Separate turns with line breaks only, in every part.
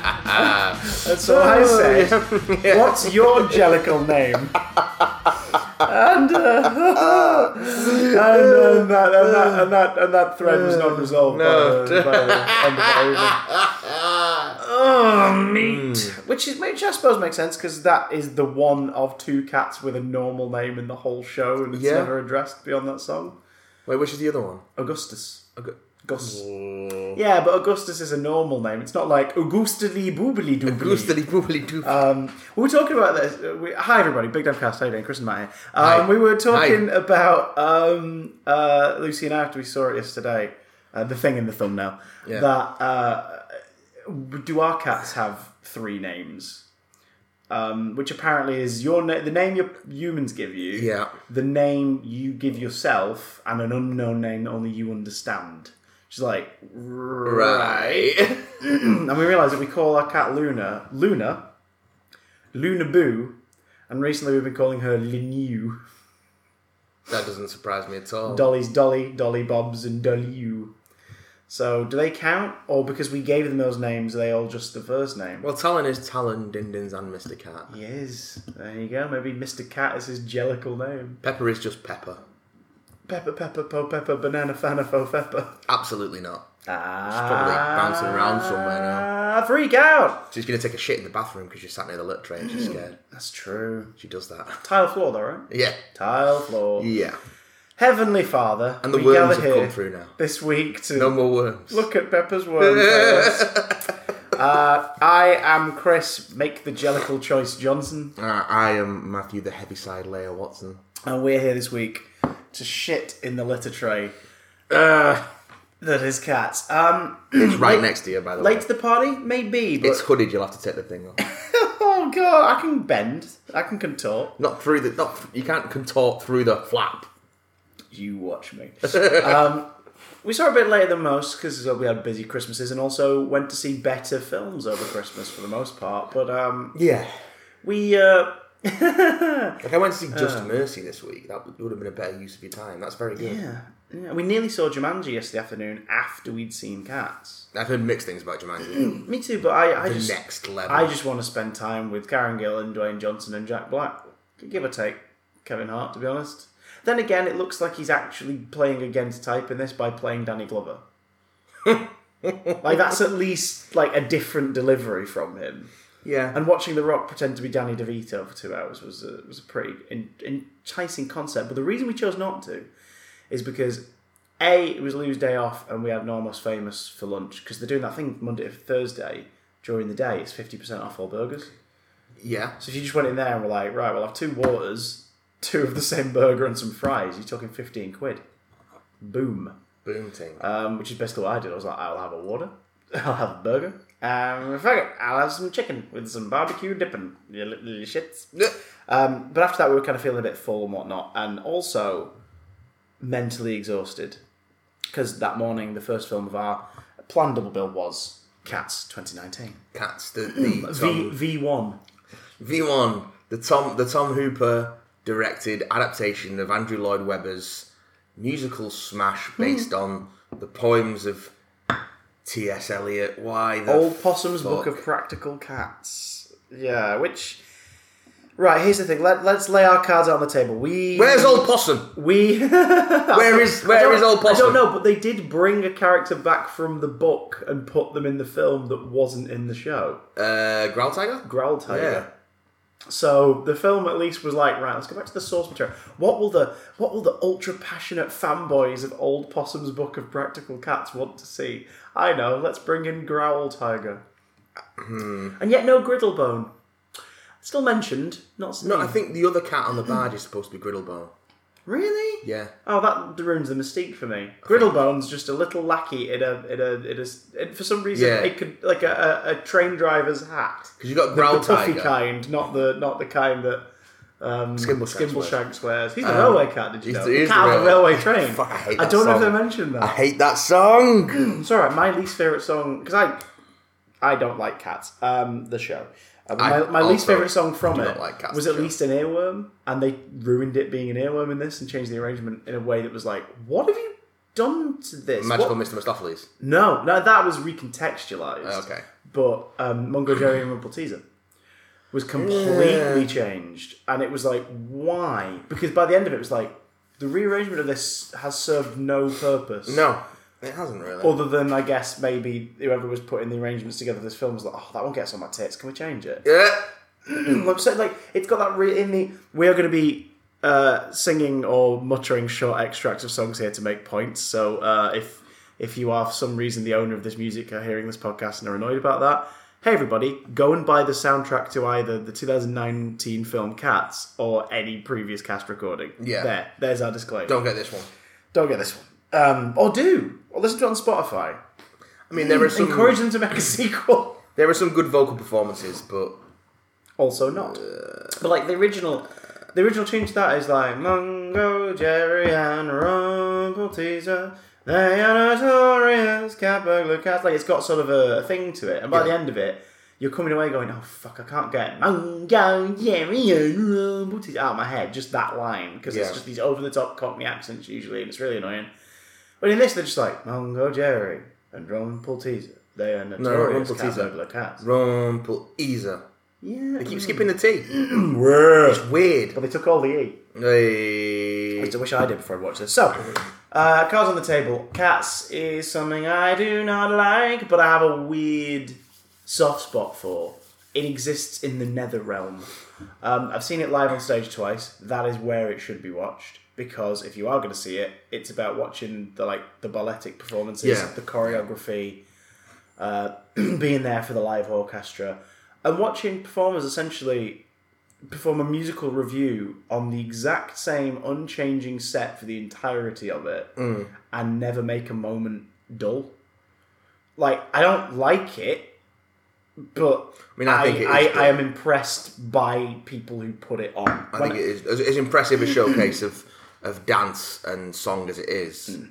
That's what I said. Oh, What's your jellical name? and, uh, and, uh, and, that, and, that, and, that, and that thread was not resolved
No.
by, the, by the end of that evening. Oh, meat. Which, is, which I suppose makes sense because that is the one of two cats with a normal name in the whole show and it's
Yeah.
never addressed beyond that song.
Wait, which is the other one?
Augustus.
Aug-
Gus. Yeah, but Augustus is a normal name. It's not like Augustally Boobily Doobily.
Goostily boobily doo.
Um, we were talking about this. uh, We, hi, everybody. Big Damn Cast. How you doing? Chris and Matt here. Um, we were talking about um, uh, Lucy and I after we saw it yesterday. Uh, the thing in the thumbnail.
Yeah.
That uh, do our cats have three names? Um, which apparently is your na- the name your humans give you,
Yeah.
the name you give yourself, and an unknown name that only you understand. She's like, right.
right.
And we realised that we call our cat Luna Luna, Luna Boo, and recently we've been calling her Linew.
that doesn't surprise me at all.
Dolly's Dolly, Dolly Bob's, and Dolly So do they count, or because we gave them those names, are they all just the first name?
Well, Talon is Talon, Din Din's, and Mr. Cat.
Yes, there you go. Maybe Mr. Cat is his jellical name.
Pepper is just Pepper.
Pepper, pepper, po, pepper, banana, fana, fo, pepper.
Absolutely not.
Ah,
probably bouncing around somewhere now.
Freak out.
She's going to take a shit in the bathroom because she sat near the lit tray and she's
Hmm.
scared.
That's true.
She does that.
Tile floor, though, right?
Yeah.
Tile floor.
Yeah.
Heavenly Father,
And the
we
worms
gather
have
here
come through now.
this week to
No more worms.
look at Pepper's worms. I guess. uh, I am Chris. Make the jellical choice, Johnson,
Uh, I am Matthew the Heaviside Layer Watson.
and we're here this week to shit in the litter tray
Uh,
that is cats. Um,
it's right next to you, by the
late
way.
to the party, maybe, but
It's hooded. You'll have to take the thing off.
oh god, I can bend, I can contort.
not through the. Not you can't contort through the flap.
you watch me. um, we saw a bit later than most because we had busy Christmases and also went to see better films over Christmas for the most part. But um,
Yeah.
we uh,
Like I went to see Just Mercy this week. That would would have been a better use of your time. That's very good.
yeah, yeah, we nearly saw Jumanji yesterday afternoon after we'd seen Cats.
I've heard mixed things about Jumanji.
Me too, but I, I
the
just
next level.
I just want to spend time with Karen Gill and Dwayne Johnson and Jack Black, give or take Kevin Hart. To be honest, then again, it looks like he's actually playing against type in this by playing Danny Glover. like that's at least like a different delivery from him.
yeah.
And watching The Rock pretend to be Danny DeVito for two hours was a, was a pretty en- enticing concept. But the reason we chose not to is because a it was Lou's day off, and we had Normos Famous for lunch because they're doing that thing Monday to Thursday during the day. It's fifty percent off all burgers.
yeah.
So if you just went in there and were like, right, we'll have two waters, two of the same burger, and some fries. You're talking fifteen quid. Boom.
Boom thing.
Um, which is basically what I did. I was like, I'll have a water, I'll have a burger, um, fuck it, I'll have some chicken with some barbecue dipping, you little shits. Um, but after that, we were kind of feeling a bit full and whatnot, and also mentally exhausted because that morning, the first film of our planned double bill was Cats 2019.
Cats. The the Tom,
V V1.
V one. The Tom the Tom Hooper directed adaptation of Andrew Lloyd Webber's musical smash based on the poems of T. S. Eliot. Why the
Old Possum's Book
fuck?
of Practical Cats. Yeah, which. Right, here's the thing. Let, let's lay our cards out on the table. We
Where's old possum?
We
Where is where is old
I
possum?
don't know, but they did bring a character back from the book and put them in the film that wasn't in the show.
Uh, Growl Tiger.
Growl
Yeah.
Tiger. So the film at least was like, right, let's go back to the source material. What will the what will the ultra passionate fanboys of Old Possum's Book of Practical Cats want to see? I know, let's bring in Growl Tiger.
Hmm.
and yet no Griddlebone. Still mentioned, not seen.
No, I think the other cat on the badge is supposed to be Griddlebone.
really?
Yeah.
Oh, that ruins the mystique for me. Griddlebone's just a little lackey in a in a in a in, for some reason
Yeah.
it could like a, a, a train driver's hat,
Because you got Growl
the puffy
Tiger.
kind, not the not the kind that um,
Skimbleshanks
Skimbleshanks wears. He's the railway cat. Did you
Um, he's
know?
the- he's
cat
the
on the
railway-
railway train.
Fuck, I hate that
don't know if
song.
they mentioned
I
that.
hate that song.
Hmm. It's all right. My least favorite song because I I don't like cats. Um, the show. Uh, my my least
also
favourite song from
do
it
not like Cats
was
for
at
Sure.
least an earworm, and they ruined it being an earworm in this and changed the arrangement in a way that was like, what have you done to this?
Magical
What-
Mr. Mistopheles.
No, no, that was recontextualized.
Okay.
But um, Mungo Jerry and Rumpelteazer was completely
Yeah.
changed, and it was like, why? Because by the end of it, it was like the rearrangement of this has served no purpose.
No, it hasn't really.
Other than I guess maybe whoever was putting the arrangements together for this film was like, oh, that one gets on my tits. Can we change it?
yeah.
I'm saying like it's got that re- in the we are going to be uh, singing or muttering short extracts of songs here to make points. So uh, if if you are for some reason the owner of this music are hearing this podcast and are annoyed about that, hey everybody, go and buy the soundtrack to either the 2019 film Cats or any previous cast recording.
Yeah.
there, there's our disclaimer. Don't,
Don't get this one.
get this one. Um, or do or listen to it on Spotify.
I mean, there are some
Encourage them to make a sequel.
there are some good vocal performances, but
also not. But like the original, the original tune to that is like Mungo Jerry and Rumpelteazer. They are notorious Capablanca cats. Like it's got sort of a, a thing to it, and by the end of it, you're coming away going, "Oh fuck, I can't get Mungo Jerry and Rumpelteazer out of my head." Just that line because it's
Yeah.
just these over the top Cockney accents usually, and it's really annoying. But in this, they're just like Mungo Jerry and Rumpelteazer. They are notorious no,
Rumpelteazer.
cats.
Rumpelteazer.
Yeah,
They keep skipping the T.
Hmm. Well,
It's weird.
they took all the E.
Hey.
Which I wish I did before I watched this. So, uh, cards on the table. Cats is something I do not like, but I have a weird soft spot for. It exists in the nether realm. Um, I've seen it live on stage twice. That is where it should be watched because if you are going to see it, it's about watching the like the balletic performances,
Yeah.
the choreography, uh, being there for the live orchestra, and watching performers essentially perform a musical review on the exact same unchanging set for the entirety of it and never make a moment dull. Like, I don't like it, but I,
mean, I
I,
think it is
I,
good.
am impressed by people who put it on.
I think it is as, as impressive a showcase of of dance and song as it is.
Hmm.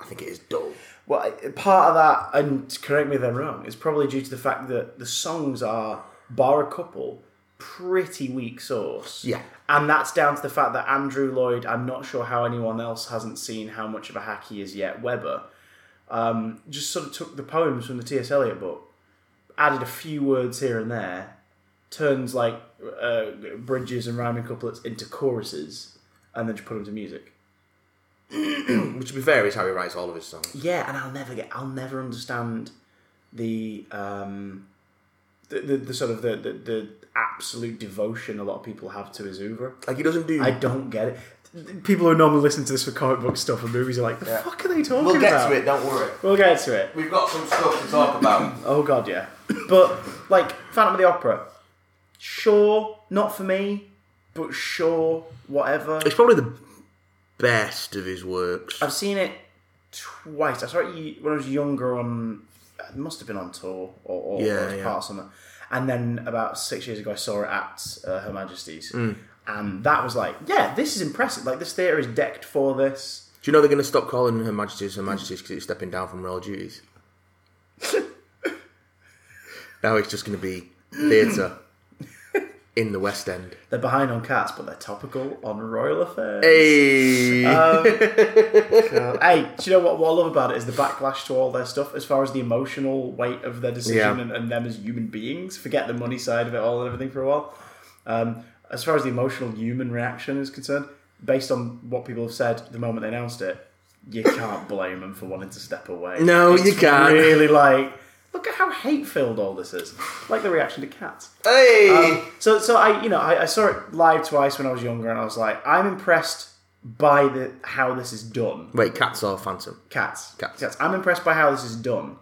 I think it is dull.
Well, I- part of that, and correct me if I'm wrong, is probably due to the fact that the songs are, bar a couple, pretty weak source.
Yeah.
And that's down to the fact that Andrew Lloyd, I'm not sure how anyone else hasn't seen how much of a hack he is yet, Weber, um, just sort of took the poems from the T.S. Eliot book, added a few words here and there, turns like uh, bridges and rhyming couplets into choruses, and then just put them to music.
Which, to be fair, is how he writes all of his songs.
Yeah, and I'll never get. I'll never understand the um, the, the, the sort of the, the the absolute devotion a lot of people have to his oeuvre.
Like he doesn't do.
I don't get it. People who normally listen to this for comic book stuff and movies are like, the fuck are they talking
we'll
about?
get to it. Don't worry.
We'll get to it.
We've got some stuff to talk about.
Oh god, yeah. but like Phantom of the Opera, sure, not for me, but sure, whatever.
it's probably the best of his works.
I've seen it twice. I saw it ye- when I was younger on, it must have been on tour or, or
Yeah,
it was
yeah.
part of something. And then about six years ago, I saw it at uh, Her Majesty's,
Mm.
and that was like, yeah, this is impressive. Like this theatre is decked for this.
Do you know they're going to stop calling Her Majesty's Her Majesty's because it's stepping down from royal duties? now it's just going to be theatre in the West End.
They're behind on Cats, but they're topical on Royal Affairs.
Hey! Uh,
hey, do you know what? What I love about it is the backlash to all their stuff, as far as the emotional weight of their decision
Yeah.
and, and them as human beings. Forget the money side of it all and everything for a while. Um, as far as the emotional human reaction is concerned, based on what people have said the moment they announced it, you can't blame them for wanting to step away.
No, you
It's
can't.
Really, like, look at how hate filled all this is. Like the reaction to cats.
hey!
Um, so so I you know I, I saw it live twice when I was younger and I was like I'm impressed by the how this is done
Wait, cats or phantom?
Cats.
Cats.
I'm impressed by how this is done.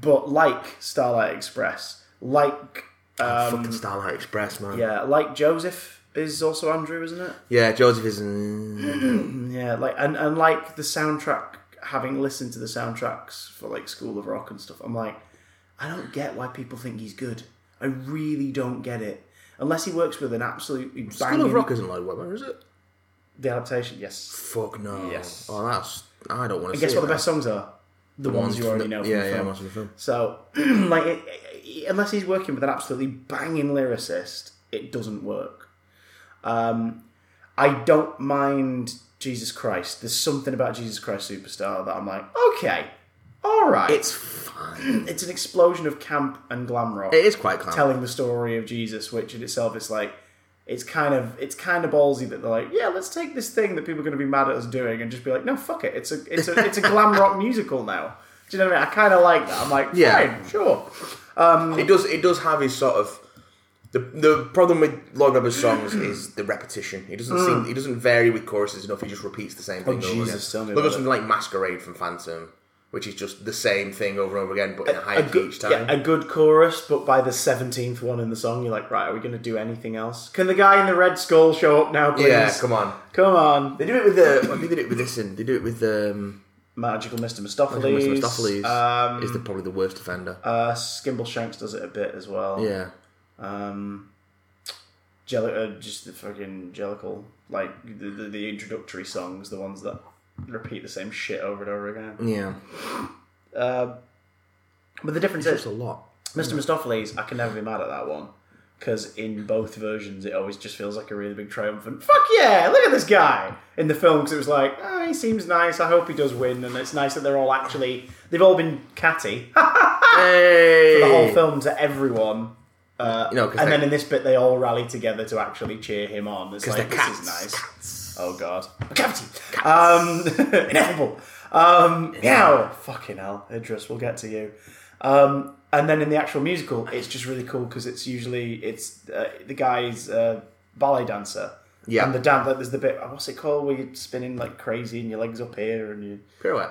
But like Starlight Express, like um,
Fucking Starlight Express, man. Yeah,
yeah, like Joseph is also Andrew, isn't it?
Joseph is. in-
Yeah, like and, and like the soundtrack having listened to the soundtracks for like School of Rock and stuff, I'm like, I don't get why people think he's good. I really don't get it. Unless he works with an absolutely banging
School of Rock isn't Lloyd Webber, is it?
the adaptation, yes.
Fuck no.
Yes.
Oh, that's. I don't want to see
Guess what
it,
the best songs are? The,
man.
ones you
from
already
the-
know from
Yeah,
the
yeah,
film.
ones from the film.
So, like, it, it, unless he's working with an absolutely banging lyricist, it doesn't work. Um, I don't mind Jesus Christ. There's something about Jesus Christ Superstar that I'm like, okay, all right.
It's fine.
it's an explosion of camp and glam rock
It is quite calm.
telling the story of Jesus, which in itself is like it's kind of it's kind of ballsy that they're like, yeah, let's take this thing that people are going to be mad at us doing and just be like, no, fuck it, it's a it's a it's a glam rock musical now. Do you know what I mean? I kind of like that. I'm like,
Yeah.
yeah, sure.
It does. It does have his sort of the the problem with Lord Webber's songs is the repetition. He doesn't seem. He doesn't vary with choruses enough. He just repeats the same thing. over
Oh, Jesus, tell me
again. Look
about
at something like Masquerade from Phantom, which is just the same thing over and over again, but in a higher
A
key
good,
each time.
yeah, a good chorus, but by the seventeenth one in the song, you're like, right, are we going to do anything else? Can the guy in the red skull show up now, please?
Yeah, come on.
Come on.
They do it with the. well, they did it with this, and they do it with um,
Magical Mr. Mistopheles.
Mr. Mistopheles.
Um,
is the, probably the worst offender.
uh, Skimble Shanks does it a bit as well.
yeah,
um, Jell- uh, just the fucking Jellicle, like the, the the introductory songs, the ones that repeat the same shit over and over again.
yeah.
Uh, but the difference
It's
is,
a lot.
Mr. Mistopheles, I can never be mad at that one because in both versions, it always just feels like a really big triumphant "fuck yeah, look at this guy" in the film because it was like, oh, he seems nice. I hope he does win, and it's nice that they're all actually they've all been catty
Hey,
the whole film to everyone. Uh,
No, 'cause
and
they-
then in this bit, they all rally together to actually cheer him on. It's like,
they're
this
cats.
is nice.
Cats.
Oh, God. Cavity! Um, ineffable! Um, meow! Fucking hell. Idris, we'll get to you. Um, and then in the actual musical, it's just really cool because it's usually it's uh, the guy's uh, ballet dancer.
Yeah.
And the dance, like, there's the bit, uh, what's it called, where you're spinning like crazy and your legs up here and you
Pirouette.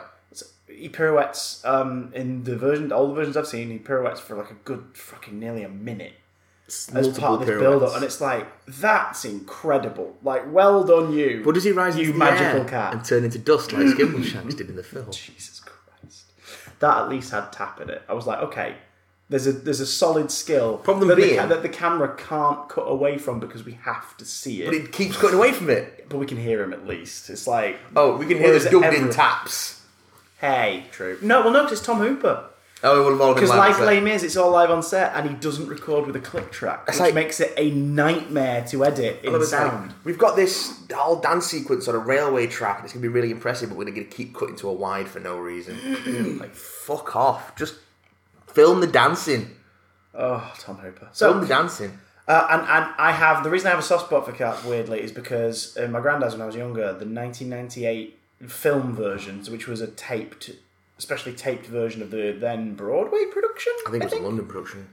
he pirouettes um, in the version, all the versions I've seen. He pirouettes for like a good fucking nearly a minute as part of this build-up, and it's like that's incredible. Like, well done, you.
But does he rise
you
into the
magical
air
cat?
and turn into dust like Skimble Shanks did in the film?
Jesus Christ, that at least had tap in it. I was like, okay, there's a there's a solid skill
Problem
that, the,
being-
ca- that the camera can't cut away from because we have to see it,
But it keeps cutting away from it.
but we can hear him at least. It's like,
Oh, we can hear
Whereas
the dubbed in
every-
taps.
hey, true. No, well, no, 'cause it's Tom Hooper.
Oh, it will have all been
Because
live
like
set.
Les Mis, it's all live on set, and he doesn't record with a click track, which
like-
makes it a nightmare to edit
It
in
was like,
sound.
We've got this whole dance sequence on a railway track, and it's gonna be really impressive. But we're gonna keep cutting to a wide for no reason. like, fuck off! Just film the dancing.
Oh, Tom Hooper.
Film
So,
the dancing.
uh, and and I have the reason I have a soft spot for cats weirdly is because uh, my granddad's when I was younger, the 1998 film versions, which was a taped, especially taped version of the then Broadway production.
I think it was a London production.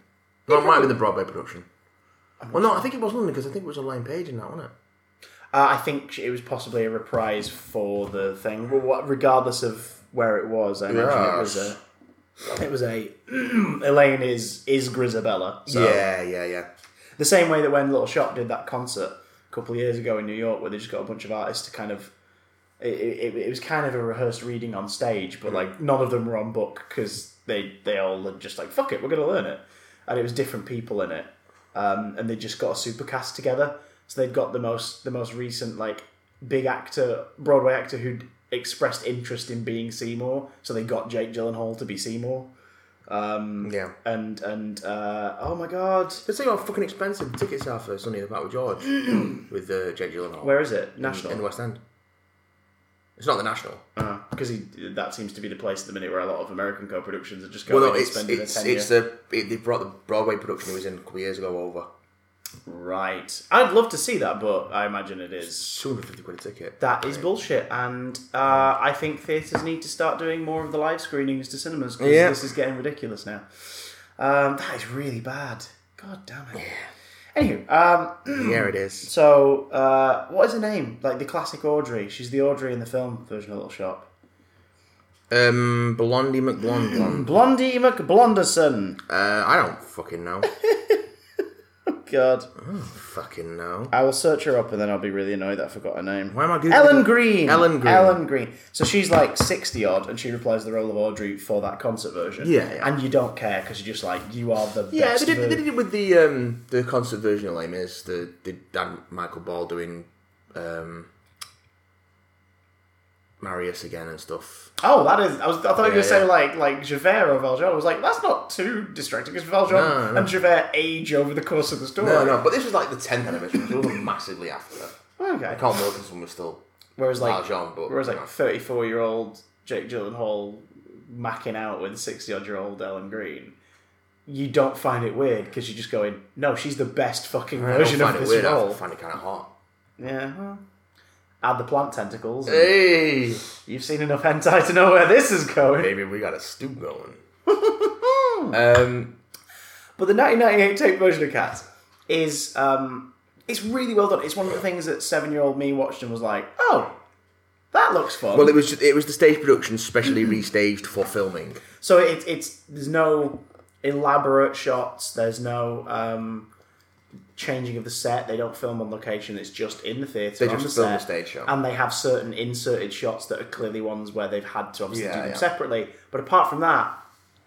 Well, it might have been the Broadway production. Well, no, I think it was London because I think it was a line page in that, wasn't it?
Uh, I think it was possibly a reprise for the thing, Well, what- regardless of where it was. I imagine it was
Yes.
a. It was a Elaine is is Grisabella. So
Yeah, yeah, yeah.
The same way that when Little Shop did that concert a couple of years ago in New York, where they just got a bunch of artists to kind of. It, it, it was kind of a rehearsed reading on stage,
Mm.
but like none of them were on book because they they all had just like fuck it, we're gonna learn it, and it was different people in it, um, and they just got a supercast together. So they'd got the most the most recent like big actor Broadway actor who'd expressed interest in being Seymour, so they got Jake Gyllenhaal to be Seymour,
Yeah.
and and uh, oh my god,
Let's see how fucking expensive the tickets are for Sunny in the Battle with George with uh, Jake Gyllenhaal
where is it? National
in the West End. It's not the National.
because Uh, he that seems to be the place at the minute where a lot of American co-productions are just going
well, no,
and
it's
spending
it's,
a tenure.
it's the it, they brought the Broadway production it was in a couple of years ago over.
right. I'd love to see that, but I imagine it is.
Two hundred fifty quid a ticket.
That is bullshit, and uh, I think theatres need to start doing more of the live screenings to cinemas because
Yeah.
this is getting ridiculous now. Um, that is really bad. God damn it. Anywho, um,
yeah, it is.
so uh, what is her name? Like the classic Audrey. She's the Audrey in the film version of Little Shop.
Um, Blondie McBlonde blonde.
Blondie McBlonderson.
Uh, I don't fucking know.
God.
fucking know.
I will search her up and then I'll be really annoyed that I forgot her name.
Why am I Googling
Ellen
it?
Green.
Ellen Green.
Ellen Green. So she's like 60 odd and she replies the role of Audrey for that concert version.
Yeah, yeah.
And you don't care because you're just like, you are the
Yeah,
best.
they did,
ver-
they did it with the um the concert version of Les Mis. The the Dan Michael Ball doing um Marius again and stuff.
Oh, that is. I was. I thought you were
Yeah,
going to say
yeah.
like like Javert or Valjean. I was like, that's not too distracting because Valjean
No, no.
and Javert age over the course of the story.
No, no, but this was like the 10th anniversary, which wasn't massively after that.
Okay.
Carl Wilkinson was still
Whereas like
Valjean, but
whereas
you know.
like thirty four year old Jake Gyllenhaal macking out with sixty odd year old Ellen Green, you don't find it weird because you're just going, no, she's the best fucking
I don't
version of
find it
this
weird. I
role.
find it kind of hot.
Yeah. Well, add the plant tentacles.
Eh.
and
Hey,
You've seen enough hentai to know where this is going.
baby, we got a stew going. um,
But the 1998 tape version of Cats is um, it's really well done. It's one of the things that seven year old me watched and was like, oh, that looks fun.
well, it was it was the stage production specially restaged for filming.
So it, it's there's no elaborate shots. There's no um, changing of the set. They don't film on location. It's just in the theatre.
They
on
just
the
film the
set.
stage show.
and they have certain inserted shots that are clearly ones where they've had to obviously
Yeah,
do them
yeah.
separately. But apart from that,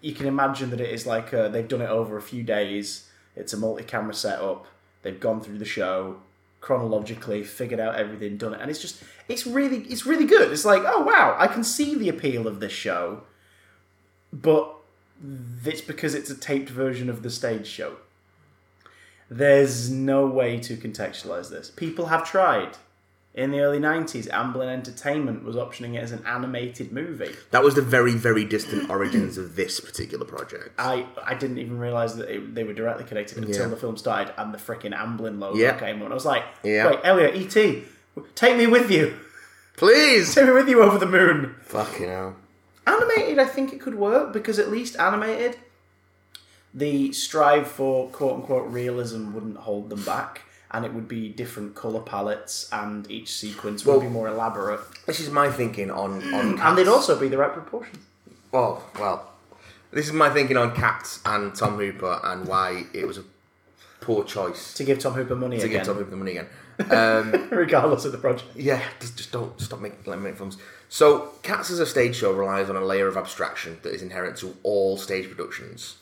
you can imagine that it is like uh, they've done it over a few days. It's a multi-camera setup. They've gone through the show chronologically, figured out everything, done it, and it's just it's really it's really good. It's like oh wow, I can see the appeal of this show, but it's because it's a taped version of the stage show. There's no way to contextualize this. People have tried. In the early 90s, Amblin Entertainment was optioning it as an animated movie.
That was the very very distant origins of this particular project.
I, I didn't even realise that it, they were directly connected until
Yeah.
the film started and the freaking Amblin logo
Yeah.
came on. I was like,
Yeah.
wait, Elliot, E.T., take me with you.
Please,
Take me with you over the moon.
fucking hell.
Animated, I think it could work because at least animated, the strive for quote unquote realism wouldn't hold them back, and it would be different color palettes, and each sequence would
Well-
be more elaborate,
This is my thinking on on
and they'd
Cats.
also be the right proportions.
Well, well, this is my thinking on Cats and Tom Hooper and why it was a poor choice
To give Tom Hooper money
to
again,
give Tom Hooper the money again. Um,
regardless of the project.
Yeah, just, just don't stop making let me make films. So, Cats as a stage show relies on a layer of abstraction that is inherent to all stage productions.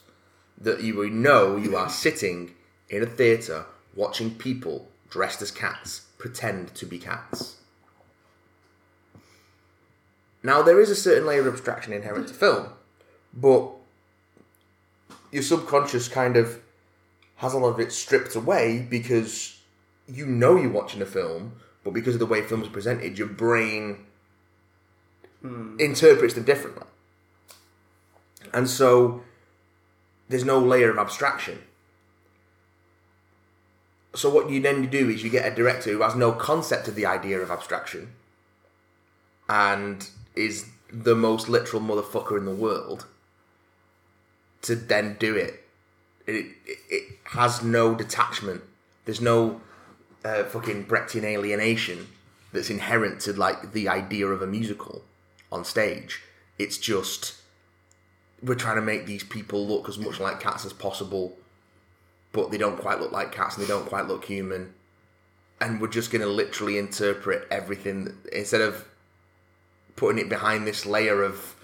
That you will know you are sitting in a theatre watching people dressed as cats pretend to be cats. Now, there is a certain layer of abstraction inherent to film, but your subconscious kind of has a lot of it stripped away because you know you're watching a film, but because of the way films are presented, your brain interprets them differently. And so there's no layer of abstraction. So what you then do is you get a director who has no concept of the idea of abstraction and is the most literal motherfucker in the world to then do it. It, it, it has no detachment. There's no uh, fucking Brechtian alienation that's inherent to like the idea of a musical on stage. It's just we're trying to make these people look as much like cats as possible, but they don't quite look like cats and they don't quite look human. And we're just going to literally interpret everything that- instead of putting it behind this layer of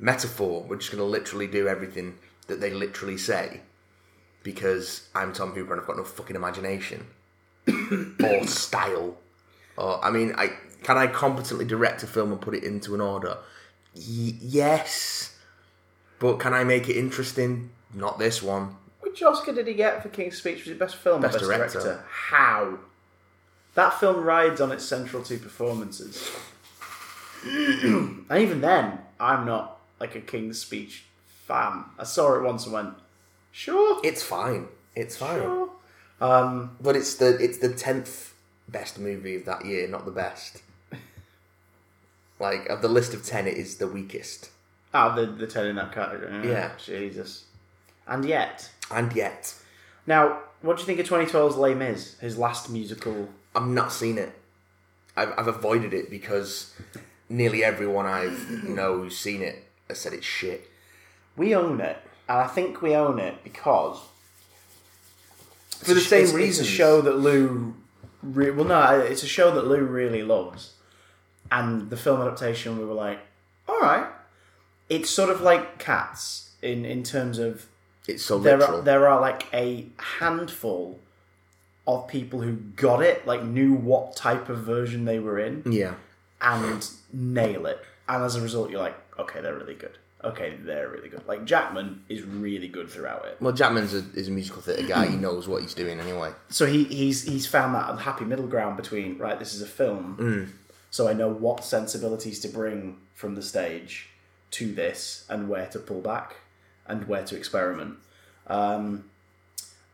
metaphor. We're just going to literally do everything that they literally say because I'm Tom Hooper and I've got no fucking imagination or style. Or I mean, I can I competently direct a film and put it into an order? Y- yes, but can I make it interesting? Not this one.
Which Oscar did he get for King's Speech? Was it Best Film
Best
or Best Director?
Director.
How? That film rides on its central two performances. and even then, I'm not like a King's Speech fan. I saw it once and went, sure,
It's fine. It's fine.
sure. Um,
But it's the it's the tenth best movie of that year, not the best. like of the list of ten, it is the weakest.
out of Ah, the, the 10 in that category.
Yeah.
Jesus. And yet.
And yet,
Now, what do you think of 2012's Les Mis, his last musical?
I've not seen it. I've, I've avoided it because nearly everyone I know who's seen it has said it's shit.
We own it. And I think we own it because
For the
It's-
same
it's,
reason.
It's a show that Lou, re- well, no, it's a show that Lou really loves, and the film adaptation. We were like, all right, it's sort of like Cats in in terms of
It's so
there
literal.
are, there are like a handful of people who got it, like knew what type of version they were in,
yeah.
and nail it. And as a result, you're like, okay, they're really good. Okay, they're really good. Like Jackman is really good throughout it.
Well, Jackman's a, is a musical theatre guy. He knows what he's doing anyway.
So he, he's he's found that happy middle ground between right, this is a film, so I know what sensibilities to bring from the stage to this, and where to pull back, and where to experiment. Um,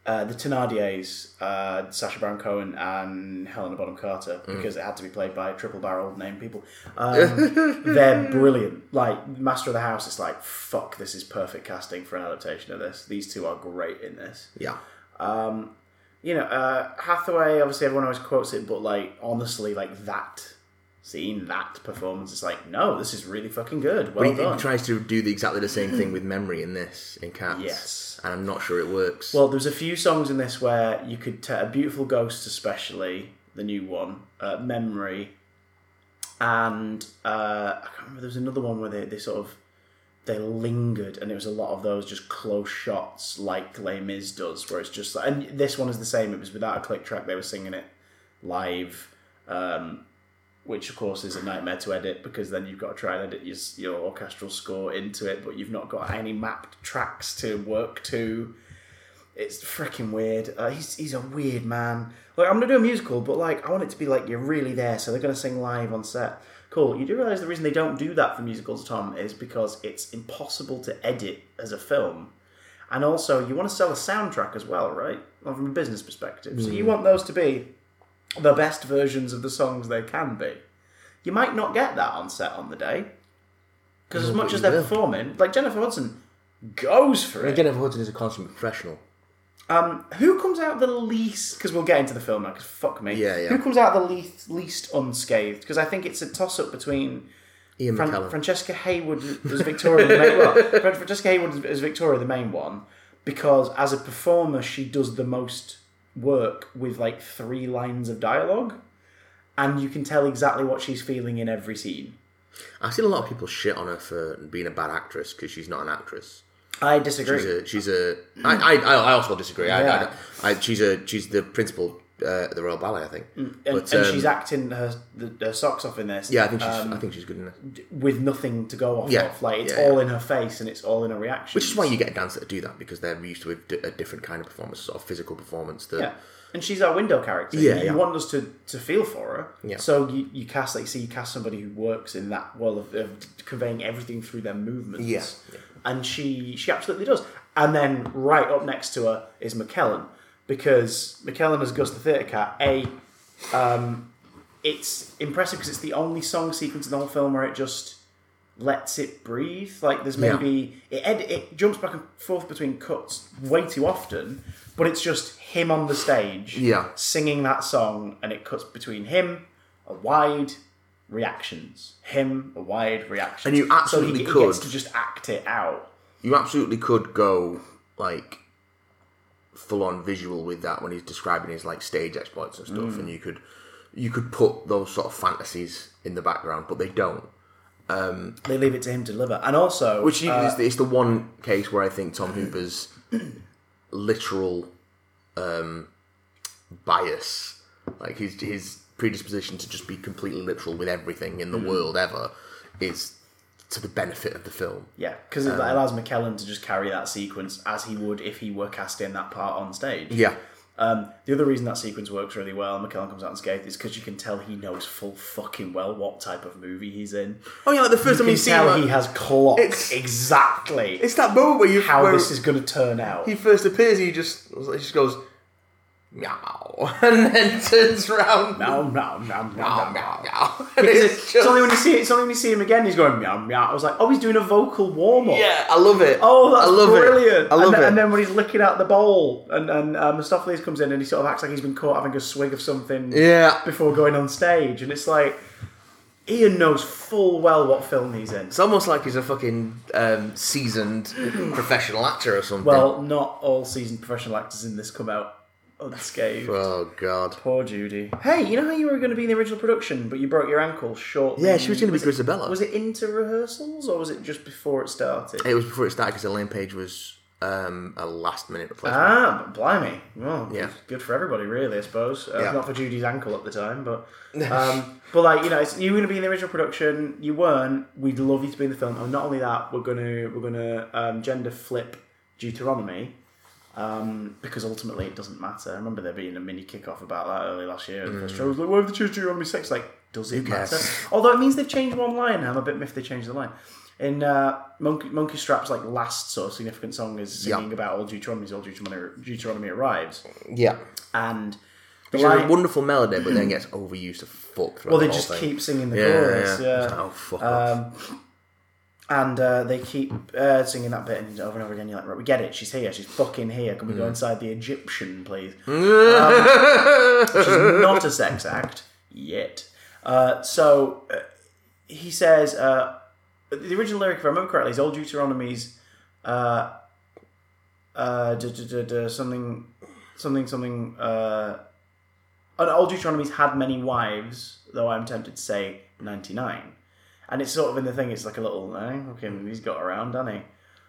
uh, the Thenardiers, uh, Sacha Baron Cohen and Helena Bonham Carter, because it had to be played by triple-barreled name people. Um, they're brilliant. Like Master of the House is like, fuck, this is perfect casting for an adaptation of this. These two are great in this
Yeah.
you know, uh, Hathaway, obviously everyone always quotes it, but like, honestly, like that scene, that performance, it's like, no, this is really fucking good. Well
But he, he
done.
tries to do the exactly the same thing with memory in this in Cats.
Yes.
And I'm not sure it works.
well, there's a few songs in this where you could tell, Beautiful Ghost, especially, the new one, uh, Memory, and uh, I can't remember, there was another one where they, they sort of. They lingered, and it was a lot of those just close shots, like Les Mis does, where it's just like. And this one is the same. It was without a click track; they were singing it live. Um, which of course is a nightmare to edit because then you've got to try and edit your, your orchestral score into it, but you've not got any mapped tracks to work to. It's freaking weird. Uh, he's he's a weird man. Like I'm gonna do a musical, but like I want it to be like you're really there, so they're gonna sing live on set. Cool. You do realize the reason they don't do that for musicals, Tom, is because it's impossible to edit as a film. And also, you want to sell a soundtrack as well, right? Well, from a business perspective. So
Hmm.
you want those to be the best versions of the songs they can be. You might not get that on set on the day. Because as
No,
much
but
as
you
they're
will.
performing, like Jennifer Hudson goes for it.
Jennifer Hudson is a consummate professional.
Um, who comes out the least? Because we'll get into the film now. Because fuck me.
Yeah, yeah.
Who comes out the least least unscathed? Because I think it's a toss up between
Ian
Fran-
McKellen.
Francesca Hayward as Victoria. the main, well, Fran- Francesca Hayward as Victoria, the main one, because as a performer, she does the most work with like three lines of dialogue, and you can tell exactly what she's feeling in every scene.
I've seen a lot of people shit on her for being a bad actress because she's not an actress.
I disagree.
She's a. She's a I, I, I I also disagree.
Yeah.
I, I, I, she's a. She's the principal uh, at the Royal Ballet, I think.
Mm, and
But,
and
um,
she's um, acting her, the, her socks off in this.
Yeah, I think she's. I think she's good enough.
with nothing to go off
Yeah.
of. Like it's
Yeah,
all in her face and it's all in her reaction.
Which is why you get a dancer to do that because they're used to a, di- a different kind of performance, sort of physical performance. That
yeah. And she's our window character.
Yeah,
you
yeah.
want us to, to feel for her.
Yeah.
So you, you cast like see you cast somebody who works in that world of, of conveying everything through their movements.
Yeah.
And she she absolutely does. And then right up next to her is McKellen because McKellen as Gus the Theatre Cat. A, um, it's impressive because it's the only song sequence in the whole film where it just lets it breathe. Like there's
Yeah.
maybe it ed- it jumps back and forth between cuts way too often, but it's just him on the stage,
Yeah.
singing that song, and it cuts between him, a wide reactions, him, a wide reaction,
And you absolutely
so he,
could.
he gets to just act it out.
you absolutely could go like full on visual with that when he's describing his like stage exploits and stuff,
Mm.
and you could you could put those sort of fantasies in the background, but they don't.
They leave it to him to deliver, and also
Which you, is, the, it's the one case where I think Tom Hooper's literal um, bias, like his his predisposition to just be completely literal with everything in the
Mm.
world ever, is to the benefit of the film.
yeah, because
Um,
it allows McKellen to just carry that sequence as he would if he were casting that part on stage.
Yeah,
Um, the other reason that sequence works really well and McKellen comes out unscathed is because you can tell he knows full fucking well what type of movie he's in.
Oh yeah, like the first
You
time
can
you see
tell
him,
he has clocked
It's-
exactly
it's that moment where you
how
where
this is going to turn out.
he first appears, he just he just goes meow, and then turns around
Meow, meow, meow, meow,
meow
meow.
meow meow. And it's
It's only
just
when you see it's only when you see him again he's going meow meow. I was like, oh, he's doing a vocal warm up.
yeah, I love it.
Oh, that's
I love
brilliant!
It. I love
and, then-
it.
and then when he's licking out the bowl, and and uh, Mistopheles comes in and he sort of acts like he's been caught having a swig of something.
yeah,
before going on stage, and it's like Ian knows full well what film he's in.
it's almost like he's a fucking um, seasoned professional actor or something.
Well, not all seasoned professional actors in this come out unscathed.
oh god.
Poor Judy. Hey, you know how you were going to be in the original production, but you broke your ankle shortly.
Yeah, she was going to be Grisabella.
Was it into rehearsals or was it just before it started?
It was before it started because Elaine Page was um, a last minute replacement.
Ah, but blimey. Well,
Yeah.
good- good for everybody, really, I suppose. Uh,
Yeah.
Not for Judy's ankle at the time, but. Um, but, like, you know, it's, you were going to be in the original production. You weren't. We'd love you to be in the film. And not only that, we're going to we're gonna um, gender flip Deuteronomy. Um, because ultimately it doesn't matter. I remember there being a mini kickoff about that early last year. And the
Mm.
first show was like, "Why have they chosen Deuteronomy six? Like, does it
cares?
matter? Although it means they've changed one line. I'm a bit miffed they changed the line. In uh, Monkey, Monkey Strap's like last sort of significant song is singing about all Deuteronomy's all Deuteronomy, Deuteronomy arrives,
yeah.
and the
Which is a
line,
wonderful melody, but then gets overused to fuck throughout
well they
the whole
just
thing.
keep singing the
yeah,
chorus,
yeah.
yeah,
It's like, oh, fuck off.
um, and uh, they keep uh, singing that bit and over and over again. You're like, right, we get it. She's here. She's fucking here. Can we
Mm.
go inside the Egyptian, please? which is not a sex act yet. Uh, so uh, he says uh, the original lyric, if I remember correctly, is old Deuteronomy's uh, uh, duh, duh, duh, duh, something, something, something. Uh, and old Deuteronomy's had many wives, though I'm tempted to say ninety nine. And it's sort of in the thing. It's like a little, eh, okay, he's got around, hasn't he?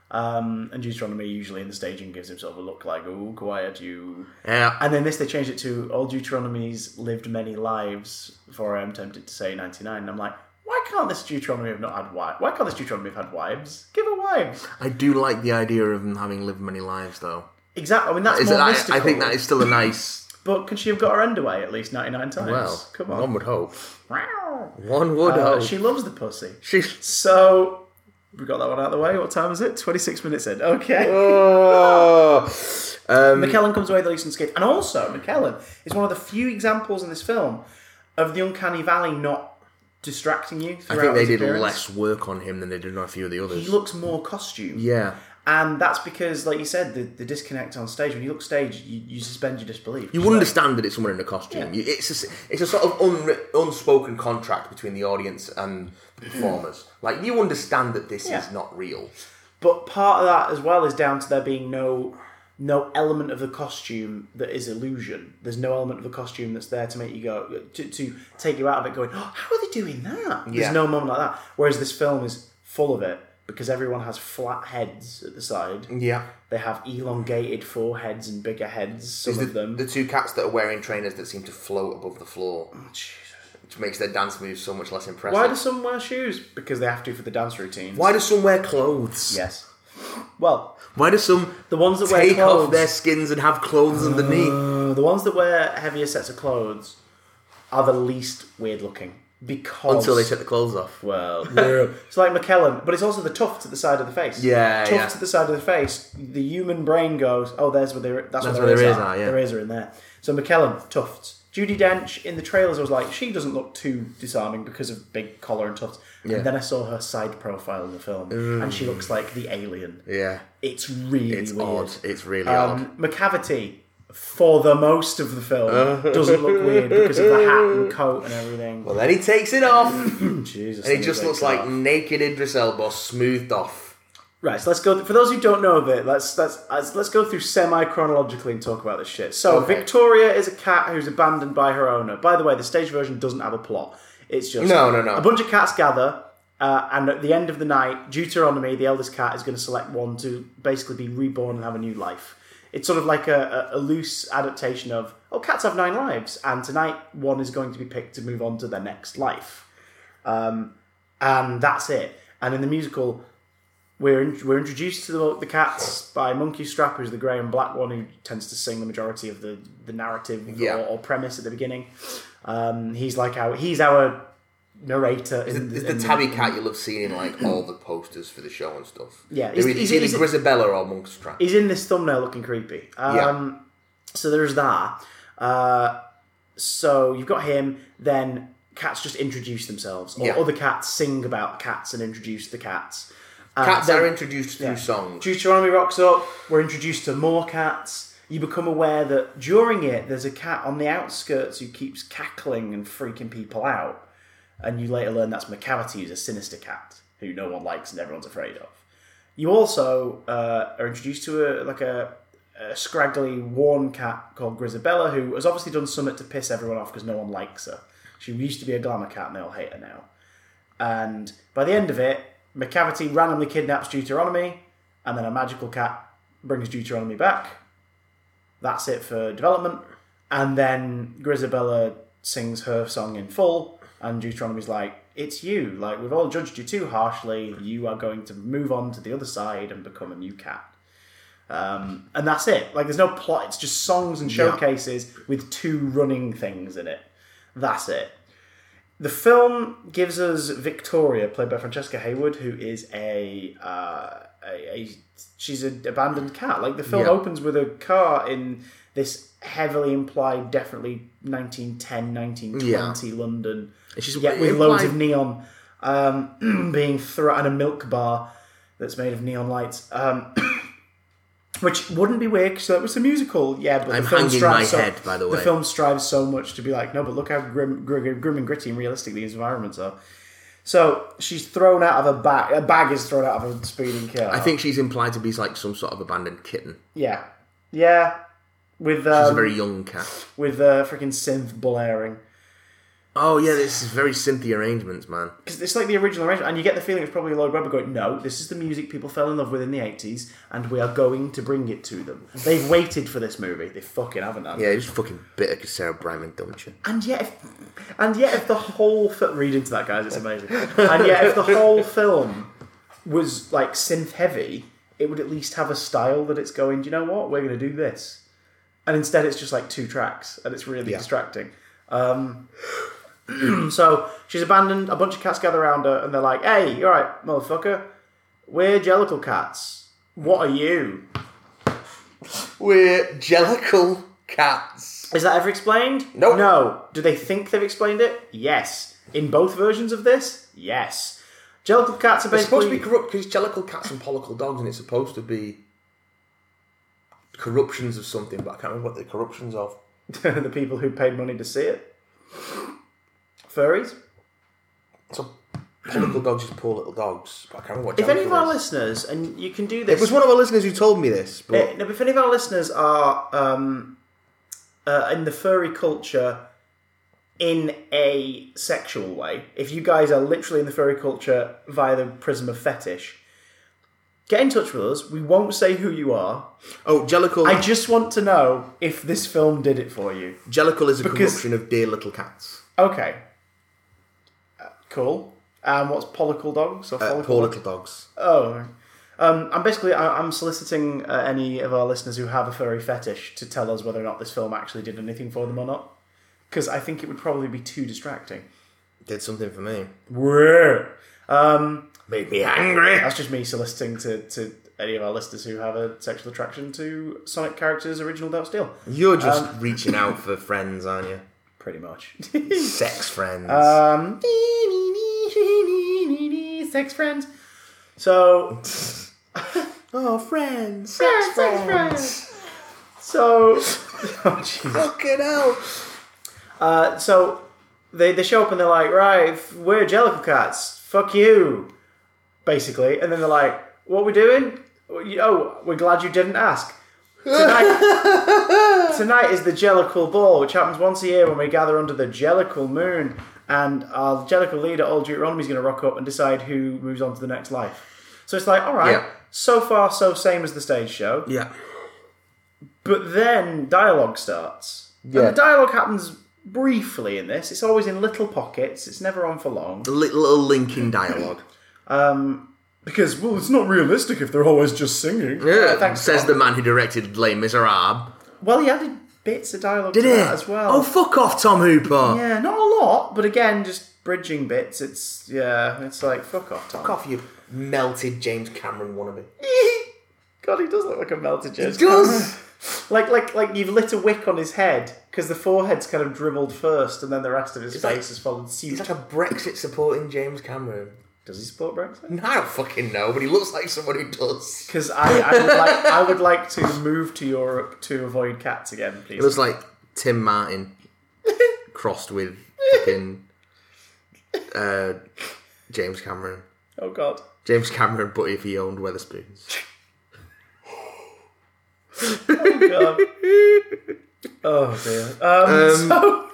Um, and Deuteronomy usually in the staging gives him sort of a look like, "Oh, quiet you."
yeah.
And then this, they changed it to Old Deuteronomy's lived many lives, for I am tempted to say 99. And I'm like, why can't this Deuteronomy have not had wives? Why can't this Deuteronomy have had wives? Give her wives.
I do like the idea of them having lived many lives, though.
Exactly. I mean, that's
Is
more
it, I,
mystical.
I think that is still a nice.
But could she have got her end away at least 99 times?
Well,
Come
one
on.
would hope.
Wow.
One would
Uh,
hope.
she loves the pussy.
She's
So, we got that one out of the way. What time is it? 26 minutes in. Okay.
Oh. Um,
McKellen comes away with the Lucent Skid. And also, McKellen is one of the few examples in this film of the Uncanny Valley not distracting you.
I think they did less work on him than they did on a few of the
He
others.
looks more costumed.
yeah.
And that's because, like you said, the, the disconnect on stage. When you look stage, you, you suspend your disbelief.
You wouldn't understand that it's someone in a costume.
Yeah.
You- It's a, s- it's a sort of unwri- unspoken contract between the audience and the performers. like you understand that this
Yeah.
is not real.
But part of that as well is down to there being no no element of the costume that is illusion. There's no element of the costume that's there to make you go to, to take you out of it. Going, oh, how are they doing that?
Yeah.
There's no moment like that. Whereas this film is full of it because everyone has flat heads at the side.
Yeah.
They have elongated foreheads and bigger heads. Some
The,
of them.
the two cats that are wearing trainers that seem to float above the floor,
Jesus.
which makes their dance moves so much less impressive.
Why do some wear shoes? Because they have to for the dance routine.
Why do some wear clothes?
Yes. Well,
Why do some
the ones that wear
take
clothes,
off their skins and have clothes underneath?
Uh, the ones that wear heavier sets of clothes, are the least weird looking because
Until they take the clothes off.
well, it's like McKellen, but it's also the tuft at the side of the face.
Yeah,
tuft
yeah.
at the side of the face. The human brain goes, oh, there's where their that's, where, their ears are.
yeah.
Their ears are in there. So McKellen tufts. Judy Dench in the trailers I was like, she doesn't look too disarming because of big collar and tufts.
Yeah.
And then I saw her side profile in the film, and she looks like the alien.
Yeah.
It's really
It's
weird.
odd. It's really odd.
Um, McCavity, for the most of the film, doesn't look weird because of the hat and coat and everything.
Well, then he takes it off.
Jesus,
It just looks like naked Idris Elba smoothed off.
right. So let's go. For those who don't know of it, let's let's let's, let's go through semi chronologically and talk about this shit. So
Okay.
Victoria is a cat who's abandoned by her owner. By the way, the stage version doesn't have a plot. It's just
No, no, no.
A bunch of cats gather. Uh, and at the end of the night, Deuteronomy, the eldest cat, is going to select one to basically be reborn and have a new life. It's sort of like a, a, a loose adaptation of, oh, cats have nine lives, and tonight one is going to be picked to move on to their next life. Um, and that's it. And in the musical, we're, in, we're introduced to the, the cats by Monkey Strap, who's the grey and black one who tends to sing the majority of the, the narrative
Yeah.
or, or premise at the beginning. Um, he's like our he's our narrator. In,
It's
in
the tabby cat you'll have seen in like all the posters for the show and stuff.
Yeah,
There
is-
is
is-
either
is it-
Grisabella or Monk's Trap.
he's in this thumbnail looking creepy. Um, So there's that. Uh, so you've got him. Then cats just introduce themselves, or
Yeah.
other cats sing about cats and introduce the cats. Uh,
Cats
then
are introduced through songs.
Deuteronomy rocks up. We're introduced to more cats. You become aware that during it, there's a cat on the outskirts who keeps cackling and freaking people out. And you later learn that's McCavity, who's a sinister cat who no one likes and everyone's afraid of. You also uh, are introduced to a like a, a scraggly, worn cat called Grisabella, who has obviously done something to piss everyone off because no one likes her. She used to be a glamour cat, and they all hate her now. And by the end of it, McCavity randomly kidnaps Deuteronomy, and then a magical cat brings Deuteronomy back. That's it for development. And then Grisabella sings her song in full, and Deuteronomy's like, It's you. Like, we've all judged you too harshly. You are going to move on to the other side and become a new cat. Um, and that's it. Like, there's no plot. It's just songs and showcases with two running things in it. That's it. The film gives us Victoria, played by Francesca Hayward, who is a, uh, a, a she's an abandoned cat. Like the film
Yeah.
opens with a car in this heavily implied, definitely 1910, 1920 London,
And she's
yet with loads of
implied-
neon um, being thrown, and a milk bar that's made of neon lights. Um, which wouldn't be weird because that was a musical, yeah. But
I'm
the film
hanging
strives
my
so-
head, by the way.
film strives so much to be like, no, but look how grim, grim, grim and gritty and realistic these environments are. So she's thrown out of a bag. A bag is thrown out of a speeding car.
I think she's implied to be like some sort of abandoned kitten.
Yeah, yeah. With um,
She's a very young cat.
with uh, freaking synth blaring
Oh yeah, this is very synthy arrangements, man.
because it's like the original arrangement, and you get the feeling it's probably Lloyd Webber going, "No, this is the music people fell in love with in the '80s, and we are going to bring it to them. They've waited for this movie. They fucking haven't." Done.
Yeah, you're just fucking bitter because Sarah Brightman, don't you?
And yet, if, and yet, if the whole film read into that, guys, it's amazing. And yet, if the whole film was like synth heavy, it would at least have a style that it's going. Do you know what? We're going to do this, and instead, it's just like two tracks, and it's really distracting. Um, so she's abandoned. A bunch of cats gather around her, and they're like, "Hey, you're right, motherfucker. We're Jellicle cats. What are you?"
We're jellical cats.
Is that ever explained?
Nope.
No. Do they think they've explained it? Yes. In both versions of this, yes. Jellicle cats are
It's supposed to
basically
be corrupt because jellical cats and pollicle dogs, and it's supposed to be corruptions of something, but I can't remember what the corruptions of.
the people who paid money to see it. Furries.
So pollicle dogs is poor little dogs, but I can't remember what.
If any of
jellicle
our
is.
listeners, and you can do
it
this,
was one of our listeners who told me this, but
Eh, no, but if any of our listeners are um, uh, in the furry culture in a sexual way, if you guys are literally in the furry culture via the prism of fetish, get in touch with us. We won't say who you are.
oh, jellical,
I just want to know if this film did it for you.
jellical is a
because-
corruption of dear little cats,
Okay. Uh, cool. Um, what's pollicle dogs or follicle?
Uh, poor little dogs.
oh. Um, I'm basically I, I'm soliciting uh, any of our listeners who have a furry fetish to tell us whether or not this film actually did anything for them or not, because I think it would probably be too distracting.
Did something for me,
Um,
made me angry.
that's just me soliciting to, to any of our listeners who have a sexual attraction to Sonic characters original Doubt Steel.
You're just
Um,
reaching out for friends, aren't you?
Pretty much.
Sex friends.
Um, sex friends. So
oh, friends,
sex friends. So, oh, Jesus.
Fucking hell.
uh, so they they show up and they're like, right, we're Jellicle cats. Fuck you, basically. And then they're like, what are we doing? Oh, we're glad you didn't ask. Tonight, tonight is the Jellicle Ball, which happens once a year when we gather under the Jellicle Moon, and our Jellicle leader, Old Deuteronomy, is going to rock up and decide who moves on to the next life. So it's like, all right,
Yeah.
so far so same as the stage show.
Yeah.
But then dialogue starts.
Yeah.
And the dialogue happens briefly in this. It's always in little pockets. It's never on for long.
Little, little linking dialogue.
Because, well, it's not realistic if they're always just singing.
Yeah,
Oh, thanks.
Uh, says the man who directed Les Miserables.
Well, he added bits of dialogue to that as well.
Oh, fuck off, Tom Hooper.
yeah, not a lot, but again, just bridging bits. It's, yeah, it's like, fuck off, Tom.
off, you melted James Cameron wannabe.
God, he does look like a melted James
Does
Like, like, like you've lit a wick on his head because the forehead's kind of dribbled first, and then the rest of his face
like-
has followed suit.
he's like a Brexit supporting James Cameron?
Does he support Brexit?
I don't fucking know, but he looks like someone who does.
Because I, I would like I would like to move to Europe to avoid cats again,
He
please.
looks like Tim Martin crossed with fucking uh, James Cameron.
Oh God.
James Cameron, but if he owned Weatherspoons.
God. Um, oh dear. Um, so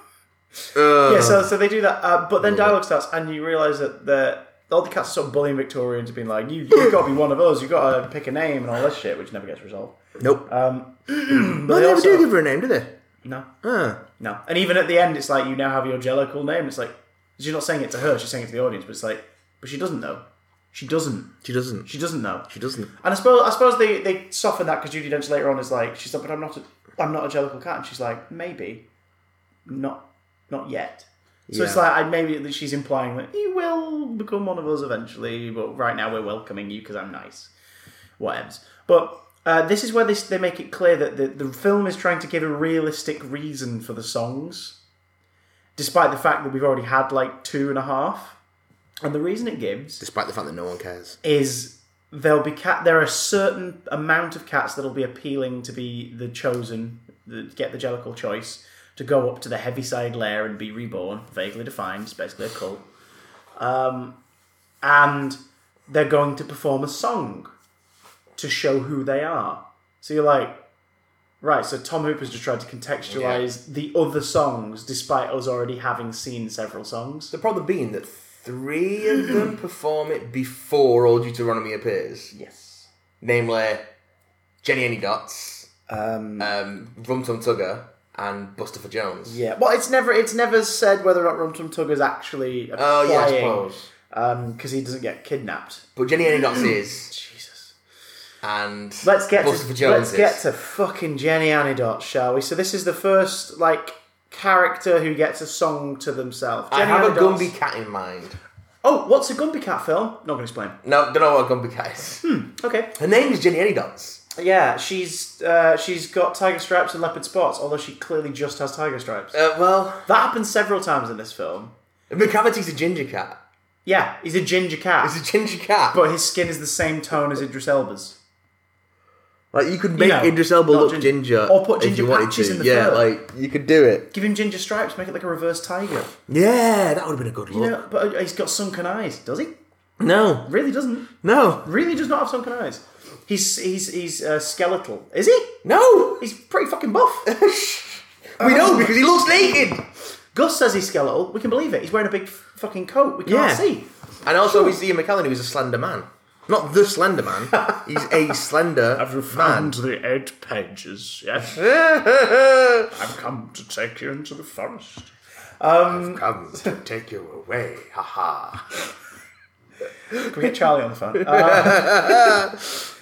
Uh,
yeah, so so they do that, uh, but then dialogue starts, and you realise that the all the cats sort of bullying Victorians, being like, you, you've got to be one of us, you've got to pick a name and all this shit, which never gets resolved.
Nope.
Um,
no, they,
they
never
also-
do give her a name, do they?
no,
Ah.
no. And even at the end, it's like, you now have your Jello cool name. It's like, she's not saying it to her, she's saying it to the audience, but it's like, but she doesn't know. She doesn't.
She doesn't.
She doesn't know.
She doesn't.
And I suppose I suppose they, they soften that because Judy Dench later on is like she's like, but I'm not a, I'm not a jellicle cat, and she's like, maybe, not not yet. So it's
Yeah.
like I, maybe that she's implying that you will become one of us eventually, but right now we're welcoming you because I'm nice. Whatevs. But uh, this is where this, they make it clear that the, the film is trying to give a realistic reason for the songs, despite the fact that we've already had like two and a half. And the reason it gives
Despite the fact that no one cares.
is there'll be cat. There are a certain amount of cats that'll be appealing to be the chosen, the, get the Jellicle choice to go up to the Heaviside lair and be reborn, vaguely defined, it's basically a cult. Um, and they're going to perform a song to show who they are. So you're like, right. So Tom Hooper's just tried to contextualize the other songs, despite us already having seen several songs.
The problem being that three of them perform it before Old Deuteronomy appears.
Yes.
Namely, Jenny Any Dots,
Um,
um, Rum Tum Tugger, and Buster for Jones.
Yeah, well, it's never it's never said whether or not Rum Tum Tugger's actually
Oh, yeah, I
applying
suppose.
because he doesn't get kidnapped.
But Jenny Any Dots is,
Jesus.
and
Let's get
Buster
to
for Jones
let's get
is.
to fucking Jenny Anidot, shall we? So this is the first like character who gets a song to themselves.
I
Jenny
have a
Anidot's-
Gumby cat in mind.
Oh, what's a Gumby Cat film? Not gonna explain.
No, don't know what a Gumby cat is.
Hmm. Okay.
Her name is Jenny Any Dots.
Yeah, she's uh, she's got tiger stripes and leopard spots, although she clearly just has tiger stripes.
Uh, well,
that happens several times in this film.
McCavity's a ginger cat.
Yeah, he's a ginger cat,
It's a ginger cat.
but his skin is the same tone as Idris Elba's.
like you could make
know,
Idris Elba
not
look
gin-
ginger,
or put
if
ginger
you wanted
patches
to.
in the
Yeah,
fur.
like you could do it.
Give him ginger stripes, make it like a reverse tiger.
Yeah, that would have been a good look.
Yeah, but uh, he's got sunken eyes, does he?
No,
Really doesn't.
no,
Really does not have sunken eyes. He's he's he's uh, skeletal, is he?
no.
He's pretty fucking buff.
We know because he looks naked.
Gus says he's skeletal. We can believe it. He's wearing a big f- fucking coat. We can't
Yeah.
see.
And also, we see Ian McKellen, who is a slender man. Not the slender man. He's a slender man.
the eight pages. Yes, I've come to take you into the forest.
Comes to take you away. Ha ha.
Can we get Charlie on the phone? Uh,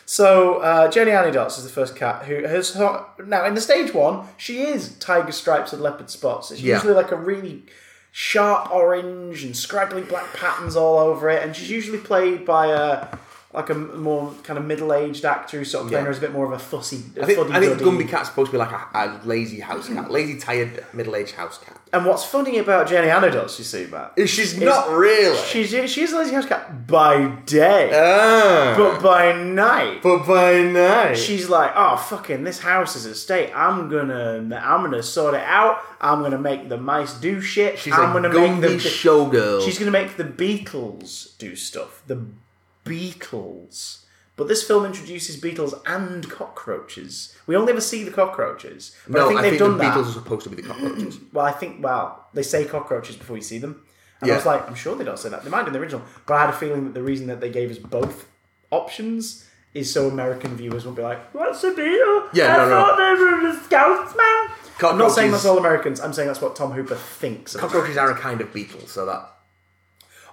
so uh, Jenny Anidots is the first cat who has her, now in the stage one. She is tiger stripes and leopard spots. It's
Yeah.
usually like a really sharp orange and scraggly black patterns all over it, and she's usually played by a like a m- more kind of middle aged actor who sort of playing
Yeah.
her as a bit more of a fussy,
I think, I think
fuddy-duddy.
Gumby Cat's supposed to be like a, a lazy house cat, lazy, tired, middle-aged house cat.
And what's funny about Jenny Anidots, you see, Matt,
She's not really.
she's she is a lazy house cat by day,
ah,
but by night.
but by night.
she's like, "Oh fucking, this house is a state. I'm gonna, I'm gonna sort it out. I'm gonna make the mice do shit.
She's
I'm
a
gonna
Gumby
make the
showgirl.
she's gonna make the Beatles do stuff. The Beatles." But this film introduces beetles and cockroaches. We only ever see the cockroaches. But
no,
I think they've done
the
that.
Beatles are supposed to be the cockroaches.
Well, I think, well, they say cockroaches before you see them. And I
Yeah.
was like, I'm sure they don't say that. They might in the original. But I had a feeling that the reason that they gave us both options is so American viewers won't be like, what's the deal?
Yeah,
I
no, no.
thought they were the scouts, man. I'm not saying
Cockroaches-
that's all Americans. I'm saying that's what Tom Hooper thinks. Of it.
cockroaches are a kind of beetle, so that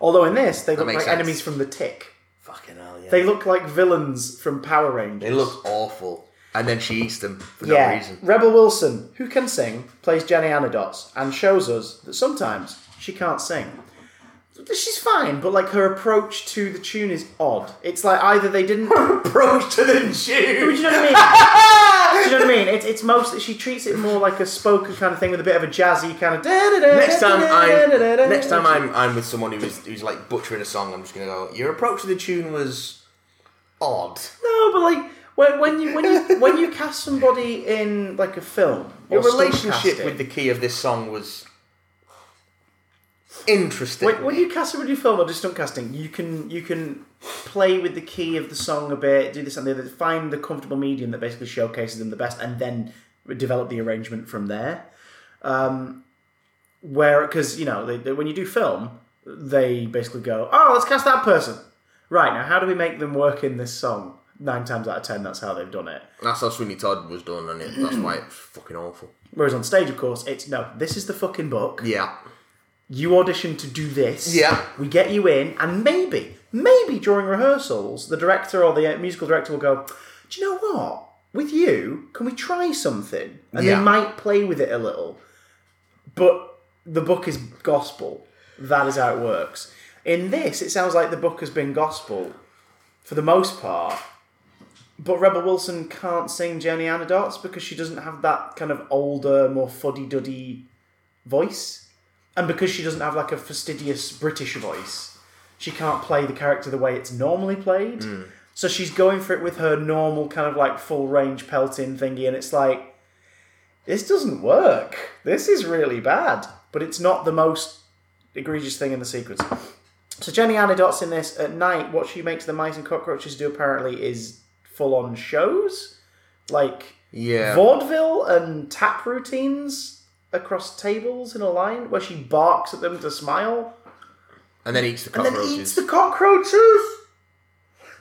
Although in this, they look like
makes sense.
enemies from The Tick.
fucking hell. Yeah.
They look like villains from Power Rangers.
They look awful. And then she eats them for no
yeah.
reason.
Rebel Wilson, who can sing, plays Jenny Anidots and shows us that sometimes she can't sing. She's fine, but like her approach to the tune is odd. It's like either they didn't. Do
Approach to the Jew.
you know what I mean? Do you know what I mean? It's it's mostly she treats it more like a spoken kind of thing with a bit of a jazzy kind of.
Next time I'm next time I'm I'm with someone who is who's like butchering a song, I'm just gonna go. Your approach to the tune was odd.
No, but like when, when you when you when you cast somebody in like a film,
Your
or stunt
relationship
casting-
with the key of this song was interesting.
When, when you cast when you film or do stunt casting, you can you can play with the key of the song a bit, do this and the other, find the comfortable medium that basically showcases them the best, and then develop the arrangement from there. Um, where because you know they, they- when you do film, they basically go, "Oh, let's cast that person." Right now, how do we make them work in this song? Nine times out of ten, that's how they've done it.
That's how Sweeney Todd was done, and it,
Mm.
that's why it's fucking awful.
Whereas on stage, of course, it's no. This is the fucking book.
Yeah.
You audition to do this.
Yeah.
We get you in, and maybe, maybe during rehearsals, the director or the uh, musical director will go, "Do you know what? With you, can we try something?" And
Yeah.
they might play with it a little. But the book is gospel. That is how it works. In this, it sounds like the book has been gospel for the most part. But Rebel Wilson can't sing Journey Anecdotes because she doesn't have that kind of older, more fuddy duddy voice. And because she doesn't have like a fastidious British voice, she can't play the character the way it's normally played. So she's going for it with her normal kind of like full range pelting thingy, and it's like, this doesn't work. This is really bad. But it's not the most egregious thing in the sequence. So Jenny Anecdotes in this at night, what she makes the mice and cockroaches do apparently is full on shows. Like
Yeah.
vaudeville and tap routines across tables in a line where she barks at them to smile
and then eats the
and then
cockroaches.
eats the cockroaches.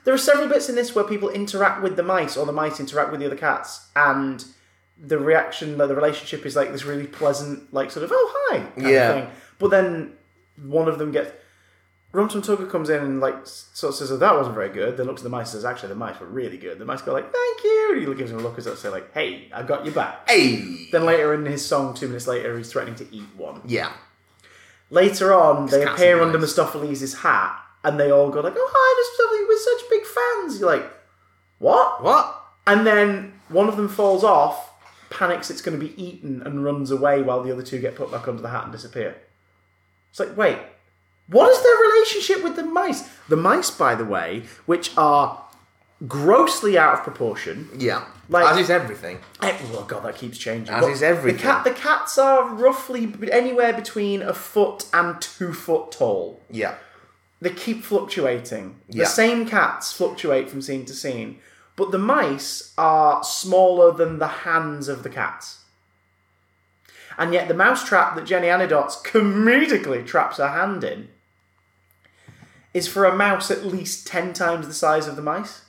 There are several bits in this where people interact with the mice or the mice interact with the other cats, and the reaction, like the relationship, is like this really pleasant, like sort of oh hi, kind
Yeah.
Of thing. But then one of them gets. Rum Tum Tugger comes in and like sort of says, oh, "That wasn't very good." Then looks at the mice and says, "Actually, the mice were really good." The mice go like, "Thank you." He gives him a look as though to say like, "Hey, I got your back."
hey.
Then later in his song, two minutes later, he's threatening to eat one.
yeah.
Later on, they
cats
appear
and
under
mice.
Mephistopheles' hat, and they all go like, "Oh hi, Mephistopheles, we're such big fans." You're like, "What?"
What?
And then one of them falls off, panics it's going to be eaten, and runs away while the other two get put back under the hat and disappear. It's like, wait, what is their relationship with the mice? The mice, by the way, which are grossly out of proportion.
Yeah.
Like-
As is everything.
Eh, Oh god, that keeps changing.
As
But
is everything.
The cat, the cats are roughly b- anywhere between a foot and two foot tall.
Yeah.
They keep fluctuating.
Yeah.
The same cats fluctuate from scene to scene, but the mice are smaller than the hands of the cats. And yet, the mousetrap that Jenny Anidots comedically traps her hand in is for a mouse at least ten times the size of the mice.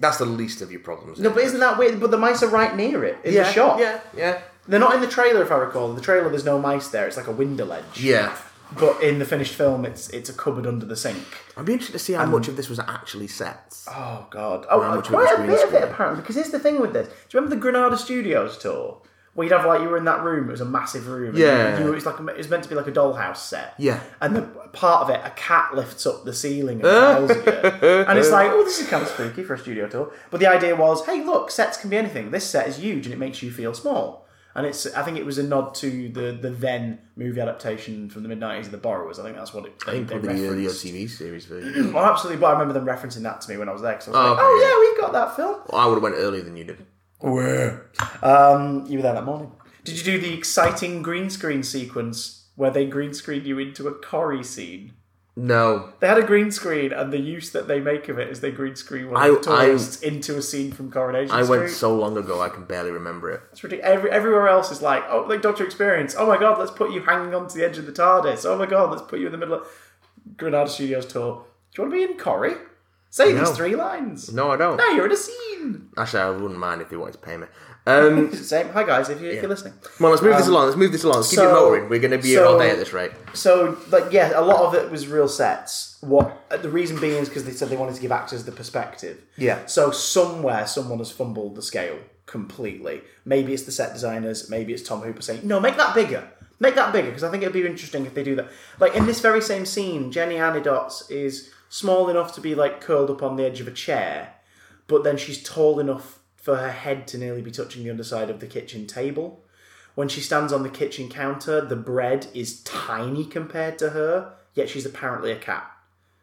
That's the least of your problems.
No, but isn't that weird? But the mice are right near it in the shot.
Yeah. Yeah.
They're not in the trailer, if I recall. In the trailer, there's no mice there. It's like a window ledge.
Yeah.
But in the finished film, it's it's a cupboard under the sink.
I'd be interested to see how
Um,
much of this was actually sets.
Oh God! Oh,
much of
quite
it was
a
green
bit of it
screen?
apparently. Because here's the thing with this: Do you remember the Granada Studios tour? Where you'd have like you were in that room. It was a massive room. and
Yeah.
you, you- it was like a, it was meant to be like a dollhouse set.
Yeah.
And the part of it, a cat lifts up the ceiling and yells at you. And it's like, oh, this is kind of spooky for a studio tour. But the idea was, hey, look, sets can be anything. This set is huge and it makes you feel small. And it's, I think it was a nod to the, the then movie adaptation from the mid '90s of The Borrowers. I think that's what it. I think uh,
Probably the earlier TV series version.
well, absolutely. But I remember them referencing that to me when I was there. Cause I was
Oh,
like,
okay,
oh yeah, we got that film.
I would have went earlier than you did.
Where? Um, you were there that morning. Did you do the exciting green screen sequence where they green screen you into a Corrie scene?
No.
They had a green screen, and the use that they make of it is they green screen one
I-
of the tourists into a scene from Coronation
I
Street.
went so long ago I can barely remember it.
It's ridiculous. Every, everywhere else is like, oh, like Doctor Experience. Oh my god, let's put you hanging onto the edge of the TARDIS. Oh my god, let's put you in the middle of Granada Studios tour. Do you want to be in Corrie? Say
No.
these three lines.
No, I don't.
No, you're in a scene.
Actually, I wouldn't mind if they wanted to pay me. Um,
Same. Hi guys, if, you, if you're listening.
come on, let's move this along. Let's move this along. Let's keep it
Um, so-
motoring. We're going to be here all
so-
day at this rate.
So, like, yeah, a lot of it was real sets. What uh, the reason being is because they said they wanted to give actors the perspective.
Yeah.
So somewhere someone has fumbled the scale completely. Maybe it's the set designers. Maybe it's Tom Hooper saying, "No, make that bigger. Make that bigger." Because I think it'd be interesting if they do that. Like in this very same scene, Jenny Anidots is small enough to be like curled up on the edge of a chair, but then she's tall enough for her head to nearly be touching the underside of the kitchen table. When she stands on the kitchen counter, the bread is tiny compared to her, yet she's apparently a cat.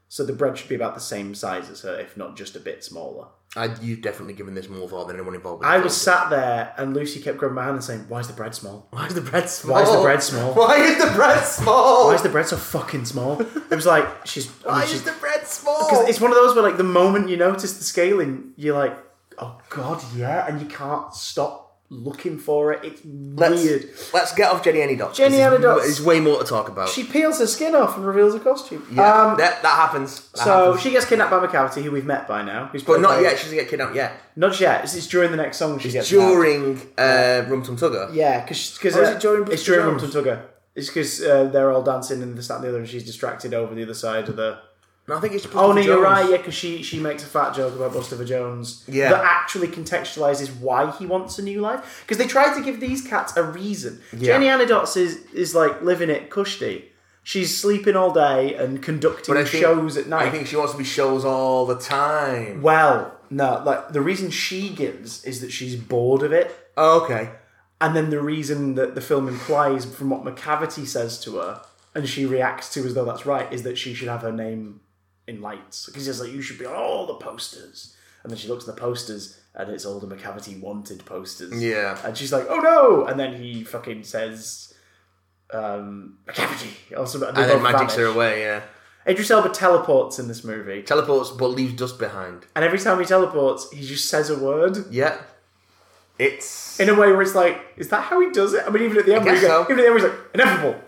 So the bread should be about the same size as her, if not just a bit smaller.
I, you've definitely given this more thought than anyone involved. With
I
the
was sat there and Lucy kept grabbing my hand and saying, Why is the bread small?
Why is the bread small?
Why is the bread small?
Why is the bread small?
Why is the bread so fucking small? It was like, She's. I
Why
mean, she's
is the bread small?
'cause it's one of those where, like, the moment you notice the scaling, you're like, Oh god, yeah, and you can't stop looking for it. It's
Let's,
weird.
let's get off Jenny Any Dots. 'cause
Jenny
there's-
Any Dots.
There's way more to talk about.
She peels her skin off and reveals her costume.
yeah,
Um,
that, that happens. That
so
happens.
she gets kidnapped by McCavity, who we've met by now. Who's
but
played
not
by-
yet. She doesn't get kidnapped yet.
Not yet. It's, it's during the next song she gets kidnapped.
During uh, Rum Tum Tugger.
Yeah, because
Or is it
uh,
during
it's
Bridget
during Rum
Jones?
Tum Tugger. It's because uh, they're all dancing and this that and the other, and she's distracted over the other side of the.
No, I think it's. Buster
Oh no, you're
Jones.
right. Yeah, because she she makes a fat joke about Buster Jones.
Yeah.
that actually contextualizes why he wants a new life. Because they tried to give these cats a reason.
Yeah.
Jenny Anadots is is like living it cushty. She's sleeping all day and conducting
But I think-
shows at night.
I think she wants to be shows all the time.
well, no, like the reason she gives is that she's bored of it.
Oh, okay.
And then the reason that the film implies from what McCavity says to her, and she reacts to as though that's right, is that she should have her name in lights. Because he's like, you should be on all the posters. And then she looks at the posters, and it's all the McCavity wanted posters.
Yeah.
And she's like, oh no! And then he fucking says, um, McCavity. Or something,
And
they both
then magics her
vanish.
away. Yeah.
Idris Elba teleports in this movie.
Teleports, but leaves dust behind.
And every time he teleports, he just says a word.
Yeah. It's.
in a way where it's like, is that how he does it? I mean, even at the end,
guess
we go,
so.
even at the end, he's like, ineffable,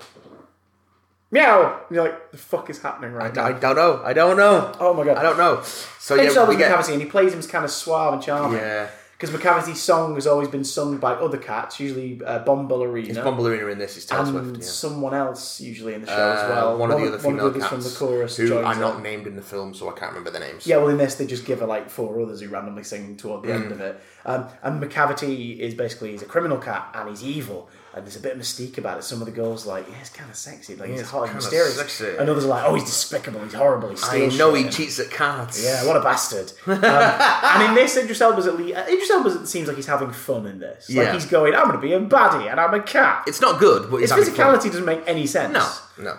meow. And you're like, the fuck is happening right now?
I don't know. I don't know.
oh my god!
I don't know. So
Page
yeah,
Elvis
we get.
McCavity, and he plays him kind of suave and charming.
Yeah.
Because McCavity's song has always been sung by other cats, usually uh, Bon Ballerina
It's Bombalina in this. It's Taylor
and
Swift. Yeah.
someone else usually in the show
Uh,
as well.
one of the other
one
female
others
cats
from the chorus
who
joins
are
in.
not named in the film, so I can't remember their names.
Yeah, well, in this, they just give her like four others who randomly sing toward the
Mm.
end of it. Um, and McCavity is basically he's a criminal cat and he's evil. And there's a bit of mystique about it. Some of the girls are like, yeah, it's kind of sexy, like he's
it's
hot and
kinda
mysterious.
sexy.
And others are like, oh, he's despicable, he's horrible, he's
I
steals.
know he
shit."
cheats at cards.
Yeah, what a bastard. Um, and in this, Idris Elba's at least Idris Elba seems like he's having fun in this. Like
Yeah.
he's going, I'm going to be a baddie and I'm a cat.
It's not good, but it's
His
having fun.
physicality Uh, doesn't make any sense
No, no.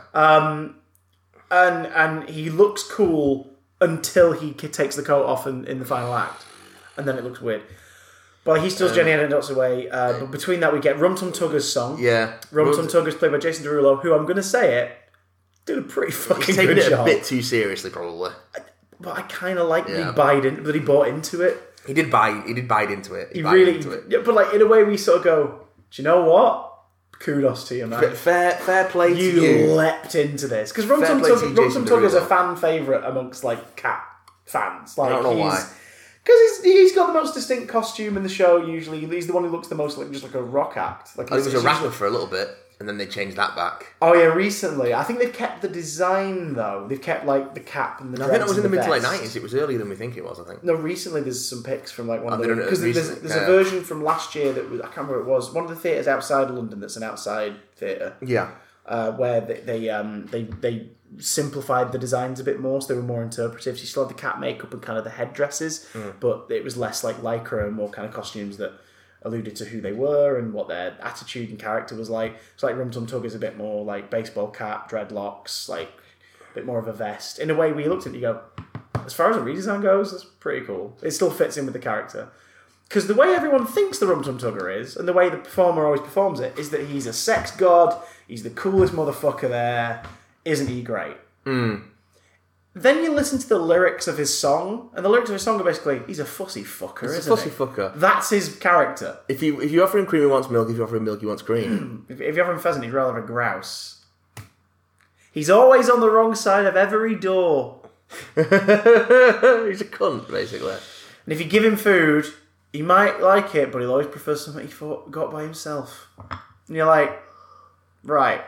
and and he looks cool until he k- takes the coat off in, in the final act, and then it looks weird. But he steals Jenny and Dots away. Uh, but between that, we get Rum Tum Tugger's song.
yeah.
Rum
Well,
Tum Tugger's played by Jason Derulo, who I'm going to say it did a pretty fucking
Taking
good
it a
job.
bit too seriously, probably.
But I kind of like that
Yeah.
he buyed in, that he bought into it.
He did buy. He did buy into it. He,
He
buyed
really,
into it.
yeah. But like in a way, we sort of go, do you know what? Kudos to you, man.
But fair, fair play
you,
to you.
leapt into this because Rum
Fair
Tum
play to
Tug- Rum
Jason
Tum Tug is a
Derulo.
fan favorite amongst like cat fans. Like
don't know
he's,
why.
Because he's, he's got the most distinct costume in the show. Usually, he's the one who looks the most like just like a rock act. Like
I think it Oh, was a
he's-
rapper for a little bit, and then they changed that back.
Oh yeah, recently I think they've kept the design though. They've kept like the cap and the.
I think that
dreads
was in the
and
mid to late
vest.
nineties. It was earlier than we think it was. I think.
No, recently there's some pics from like one of
Oh, they
the
don't know,
because there's,
recently,
there's a
yeah.
version from last year that was I can't remember what it was one of the theaters outside London that's an outside theater.
Yeah.
uh, where they they, um, they they simplified the designs a bit more, so they were more interpretive. She still had the cat makeup and kind of the headdresses, but it was less like lycra and more kind of costumes that alluded to who they were and what their attitude and character was like. It's like Rum Tum Tug is a bit more like baseball cap, dreadlocks, like a bit more of a vest. In a way, we looked at it, you go, as far as a redesign goes, that's pretty cool. It still fits in with the character. Because the way everyone thinks the Rum Tum Tugger is, and the way the performer always performs it, is that he's a sex god, he's the coolest motherfucker there, isn't he great?
Hmm.
Then you listen to the lyrics of his song, and the lyrics of his song are basically, he's a fussy fucker,
a
isn't
fussy
he?
fucker.
That's his character.
If you if you offer him cream, he wants milk. If you offer him milk, he wants cream.
If, if you have him pheasant, he'd rather have a grouse. He's always on the wrong side of every door.
He's a cunt, basically.
And if you give him food, he might like it, but he'll always prefer something he fought, got by himself. And you're like, right,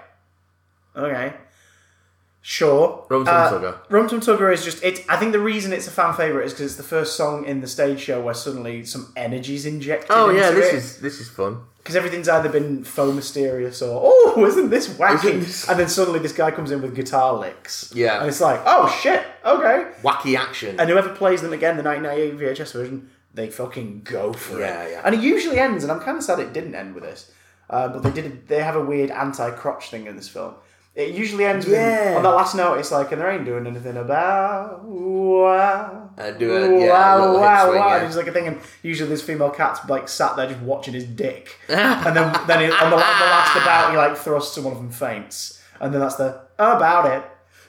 okay, sure.
Rum Tum
Uh,
Tugger.
Rum Tum Tugger is just it. I think the reason it's a fan favorite is because it's the first song in the stage show where suddenly some energy's injected.
Oh yeah,
into
this
it.
is this is fun.
because everything's either been faux mysterious or oh isn't this wacky
Isn't this-
and then suddenly this guy comes in with guitar licks
Yeah.
and it's like oh shit okay
Wacky action.
and whoever plays them again the 1998 vhs version they fucking go for
Yeah,
it
yeah.
and it usually ends and i'm kind of sad it didn't end with this uh, but they did they have a weird anti-crotch thing in this film it usually ends with
Yeah.
on that last note it's like and there ain't doing anything about wow
Uh, do a- yeah, a little hip swing, yeah.
and it's like a thing and usually this female cat's like sat there just watching his dick and then then he, on, the, on the last about he like thrusts and one of them faints and then that's the about it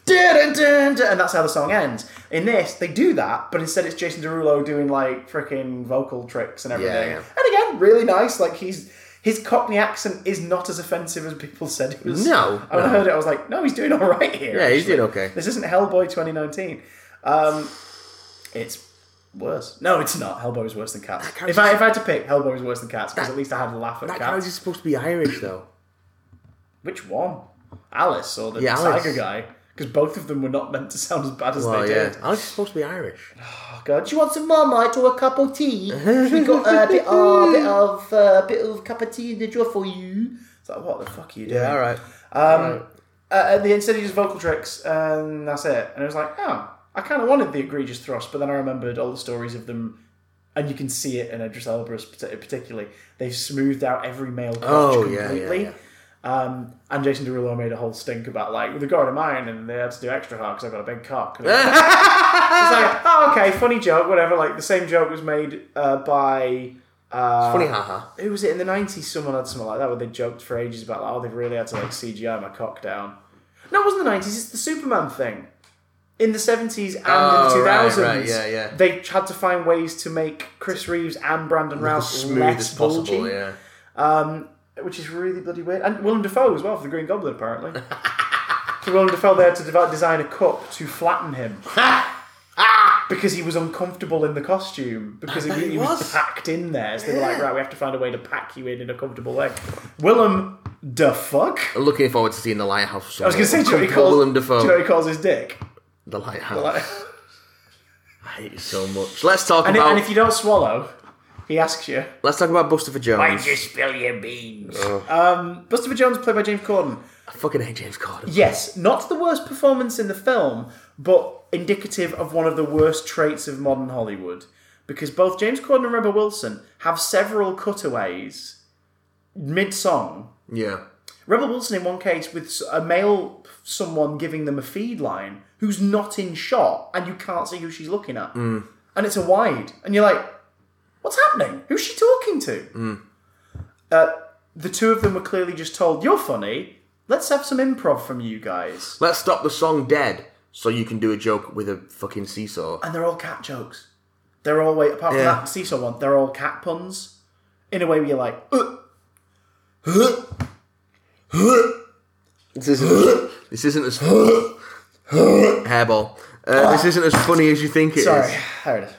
Dun, dun, dun, dun, and that's how the song ends in this they do that but instead it's Jason Derulo doing like freaking vocal tricks and everything
Yeah, yeah.
and again really nice. Like he's his Cockney accent is not as offensive as people said it was.
No,
And when I
no.
heard it, I was like, no, he's doing all right here.
Yeah, he's
actually.
doing okay.
This isn't Hellboy 2019. Um, it's worse. No, it's not. Hellboy was worse than Cats. If
character's-
I if I had to pick, Hellboy was worse than Cats because at least I had a laugh at
That
Cats.
character's supposed to be Irish though.
Which one? Alice or the
Yeah, Alice.
tiger guy? Because both of them were not meant to sound as bad as
Well,
they
yeah,
did.
Alex is supposed to be Irish.
Oh God, do you want some marmite or a cup of tea? we got a bit of, bit of, uh, bit of cup of tea in the drawer for you. It's like, what the fuck are you doing?
Yeah, all right.
Um, uh, and they instead he used vocal tricks, and that's it. And I was like, oh, I kind of wanted the egregious thrust, but then I remembered all the stories of them, and you can see it in Idris Elba parti- particularly. They've smoothed out every male crotch
Oh, yeah, yeah,
completely.
yeah.
Um, and Jason Derulo made a whole stink about like the God of mine, and they had to do extra hard because I've got a big cock. And it was like, it's like, oh, okay, funny joke, whatever. Like the same joke was made uh, by
Funny, haha.
who was it in the nineties? Someone had something like that where they joked for ages about like, oh, they've really had to like CGI my cock down. No, it wasn't the nineties. It's the Superman thing. In the seventies and in the
Oh,
two
right,
thousands,
right, yeah, yeah.
they had to find ways to make Chris Reeves and Brandon
As
Routh
smooth
less
as possible.
bulgy,
Yeah.
which is really bloody weird. And Willem Dafoe as well for the Green Goblin, apparently. so Willem Dafoe there to develop, design a cup to flatten him. Because he was uncomfortable in the costume, because he, he was.
was.
packed in there, so they were like, "Right, we have to find a way to pack you in in a comfortable way." Willem, the fuck? I
Looking forward to seeing the lighthouse. I
was going to say, do you know what he calls,
Willem
do you know
Dafoe.
what he calls his dick?
The lighthouse.
Like-
I hate it so much. Let's talk
and, if,
about.
and if you don't swallow, he asks you.
let's talk about Buster for Jones.
spill your beans?
Uh.
Buster Jones, played by James Corden.
I fucking hate James Corden.
Yes, not the worst performance in the film, but indicative of one of the worst traits of modern Hollywood. Because both James Corden and Rebel Wilson have several cutaways mid song.
Yeah.
Rebel Wilson, in one case, with s- a male someone giving them a feed line who's not in shot and you can't see who she's looking at.
Mm.
And it's a wide. And you're like, what's happening? Who's she talking to?
Mm.
Uh, the two of them were clearly just told, you're funny. Let's have some improv from you guys.
Let's stop the song dead so you can do a joke with a fucking seesaw.
and they're all cat jokes. They're all wait apart from
Yeah.
that seesaw one. They're all cat puns in a way where you're like, "Uh, "Ugh." Huh?
This isn't. this isn't as. hairball. Uh, this isn't as funny as you think it is.
sorry, there it is.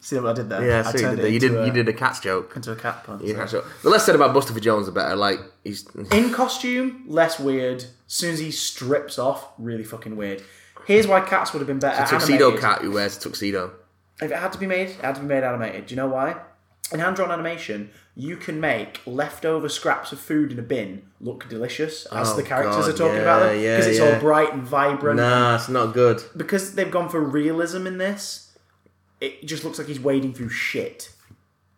See what I did there?
Yeah,
I
so you
turned
did,
it
that. you
into
did.
a,
You did a cat's joke.
into a cat pun.
Yeah, so the less said about Buster for Jones, the better. Like he's
In costume, less weird. As soon as he strips off, really fucking weird. Here's why cats would have been better.
tuxedo
animated.
cat who wears tuxedo.
If it had to be made, it had to be made animated. Do you know why? In hand drawn animation, you can make leftover scraps of food in a bin look delicious as
Oh,
the characters
God,
are talking
yeah,
about them.
yeah,
Because it's
yeah.
all bright and vibrant.
Nah, it's not good.
Because they've gone for realism in this, it just looks like he's wading through shit.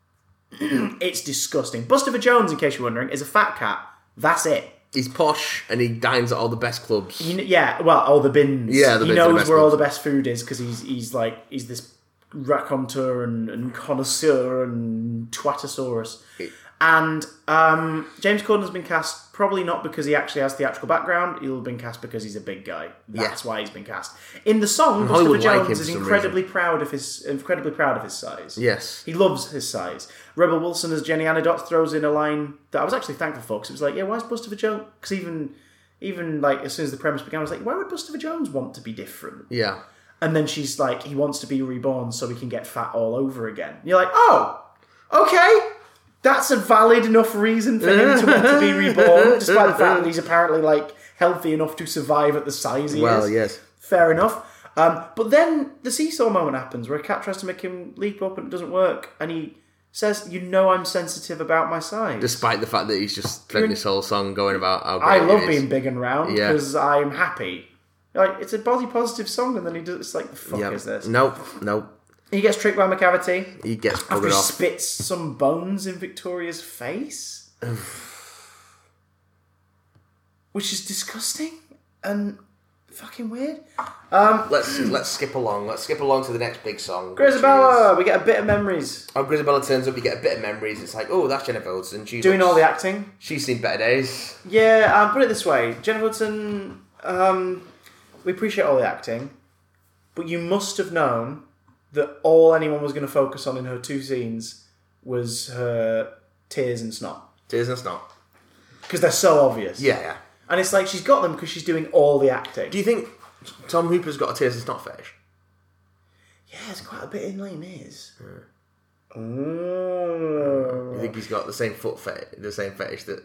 it's disgusting. Buster for Jones, in case you're wondering, is a fat cat. That's it.
He's posh and he dines at all the best clubs.
You kn- yeah, well, all the bins.
Yeah, the
he
bins are the
knows
best
where all
ones.
the best food is because he's he's like he's this raconteur and, and connoisseur and twatosaurus. And um, James Corden has been cast probably not because he actually has theatrical background. He'll have been cast because he's a big guy. That's why he's been cast. In the song, Buster
Hollywood like him
Jones
for
is
some
incredibly proud of his incredibly proud of his size.
Yes.
He loves his size. Rebel Wilson as Jenny Anadot throws in a line that I was actually thankful for because it was like, yeah, why is Buster for Jones? Because even, even like as soon as the premise began, I was like, why would Buster for Jones want to be different?
Yeah.
And then she's like, he wants to be reborn so he can get fat all over again. You're like, oh, okay, that's a valid enough reason for him to want to be reborn, despite the fact that he's apparently like healthy enough to survive at the size he
Well,
is
yes.
fair enough. Um, but then the seesaw moment happens where a cat tries to make him leap up and it doesn't work, and he says, "You know, I'm sensitive about my size.
Despite the fact that he's just playing this whole song going about how
I
great
love
it is.
being big and round
Yeah.
because I'm happy." Like it's a body positive song, and then he does. It's like the fuck
Yeah.
is this?
Nope. Nope.
He gets tricked by McCavity.
He gets
After he
buggered off.
spits some bones in Victoria's face, which is disgusting and fucking weird.
Let's let's skip along. Let's skip along to the next big song. which
Grisabella, we get a bit of memories
is- Oh, Grisabella turns up. You get a bit of memories. It's like, oh, that's Jennifer Hudson. She
doing
looks-
all the acting.
She's seen better days.
Yeah, um, put it this way, Jennifer Hudson. Um, we appreciate all the acting, but you must have known that all anyone was going to focus on in her two scenes was her tears and snot
Tears and snot.
because they're so obvious.
Yeah, yeah.
and it's like she's got them because she's doing all the acting.
Do you think Tom Hooper's got a tears and snot fetish?
yeah, there's quite a bit in Les Mis.
Do
Mm.
you think he's got the same foot fetish, the same fetish that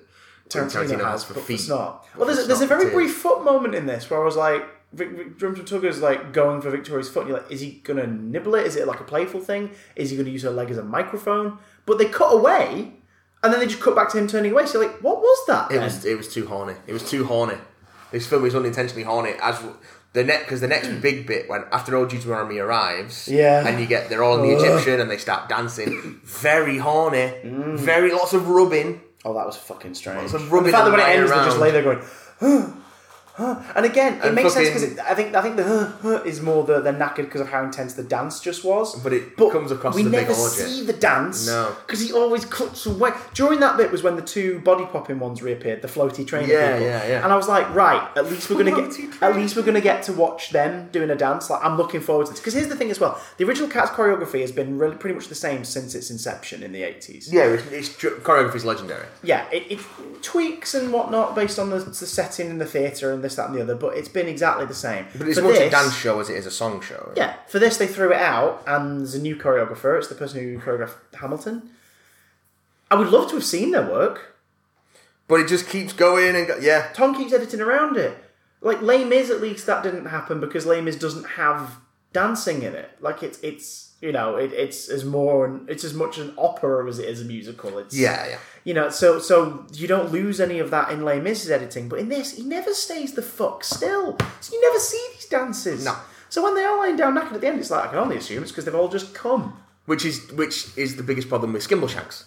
Tarantino, has, but for snot. Well,
But for
there's a, there's a
snot,
very
tears.
brief foot moment in this where I was like, Vic, Vic, Drum Tugger's like going for Victoria's foot, and you're like, is he gonna nibble it? Is it like a playful thing? Is he gonna use her leg as a microphone? But they cut away, and then they just cut back to him turning away. So you're like, what was that?
It
then?
was it was too horny. It was too horny. This film is unintentionally horny. As w- the net because the next big bit when after Old Duty Army arrives,
Yeah.
and you get they're all in the
Ugh.
Egyptian and they start dancing, very horny, very lots of rubbing.
Oh, that was fucking strange.
of
Mm. the
rubbing
fact that when it
lying
ends, they just
around.
lay there going, "Huh, huh." and again, it
And
makes sense
fucking-
because I think I think the huh, huh is more the they're knackered because of how intense the dance just was.
But it comes across
we
as a big
never
orgy.
see the dance.
No.
because he always cuts away. During that bit was when the two body popping ones reappeared, the floaty train.
Yeah,
people.
yeah, yeah.
And I was like, right, at least we're gonna
Floaty
get
train.
at least we're gonna get to watch them doing a dance. Like I'm looking forward to this because here's the thing as well: the original Cats choreography has been really pretty much the same since its inception in the 80s.
Yeah, it's, it's dr- choreography's legendary.
yeah, it, it tweaks and whatnot based on the, the setting and the theatre and this, that, and the other, but it's been exactly the same.
But it's
For
much a
this-
dance show as it is a song show.
Yeah, for this they threw it out, and there's a new choreographer. It's the person who choreographed Hamilton. I would love to have seen their work.
But it just keeps going and go- yeah.
Tom keeps editing around it. Like Les Mis, at least that didn't happen because Les Mis doesn't have dancing in it. Like it's it's you know it, it's as more an, it's as much an opera as it is a musical. It's
Yeah, yeah.
You know, so so you don't lose any of that in Les Mis's editing, but in this, he never stays the fuck still. So you never see these dances.
No.
So when they are lying down knackered at the end, it's like I can only assume it's because they've all just come.
Which is which is the biggest problem with Skimbleshanks.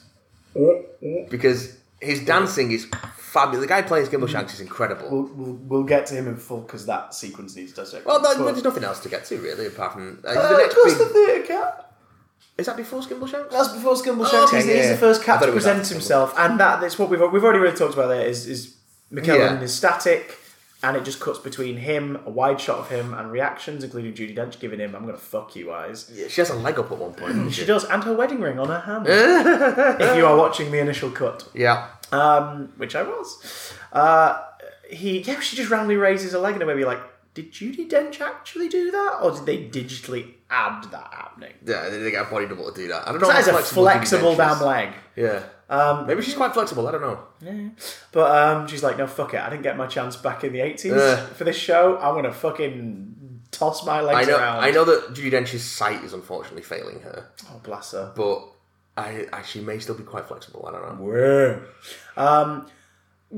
Oh,
Because his dancing is fabulous. The guy playing Skimbleshanks is incredible.
We'll, we'll, we'll get to him in full because that sequence needs dissecting.
Well, Oh, no, there's nothing else to get to really, apart from uh,
uh,
the next
of course
big-
the Uh, theatre cat.
Is that before Skimbleshanks?
That's before Skimble
Oh,
Shanks.
okay,
he's,
yeah,
he's
yeah.
the first
I
cat
thought
to
it was
present
after.
himself, and that that's what we've we've already really talked about. There is is McKellen
Yeah.
is static, and it just cuts between him, a wide shot of him, and reactions, including Judy Dench giving him "I'm gonna fuck you" eyes.
Yeah, she has a leg up at one point. doesn't
She
she?
does, and her wedding ring on her hand. if you are watching the initial cut,
Yeah.
um, which I was, uh, he yeah, she just randomly raises a leg, and I'm gonna be like, did Judy Dench actually do that, or did they digitally add that happening?
Yeah, they they get a body double to do that. I don't know.
That is
how
a
flexible Judy
flexible
Dench
damn
is.
leg.
Yeah. Um, Maybe she's quite flexible. I don't know.
But um, she's like, no, fuck it. I didn't get my chance back in the 80s
Ugh.
for this show. I'm going to fucking toss my
I
legs
know.
around.
I know that Judy Dench's sight is unfortunately failing her,
Oh, bless her.
but I, I she may still be quite flexible. I don't know.
Um,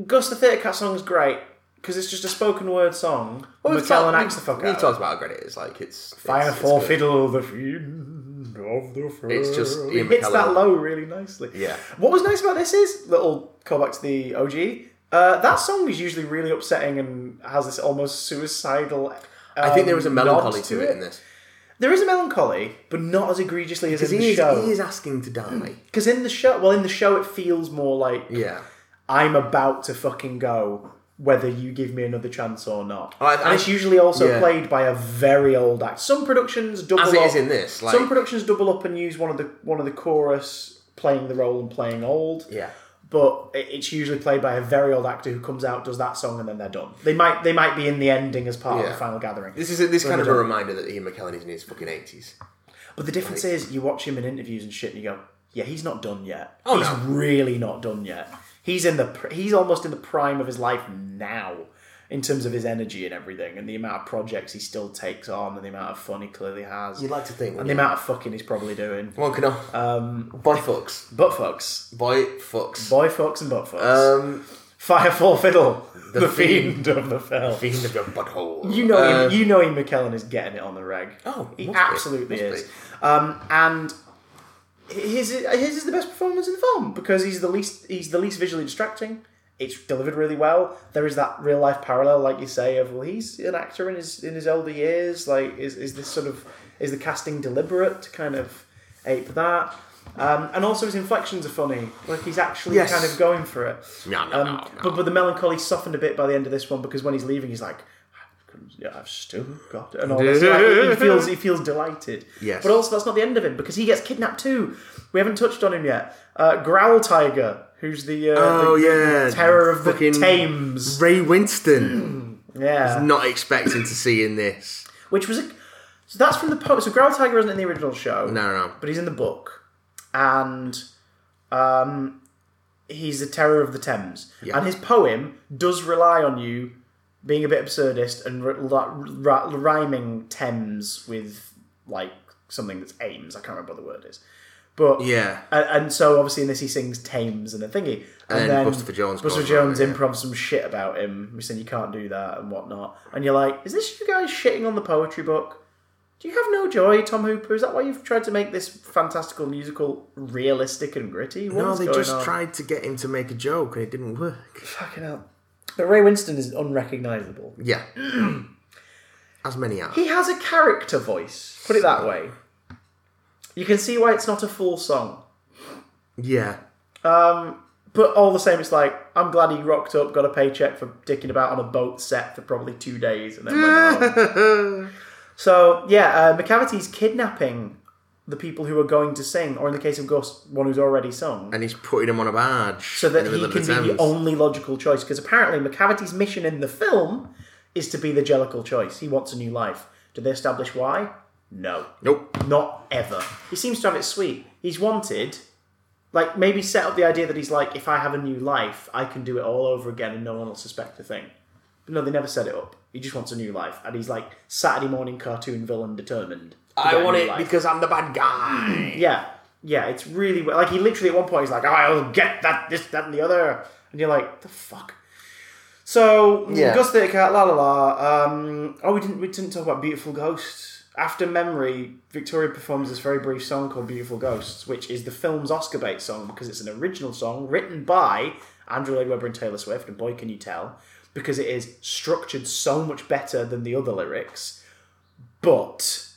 Gus the Theatre Cat song's great because it's just a spoken word song. Well,
We've
with Alan
talked-
acts the fuck
we've
out.
talked about how great it is. Like it's
Fire
it's,
for
it's good.
fiddle, the fiend of the fur.
It's just
It
Ian
hits
McKellen.
that low really nicely.
Yeah.
What was nice about this is little callback to the OG. Uh, that song is usually really upsetting and has this almost suicidal.
I think there was a
um, nod
melancholy to it in this.
There is a melancholy, but not as egregiously as in
He
the
is, he
show. Mm.
is asking to die.
Because in the show, well, in the show, it feels more like
Yeah.
I'm about to fucking go, whether you give me another chance or not.
I- I-
and it's usually also
yeah.
played by a very old act. Some productions double
As it
up.
is in this, like
Some productions double up and use one of the one of the chorus playing the role and playing old.
yeah.
But it- it's usually played by a very old actor who comes out, does that song, and then they're done. They might they might be in the ending as part of
Yeah.
the final gathering.
This is a, this kind of a reminder that Ian McKellen is in his fucking eighties.
But the difference is, you watch him in interviews and shit, and you go, "Yeah, he's not done yet.
Oh,
he's
no.
really not done yet. He's in the pr- he's almost in the prime of his life now, in terms of his energy and everything, and the amount of projects he still takes on, and the amount of fun he clearly has,
You'd like to think.
and the amount of fucking he's probably doing.
Well, can I? Um, boy fucks.
Butt fucks,
Boy fucks.
boy fucks, and butt fucks.
Um,
Fire Firefall fiddle, the,
The
fiend. of the fell.
fiend of your butthole.
You know,
Uh,
him, you know, him, McKellen is getting it on the reg.
Oh,
he
must be,
absolutely
must
is. Um, and his his is the best performance in the film because he's the least he's the least visually distracting. It's delivered really well. There is that real life parallel, like you say, of well, he's an actor in his in his older years. Like, is is this sort of is the casting deliberate to kind of ape that? Um, and also his inflections are funny. Like he's actually
Yes.
kind of going for it.
No, no,
Um,
no, no.
But, but the melancholy softened a bit by the end of this one because when he's leaving, he's like, I couldn't yeah, I've still got it. And all this. Like, he feels he feels delighted.
Yes.
But also that's not the end of it because he gets kidnapped too. We haven't touched on him yet. Uh, Growl Tiger, who's the uh,
Oh,
the-
yeah.
the terror of the
Fucking-
Thames. Hmm.
Ray Winston.
Yeah.
Not expecting to see in this.
Which was a so that's from the po- so Growl Tiger isn't in the original show.
No, no, no.
but he's in the book, and um, he's the terror of the Thames. And his poem does rely on you being a bit absurdist and r- r- r- rhyming Thames with like something that's Ames. I can't remember what the word is, but um,
Yeah.
And, and so obviously in this he sings Thames and a thingy, and,
then
then
Buster for Jones
Buster
goes on,
Jones
yeah.
improv some shit about him, saying you can't do that and whatnot. And you're like, is this you guys shitting on the poetry book? Do you have no joy, Tom Hooper? Is that why you've tried to make this fantastical musical realistic and gritty? What
No,
is
they
going
just
on?
tried to get him to make a joke and it didn't work.
Fucking hell. But Ray Winston is unrecognisable.
Yeah. As many are.
Hmm. He has a character voice. Put it that way. You can see why it's not a full song.
Yeah.
But all the same, it's like, I'm glad he rocked up, got a paycheck for dicking about on a boat set for probably two days, and then went home. So, yeah, uh, McCavity's kidnapping the people who are going to sing, or in the case of Gus, one who's already sung.
And he's putting him on a barge.
so that
in the
he
middle
can
of
be the
Thames.
only logical choice. Because apparently, McCavity's mission in the film is to be the jellical choice. He wants a new life. Do they establish why? No,
Nope.
not ever. He seems to have it sweet. He's wanted, like maybe set up the idea that he's like, if I have a new life, I can do it all over again, and no one will suspect a thing. But no, they never set it up. He just wants a new life, and he's like Saturday morning cartoon villain determined. to get a
I want
new
it
life.
because I'm the bad guy.
Yeah, yeah, it's really we- like he literally at one point he's like, "I'll get that, this, that, and the other," and you're like, "The fuck." So
Yeah.
Gus Cat, la la la. Um, oh, we didn't we didn't talk about Beautiful Ghosts. After Memory, Victoria performs this very brief song called Beautiful Ghosts, which is the film's Oscar bait song because it's an original song written by Andrew Lloyd Webber and Taylor Swift, and boy, can you tell, because it is structured so much better than the other lyrics, but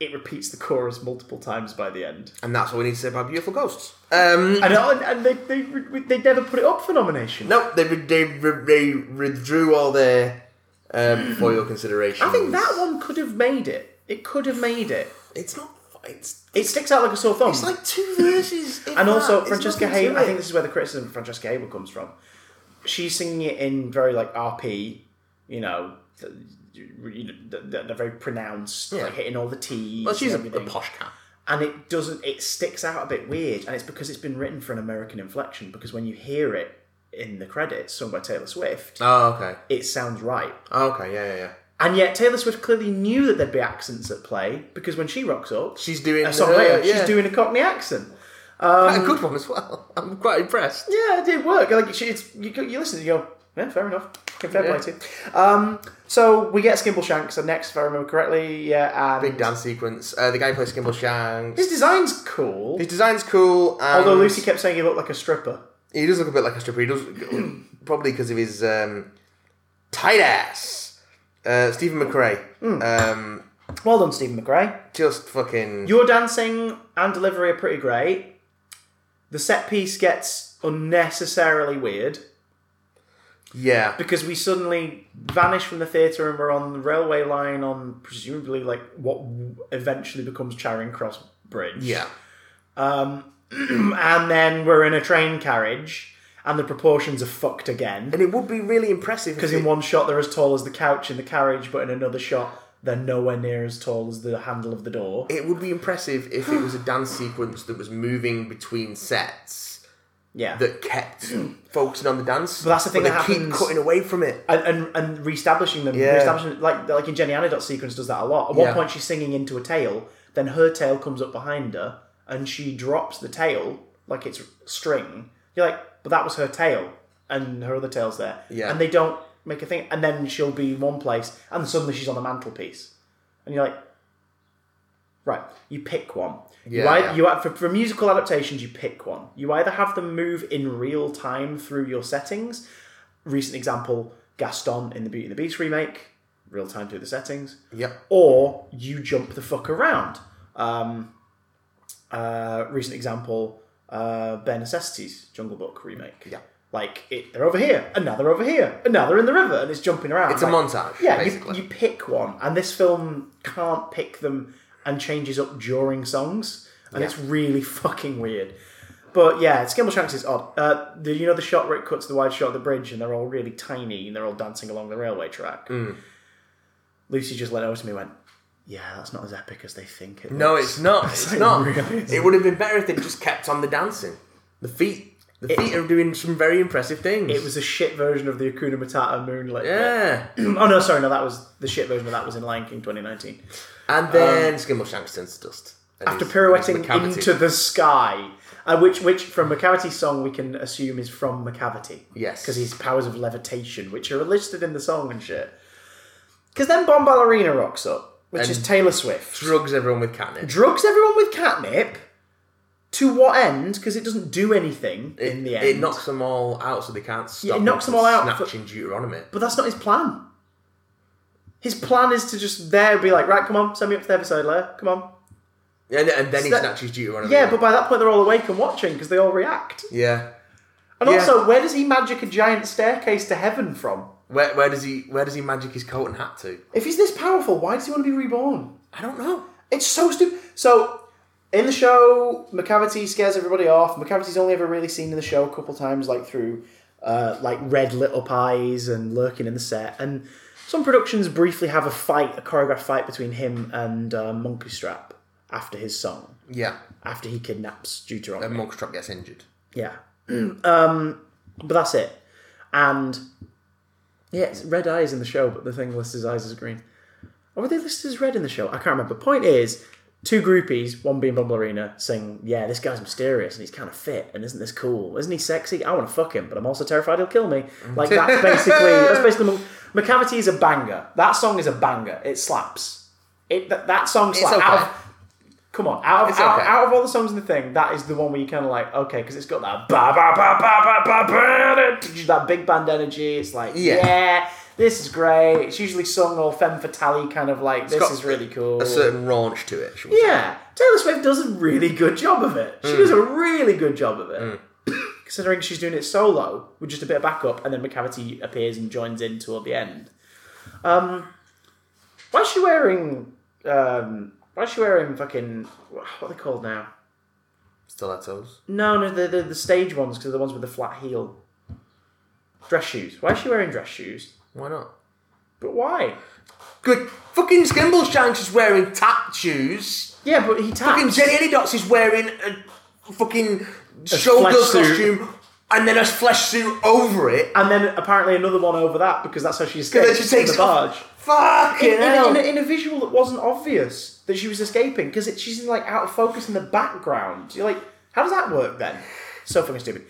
it repeats the chorus multiple times by the end.
And that's all we need to say about Beautiful Ghosts. Um,
And, uh, and, and they, they, they never put it up for nomination.
nope, they, re- they, re- they withdrew all their um, foil considerations.
I think that one could have made it. It could have made it.
It's not. It's,
It sticks out like a sore thumb.
it's like two verses. if
and also,
that. It's
Francesca
nothing to
Hayward, I
it.
think this is where the criticism of Francesca Hayward comes from. She's singing it in very like RP, you know, th- you know, th- th- they're very pronounced,
Yeah.
like hitting all the T's.
Well, she's a,
and
a
everything.
posh cat.
and it doesn't it sticks out a bit weird and it's because it's been written for an american inflection because when you hear it in the credits sung by taylor swift
Oh, okay.
it sounds right
Oh, okay, yeah, yeah, yeah.
and yet taylor swift clearly knew that there'd be accents at play because when she rocks up
She's doing. um,
a song
her-
later,
Uh, yeah.
she's doing a cockney accent
quite a good one as well. I'm quite impressed.
yeah it did work like she, it's you, go- you listen and you go yeah fair enough Okay, fair
Yeah.
play to you. um, so we get skimble shanks the next if i remember correctly yeah and
Big dance sequence. Uh, the guy who plays Skimble Shanks.
his design's cool
His design's cool. um, And
although lucy kept saying he looked like a stripper
He does look a bit like a stripper. He does probably because of his um, tight ass. Uh, Stephen McRae,
Hmm.
um,
well done stephen mcrae
just fucking.
Your dancing and delivery are pretty great. The set piece gets unnecessarily weird
yeah,
because we suddenly vanish from the theatre and we're on the railway line on presumably like what eventually becomes Charing Cross Bridge.
yeah.
And then we're in a train carriage and the proportions are fucked again
And it would be really impressive
because
if
in
it-
one shot they're as tall as the couch in the carriage, but in another shot they're nowhere near as tall as the handle of the door.
it would be impressive if it was a dance sequence that was moving between sets
Yeah.
that kept focusing on the dance. But
that's the thing
they
that
keep
happens-
cutting away from it.
and and, and reestablishing them,
Yeah.
reestablishing like like in Jenny Anadot sequence does that a lot. At one
Yeah.
point, she's singing into a tail, then her tail comes up behind her, and she drops the tail like it's string. You're like, but that was her tail, and her other tail's there,
Yeah.
and they don't make a thing. And then she'll be in one place, and suddenly she's on the mantelpiece, and you're like, right, you pick one. you
Yeah,
either,
yeah.
you are- for, for musical adaptations, you pick one. You either have them move in real time through your settings, recent example Gaston in the Beauty and the Beast remake, real time through the settings,
Yep.
or you jump the fuck around. Um, uh, recent example uh, Bare Necessities Jungle Book remake.
Yeah.
Like it, they're over here, another over here, another in the river, and it's jumping around.
It's a
Like,
montage,
Yeah, you,
basically.
you pick one, and this film can't pick them and changes up during songs, and it's really fucking weird. But yeah, Skimble Shanks is odd. Uh, the, you know the shot where it cuts the wide shot of the bridge, and they're all really tiny, and they're all dancing along the railway track.
Hmm.
Lucy just let over to me, and went, "Yeah, that's not as epic as they think it."
No,
looks."
it's not. It's
like,
not.
really isn't.
It would have been better if they just kept on the dancing. The feet, the
It-
feet are doing some very impressive things.
It was a shit version of the Akuna Matata Moonlit.
yeah.
oh no, sorry, no, that was the shit version of that was in Lion King 2019.
And then Skimble Shanks turns to dust And
Um, After
he's-
pirouetting
he's McCavity.
into the sky, uh, which which from McCavity's song we can assume is from McCavity.
Yes.
because his powers of levitation, which are listed in the song and shit. Because then Bomb Ballerina rocks up, which is Taylor Swift.
drugs everyone with catnip.
drugs everyone with catnip. To what end? Because it doesn't do anything in the end.
It knocks them all out so they can't stop.
it knocks
from
them all out for-
Snatching Deuteronomy.
But that's not his plan. His plan is to just there be like, right, come on, send me up to the episode, Leia. Come on.
And, and then he
that-
snatches Deuteronomy.
Yeah, but by that point they're all awake and watching because they all react.
Yeah.
And
Yeah.
also, where does he magic a giant staircase to heaven from?
Where, where does he where does he magic his coat and hat to?
If he's this powerful, why does he want to be reborn?
I don't know.
It's so stupid. So, in the show, McCavity scares everybody off. McCavity's only ever really seen in the show a couple times, like through uh, like red lit up eyes and lurking in the set. And some productions briefly have a fight, a choreographed fight between him and uh, Monkey Strap after his song,
Yeah.
after he kidnaps Deuteronomy.
And Monkstrap gets injured.
Yeah. um, but that's it. And yeah, it's red eyes in the show, but the thing lists his eyes as green. Or were they listed as red in the show? I can't remember. Point is, two groupies, one being Bumblerina, saying, Yeah, this guy's mysterious and he's kind of fit and isn't this cool? Isn't he sexy? I want to fuck him, but I'm also terrified he'll kill me.
Mm.
Like, that's basically, that's basically, Mon- McCavity is a banger. That song is a banger. It slaps. It, that, that song slaps.
okay.
Out of- Come on, out of,
It's
out,
okay.
out of all the songs in the thing, that is the one where you kind of like, okay, because it's got that ba ba ba ba ba ba ba da- that big band energy. It's like,
Yeah.
yeah. this is great. It's usually sung all femme fatale kind of like, this
got
is really cool.
A certain raunch to it. shall we say.
yeah, Taylor Swift does a really good job of it.
Hmm.
She does a really good job of it. Considering she's doing it solo with just a bit of backup, and then McCavity appears and joins in toward the end. Um, why is she wearing? Um, why is she wearing fucking what are they called now?
Stilettos.
No, no, the the, the stage ones because the ones with the flat heel. Dress shoes. Why is she wearing dress shoes?
Why not?
But why?
Good. Fucking Skimble Shanks is wearing tap shoes.
Yeah, but he
Fucking
taps.
Jenny Dots is wearing a fucking shoulder
flesh suit.
costume and then a flesh suit over it.
and then apparently another one over that because that's how she escapes.
then she takes
from the
off-
barge.
Fucking
in, in-
hell.
in a, in a visual that wasn't obvious that she was escaping because she's in, like out of focus in the background. You're like, how does that work then? So fucking stupid.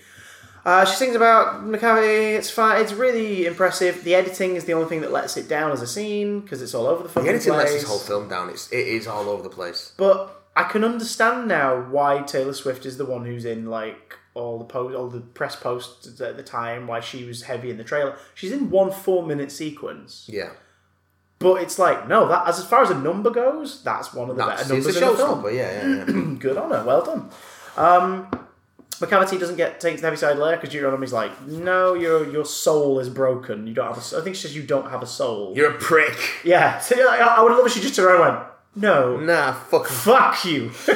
Uh, she sings about McCavity. It's fine. It's really impressive. The editing is the only thing that lets it down as a scene because it's all over the fucking
The editing lets
place.
this whole film down. It's, it is all over the place.
But I can understand now why Taylor Swift is the one who's in like all the post, all the press posts at the time. Why she was heavy in the trailer. She's in one four-minute sequence.
Yeah.
But it's like, no, that as far as a number goes, that's one of the
That's,
better
it's
numbers
a
in the film.
showstopper. Yeah, yeah, yeah.
Good on her, well done. Um, McCavity doesn't get takes the heavy side layer because Deuteronomy's like, no, your your soul is broken. You don't have. A, s- I think she says you don't have a soul.
You're a prick.
yeah, so you're like, I, I would love if she just turned around and went, no,
Nah, fuck.
fuck you.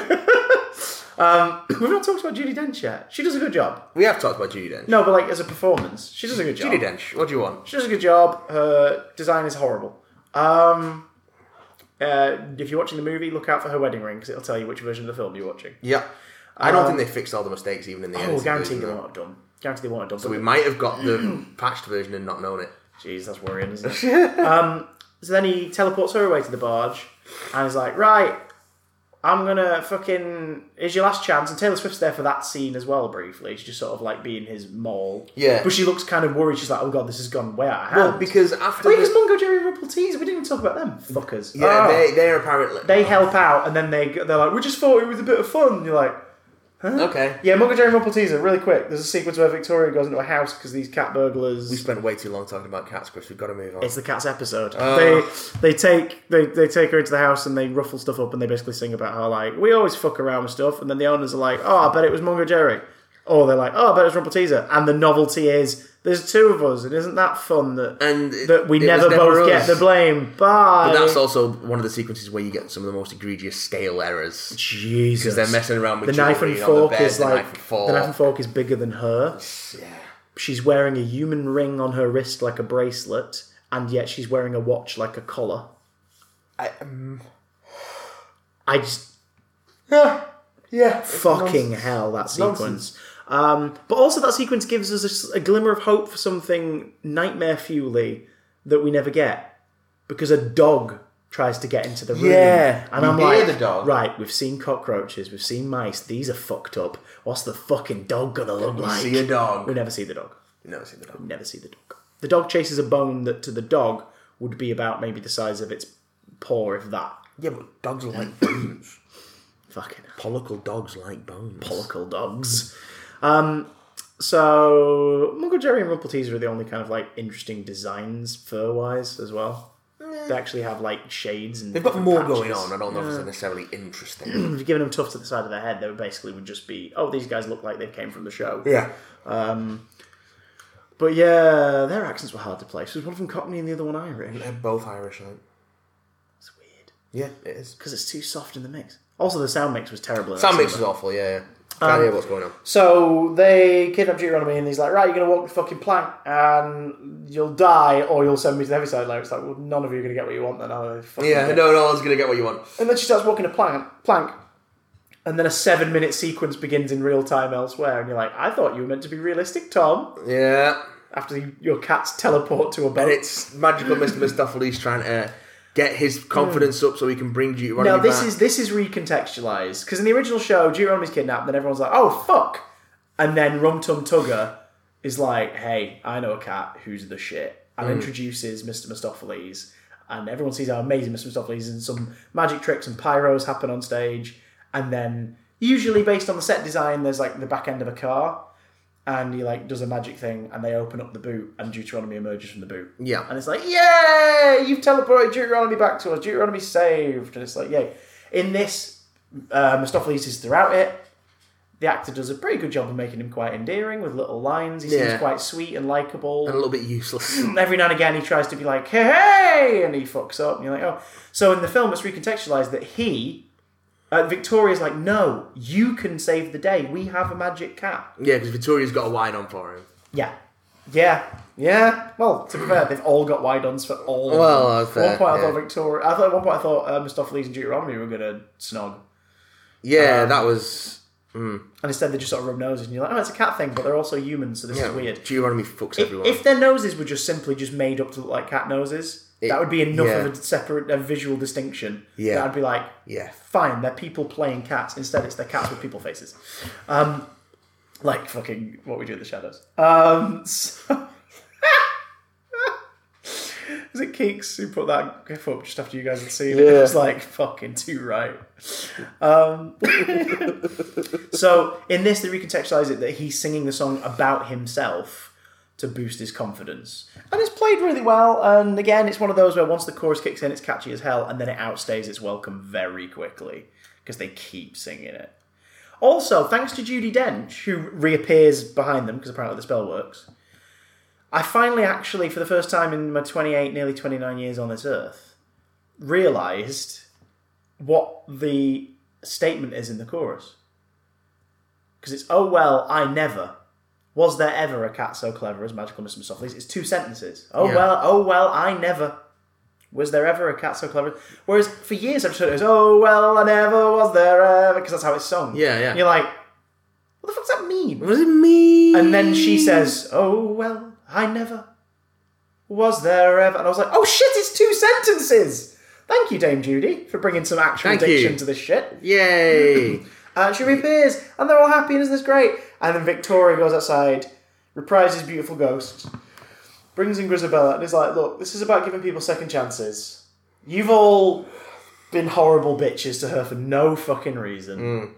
um, we've not talked about Judy Dench yet. She does a good job.
We have talked about Judy Dench.
No, but like as a performance, she does a good job.
Judy Dench, what do you want?
She does a good job. Her design is horrible. Um, uh, if you're watching the movie, look out for her wedding ring because it'll tell you which version of the film you're watching.
Yeah. I don't think they fixed all the mistakes even in the end.
Uh, Oh, guaranteed they won't have done. Guaranteed they won't have done.
We
something.
might have got the patched version and not known it.
Jeez, that's worrying, isn't it? um, so then he teleports her away to the barge and he's like, right, I'm gonna fucking. Is your last chance. And Taylor Swift's there for that scene as well, briefly. She's just sort of like being his mole.
Yeah.
But she looks kind of worried. She's like, oh god, this has gone way out of hand.
Well, because after
Wait,
the-
Oh, because Mungo Jerry and Ripple Tees, we didn't even talk about them. Fuckers.
yeah,
Ah.
they they're apparently
they help out and then they go- they're like, we just thought it was a bit of fun. And you're like,
okay.
yeah, Mungo Jerry Rumpel teaser, really quick. There's a sequence where Victoria goes into a house because these cat burglars.
We spent way too long talking about cats, Chris. We've got to move on.
it's the cat's episode.
Oh.
They they take they, they take her into the house and they ruffle stuff up and they basically sing about how like we always fuck around with stuff and then the owners are like, oh, I bet it was Mungo Jerry. Or they're like, oh, I bet it's Rumble Teaser. And the novelty is there's two of us, and isn't that fun that,
And it-
that we
it was
never both
us.
get the blame? Bye.
But that's also one of the sequences where you get some of the most egregious stale errors.
Jesus.
They're messing around with
the knife
jewelry
and
on the
fork
bed,
is
the
like
knife and fork.
the knife and fork is bigger than her.
Yeah.
She's wearing a human ring on her wrist like a bracelet, and yet she's wearing a watch like a collar.
I, um,
I just
yeah, yeah. it's
fucking
nonsense.
hell that
nonsense.
sequence. Um, but also that sequence gives us a s- a, glimmer of hope for something nightmare fuelly that we never get because a dog tries to get into the room.
Yeah,
and
we
I'm
hear
like,
the dog.
right, we've seen cockroaches, we've seen mice. These are fucked up. What's the fucking dog gonna look like?
See a
We
dog.
never see the dog.
No, see the dog.
Never see the dog. The dog chases a bone that to the dog would be about maybe the size of its paw, if that.
Yeah, but dogs are like bones.
Fucking hell.
Pollicle dogs like bones.
Pollicle dogs. Um, so Mungo Jerry and Rumpelteazer are the only kind of like interesting designs fur wise as well. They actually have like shades and
They've got
different
more
patches.
going on. I don't know if it's necessarily interesting.
If you're giving them tufts at the side of their head, they would basically would just be, oh, these guys look like they came from the show.
yeah.
But yeah, their accents were hard to place. Was one of them Cockney and the other one Irish?
They're both Irish, I think.
It's weird
Yeah, it is.
because it's too soft in the mix. Also, the sound mix Um, was terrible. in that
Sam
scene.
Mix is awful, yeah, yeah. Can't hear what's going on.
So they kidnap Deuteronomy and he's like, right, you're going to walk the fucking plank and you'll die or you'll send me to the Heaviside Layer. It's like, well, none of you are going to get what you want then, are they? Fucking
Yeah,
get-
no, no one's going to get what you want.
And then she starts walking a plank, plank and then a seven minute sequence begins in real time elsewhere. And you're like, I thought you were meant to be realistic, Tom,
Yeah.
after you, your cats teleport to a boat.
And it's magical Mr. Mistopheles trying to get his confidence up so he can bring you.
Now this is this is recontextualized because in the original show, Deuteronomy's kidnapped, then everyone's like, "Oh fuck," and then Rum Tum Tugger is like, "Hey, I know a cat who's the shit," and introduces Mister Mistopheles, and everyone sees how amazing Mister Mistopheles is, and some magic tricks and pyros happen on stage, and then usually based on the set design, there's like the back end of a car. And he like does a magic thing, and they open up the boot, and Deuteronomy emerges from the boot.
Yeah.
And it's like, yay! You've teleported Deuteronomy back to us. Deuteronomy saved. And it's like, yay. In this, uh, Mistopheles is throughout it. The actor does a pretty good job of making him quite endearing with little lines. He
Yeah.
seems quite sweet and
And a
likable.
little bit useless.
Every now and again, he tries to be like, hey, hey! And he fucks up. And you're like, oh. So in the film, it's recontextualized that he, uh, Victoria's like, no, you can save the day. We have a magic cat.
yeah, because Victoria's got a wine on for him.
Yeah. Yeah. Yeah. Well, to be fair, they've all got wide ons for all. of
Well,
them. at
that's
one
fair,
point I
yeah.
thought Victoria. I thought at one point I thought uh, Mistopheles and Deuteronomy were going to snog,
Yeah, that was.
and instead they just sort of rub noses, and you're like, oh, it's a cat thing, but they're also humans, so this
Yeah,
is weird.
Deuteronomy fucks
If,
everyone.
if their noses were just simply just made up to look like cat noses,
It-
that would be enough
yeah.
of a separate a visual distinction.
Yeah.
that would be like,
yeah.
fine, they're people playing cats. Instead, it's they're cats with people faces. Um, like fucking what we do in the shadows. Um, so... Is it Keeks who put that gif up just after you guys had seen it? It
Yeah.
was like fucking too right. Um, so in this, they recontextualize it that he's singing the song about himself to boost his confidence, and it's played really well. And again, it's one of those where once the chorus kicks in, it's catchy as hell, and then it outstays its welcome very quickly because they keep singing it. Also, thanks to Judy Dench, who reappears behind them because apparently the spell works. I finally, actually, for the first time in my 28, nearly 29 years on this earth, realised what the statement is in the chorus. Because it's, oh well, I never. Was there ever a cat so clever as Magical Mr. Softleys? It's two sentences. Oh
Yeah.
well, oh well, I never. Was there ever a cat so clever? Whereas for years I've just heard it as, oh well, I never was there ever, because that's how it's sung.
Yeah, yeah.
And you're like, what the fuck does that mean?
What does it mean?
And then she says, Oh, well, I never was there ever. And I was like, Oh shit, it's two sentences! Thank you, Dame Judy, for bringing some actual
Thank
diction
you.
to this shit.
Yay!
And she reappears, and they're all happy, and isn't this great? And then Victoria goes outside, reprises Beautiful Ghost, brings in Grisabella, and is like, Look, this is about giving people second chances. You've all been horrible bitches to her for no fucking reason.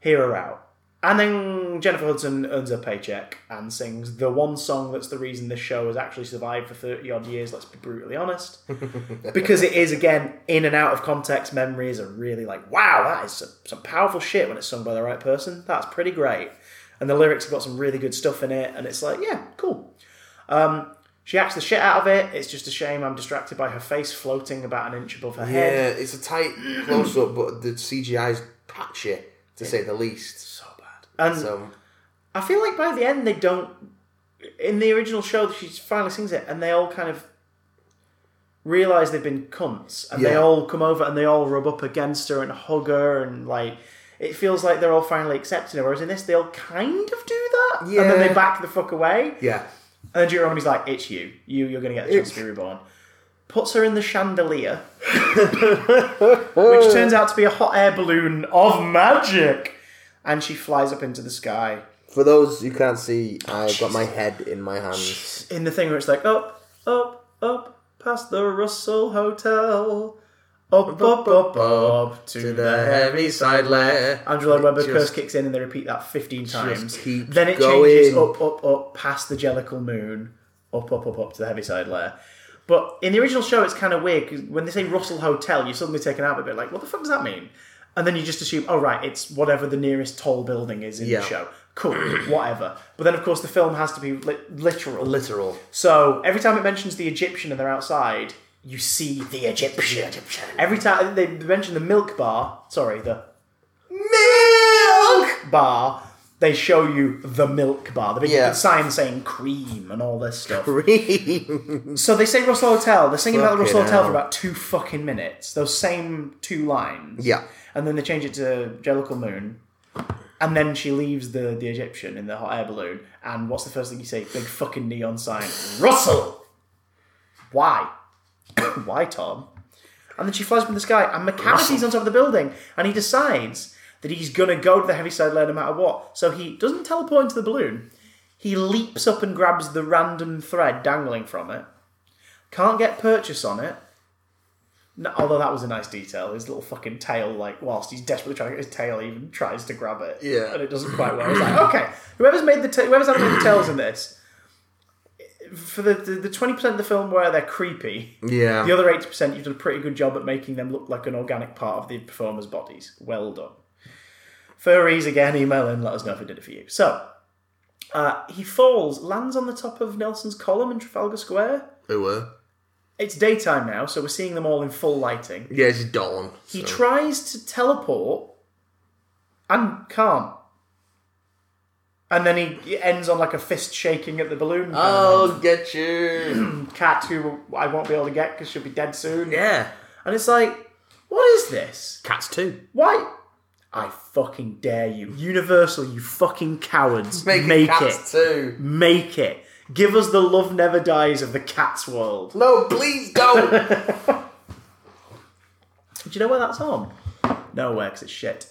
Hear her out. And then Jennifer Hudson earns her paycheck and sings the one song that's the reason this show has actually survived for 30 odd years, let's be brutally honest. because it is, again, in and out of context, memories are really like, wow, that is some, some powerful shit when it's sung by the right person. That's pretty great. and the lyrics have got some really good stuff in it, and it's like, yeah, cool. Um, she acts the shit out of it. It's just a shame I'm distracted by her face floating about an inch above her head.
Yeah, it's a tight close up, but the CGI is patchy to say the least.
So bad. And
So
I feel like by the end they don't. In the original show, she finally sings it, and they all kind of realize they've been cunts, and they
Yeah.
all come over and they all rub up against her and hug her, and like it feels like they're all finally accepting her. Whereas in this, they all kind of do that, and then
Yeah.
they back the fuck away.
yeah,
And then Deuteronomy's like, "It's you. You. You're going to get the chance to be reborn." Puts her in the chandelier, which turns out to be a hot air balloon of magic, and she flies up into the sky.
for those who can't see, I've got my head in my hands.
in the thing where it's like up, up, up, past the Russell Hotel, up, up, up, up to the heavy.
side layer.
Angela
It
Webber curse
just-
kicks in and they repeat that fifteen times.
keeps
Then it
going.
changes up, up, up, past the Jellicle Moon, up, up, up, up to the Heaviside Layer. But in the original show, it's kind of weird 'cause when they say Russell Hotel, you're suddenly taken out of it, like, what the fuck does that mean? And then you just assume, oh right, it's whatever the nearest tall building is in
Yeah.
the show. Cool, whatever. But then of course the film has to be lit literal.
literal.
So every time it mentions the Egyptian and they're outside, you see the Egyptian.
Egyptian.
Every time they mention the milk bar, sorry, the
Milk.
bar, they show you the milk bar, the big
Yeah.
sign saying cream and all this stuff.
Cream.
So they say Russell Hotel. They're singing about the
Fucking
Russell Hotel for
hell.
about two fucking minutes. Those same two lines.
Yeah.
And then they change it to Jellicle Moon. And then she leaves the, the Egyptian in the hot air balloon. And what's the first thing you say? Big fucking neon sign. Russell! Why? Why, Tom? And then she flies up in the sky. And McCavity's on top of the building. And he decides that he's going to go to the Heaviside Layer no matter what. So he doesn't teleport into the balloon. He leaps up and grabs the random thread dangling from it. Can't get purchase on it. No, although that was a nice detail. His little fucking tail, like, whilst he's desperately trying to get his tail, he even tries to grab it.
Yeah.
And it doesn't quite work. It's like, okay, whoever's made the ta- whoever's animated the tails in this, for the, the, the 20% of the film where they're creepy,
Yeah.
the other 80% you've done a pretty good job at making them look like an organic part of the performer's bodies. Well done. Furries, again, email in, let us know if we did it for you. So, uh, he falls, lands on the top of Nelson's column in Trafalgar Square.
They were.
It's daytime now, so we're seeing them all in full lighting.
Yeah, it's dawn.
He tries to teleport and can't. And then he- he ends on like a fist shaking at the balloon.
I'll get you.
Cat, who I won't be able to get because she'll be dead soon.
yeah.
And it's like, what is this?
Cats too.
Why? I fucking dare you. Universal, you fucking cowards. Make, it.
cats too.
Make it. Give us the love never dies of the cat's world.
No, please don't.
Do you know where that's on? Nowhere, because it's shit.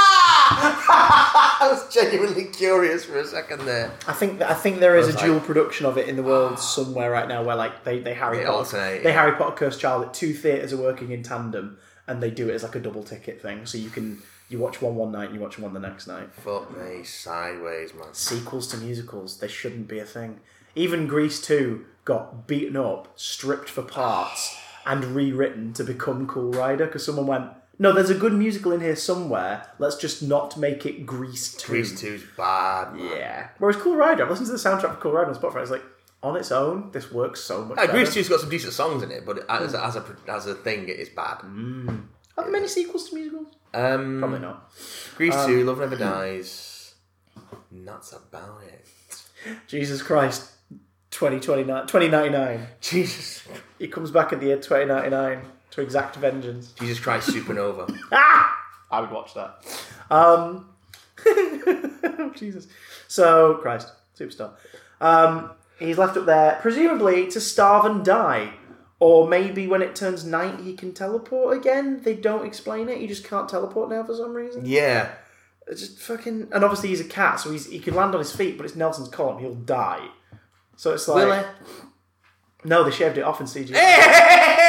Ah! I was genuinely curious for a second there.
I think I think there is a
Right.
dual production of it in the world somewhere right now, where like they they Harry
They
Potter
alternate,
they
yeah.
Harry Potter Cursed Child. That two theaters are working in tandem, and they do it as like a double ticket thing. So you can you watch one one night, and you watch one the next night.
Fuck me sideways, man.
Sequels to musicals they shouldn't be a thing. Even Grease two got beaten up, stripped for parts, and rewritten to become Cool Rider because someone went. No, there's a good musical in here somewhere. Let's just not make it Grease 2.
Grease two's bad. Man.
Yeah. Whereas Cool Rider, I've listened to the soundtrack for Cool Rider on Spotify. It's like on its own, this works so much.
Yeah,
better.
Grease two's got some decent songs in it, but as, as a as a thing, it is bad.
Are there many sequels to musicals?
Um,
Probably not.
Grease two, Love Never Dies. And that's about it.
Jesus Christ, 2029, 2099.
Jesus,
He comes back at the year 2099 to exact vengeance.
Jesus Christ, Supernova.
Ah! I would watch that. Um, oh, Jesus. So, Christ, superstar. Um, he's left up there, presumably to starve and die. Or maybe when it turns night, he can teleport again. They don't explain it. He just can't teleport now for some reason.
yeah,
It's just fucking. And obviously he's a cat, so he's, he could land on his feet, but it's Nelson's column. He'll die. So it's like
Willie.
no, they shaved it off in CG.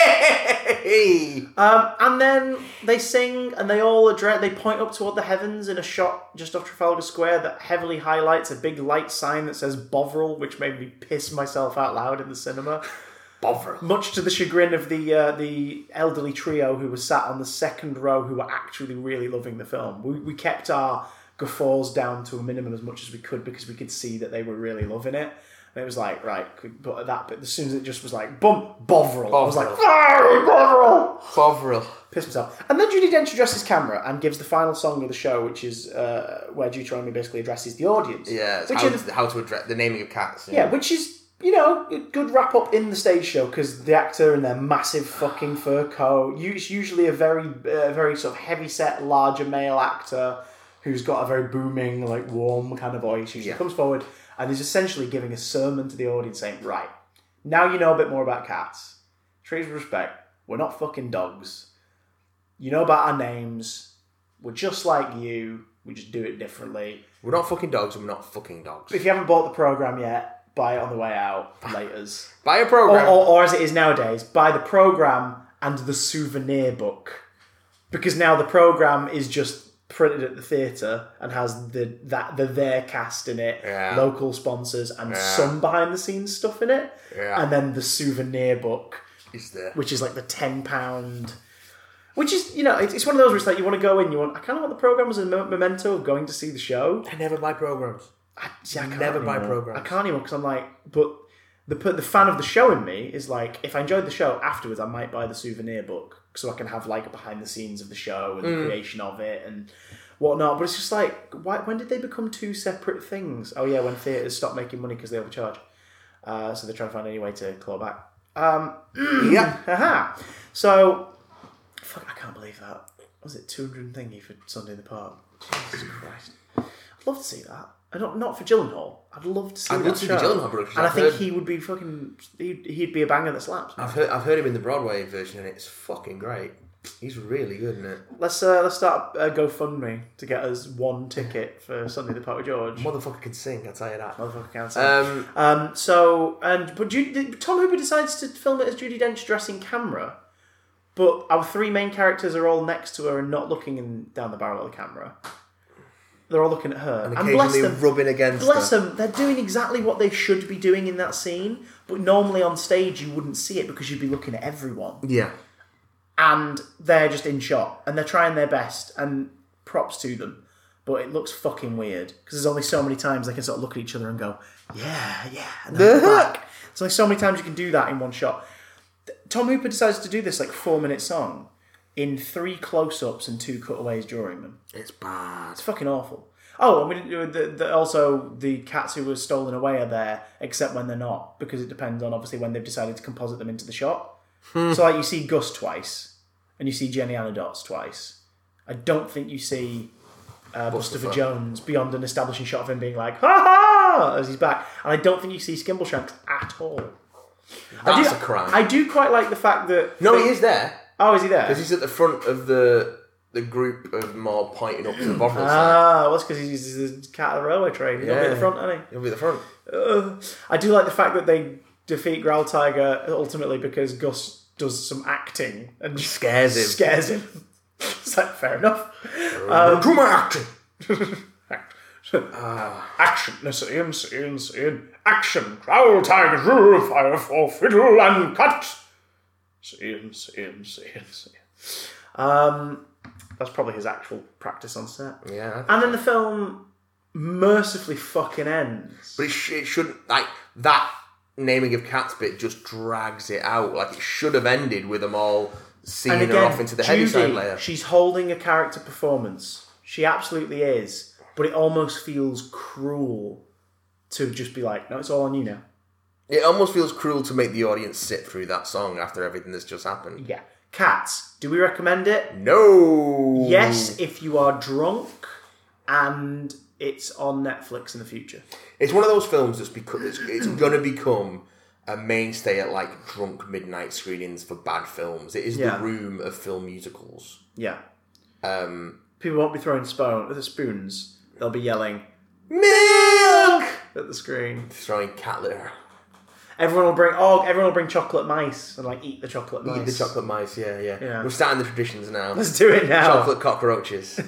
Hey!
Um, and then they sing and they all address. They point up toward the heavens in a shot just off Trafalgar Square that heavily highlights a big light sign that says Bovril, which made me piss myself out loud in the cinema.
Bovril.
much to the chagrin of the uh, the elderly trio who were sat on the second row who were actually really loving the film. We, we kept our guffaws down to a minimum as much as we could because we could see that they were really loving it. And it was like, right, could- but at that bit, as soon as it just was like, bum, Bovril. I was like,
Bovril.
"Ah, Bovril!
Bovril.
Pissed myself. And then Judy Dench addresses camera and gives the final song of the show, which is uh, where Deuteronomy basically addresses the audience.
Yeah, it's
Which
how,
in-
how to address the naming of cats.
yeah, which is you know a good wrap up in the stage show because the actor in their massive fucking fur coat. u- It's usually a very uh, very sort of heavy set, larger male actor who's got a very booming, like warm kind of voice. Usually
Yeah.
comes forward and is essentially giving a sermon to the audience, saying, "Right now, you know a bit more about cats. Treat us with respect. We're not fucking dogs. You know about our names. We're just like you. We just do it differently."
We're not fucking dogs and we're not fucking dogs.
If you haven't bought the program yet, buy it on the way out. Later's.
Buy a
or,
program.
or, or as it is nowadays, buy the program and the souvenir book, because now the program is just printed at the theatre and has the that the their cast in it,
Yeah.
local sponsors, and some behind the scenes stuff in it,
Yeah.
and then the souvenir book,
is there?
which is like the ten pound. Which is, you know, it's it's one of those where it's like you want to go in, you want. I kind of want the program as a mo- memento of going to see the show.
I never buy programs.
I, see, I can't
Never buy
anymore.
programs.
I can't anymore because I'm like, but the per- the fan of the show in me is like, if I enjoyed the show afterwards, I might buy the souvenir book so I can have like behind the scenes of the show and the creation of it and whatnot. But it's just like, why, when did they become two separate things? Oh yeah, when theaters stopped making money because they overcharge, uh, so they're trying to find any way to claw back. Um,
Yeah.
haha. So, fuck, I can't believe that. Was it two hundred thingy for Sunday in the Park? Jesus Christ. I'd love to see that. I don't, not for Gyllenhaal. I'd love to see
I'd
that
love to see the
show.
Gyllenhaal production.
And I
I've
think
heard- Uh,
he would be fucking. He'd, he'd be a banger that slaps.
I've heard, I've heard him in the Broadway version and it's fucking great. He's really good in it.
Let's uh, let's start a GoFundMe to get us one ticket for Sunday the Park with George.
Motherfucker can sing, I'll tell you that.
Motherfucker can't sing.
Um,
Um, so and but Judy, Tom Hooper decides to film it as Judy Dench dressing camera, but our three main characters are all next to her and not looking in, down the barrel of the camera. They're all looking at her, and, bless
occasionally
them,
rubbing against
bless
her.
them, they're doing exactly what they should be doing in that scene. But normally on stage you wouldn't see it because you'd be looking at everyone,
Yeah.
and they're just in shot and they're trying their best. And props to them, but it looks fucking weird because there's only so many times they can sort of look at each other and go, yeah, yeah, and then back. There's only so many times you can do that in one shot. Th- Tom Hooper decides to do this like four minute song in three close ups and two cutaways during them.
It's bad.
It's fucking awful. Oh, and we didn't do the, the, also the cats who were stolen away are there, except when they're not, because it depends on obviously when they've decided to composite them into the shot.
Hmm.
so like you see Gus twice, and you see Jenny Anna Dots twice. I don't think you see uh, Buster
Fudd.
Jones beyond an establishing shot of him being like ha ha as he's back, and I don't think you see Skimbleshanks at all. I
That's
do,
a crime.
I do quite like the fact that
no, he is there.
oh is he there?
Because he's at the front of the the group of more pointing up to the Bovril side.
Ah, well, that's because he uses the cat of the railway train. He's yeah. at the
Yeah.
front, hasn't he?
He'll be at the front.
Ugh. I do like the fact that they defeat Growl Tiger ultimately because Gus does some acting and just
Scares him.
scares him. it's like fair enough. Um,
Do my acting. Ah.
Action, Miss Ian, Sir Ian, Sir Ian. Action, Growl Tiger, rule, fire for fiddle and cut. Sir Ian, Sir Ian, Sir Ian, Sir Ian. Um, that's probably his actual practice on set.
Yeah.
And then the film mercifully fucking ends.
But it, sh- it shouldn't like that naming of cats bit just drags it out. Like it should have ended with them all seeing her off into the heavy side layer.
She's holding a character performance. She absolutely is, but it almost feels cruel to just be like, "No, it's all on you now."
It almost feels cruel to make the audience sit through that song after everything that's just happened.
Yeah, cats. Do we recommend it?
No.
Yes, if you are drunk, and it's on Netflix in the future.
It's one of those films that's become it's, it's going to become a mainstay at like drunk midnight screenings for bad films. It is
Yeah.
the room of film musicals.
Yeah. Um,
Um,
People won't be throwing spoon, spoons. They'll be yelling
Milk
at the screen.
throwing cat litter.
Everyone will bring oh, everyone will bring chocolate mice and like eat the chocolate mice.
Eat the chocolate mice. Yeah, yeah,
Yeah.
We're starting the traditions now.
Let's do it now.
Chocolate cockroaches.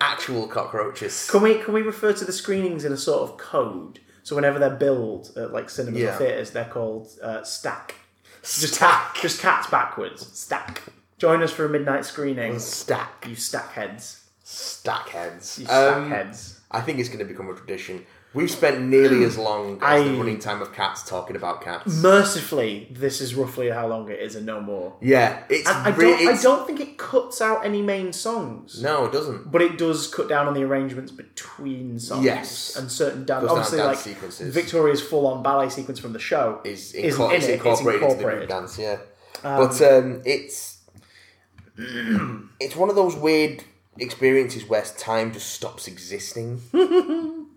Actual cockroaches.
Can we can we refer to the screenings in a sort of code? So whenever they're billed at like cinemas
Yeah.
or theatres, they're called uh, stack. Just
Stack.
cat, just cats backwards. Stack. Join us for a midnight screening.
Stack.
You stack heads.
Stack heads.
You
Um,
stack heads.
I think it's going to become a tradition. We've spent nearly as long as the
I- Mm.
running time of cats talking about cats.
Mercifully, this is roughly how long it is and no more.
Yeah, it's,
I, I
re-
don't, I
it's-
don't think it cuts out any main songs.
No, it doesn't.
But it does cut down on the arrangements between songs.
Yes.
And certain dance.
Goes down
Obviously,
dance
like
sequences.
Victoria's full on ballet sequence from the show
It's,
isn't
inco-
in
it's
it,
incorporated
It's
into the group
incorporated.
dance, yeah. but um, it's it's one of those weird experiences where time just stops existing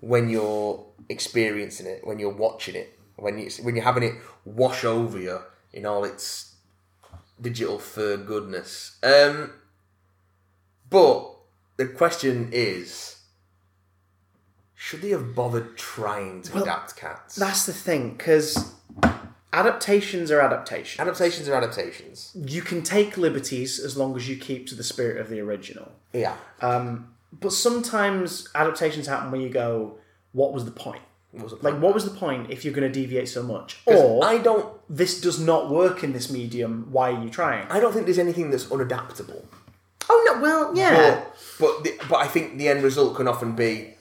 when you're experiencing it, when you're watching it, when you when you're having it wash over you in all its digital fur goodness. Um, but the question is. Should they have bothered trying to adapt cats?
That's the thing, because adaptations are adaptations.
Adaptations are adaptations.
You can take liberties as long as you keep to the spirit of the original.
Yeah.
But sometimes adaptations happen where you go, what was the point?
was it-
Like, what was the point if you're going to deviate so much? Or
I don't
this does not work in this medium. Why are you trying?
I don't think there's anything that's unadaptable.
oh no, well, yeah.
But but, the, but I think the end result can often be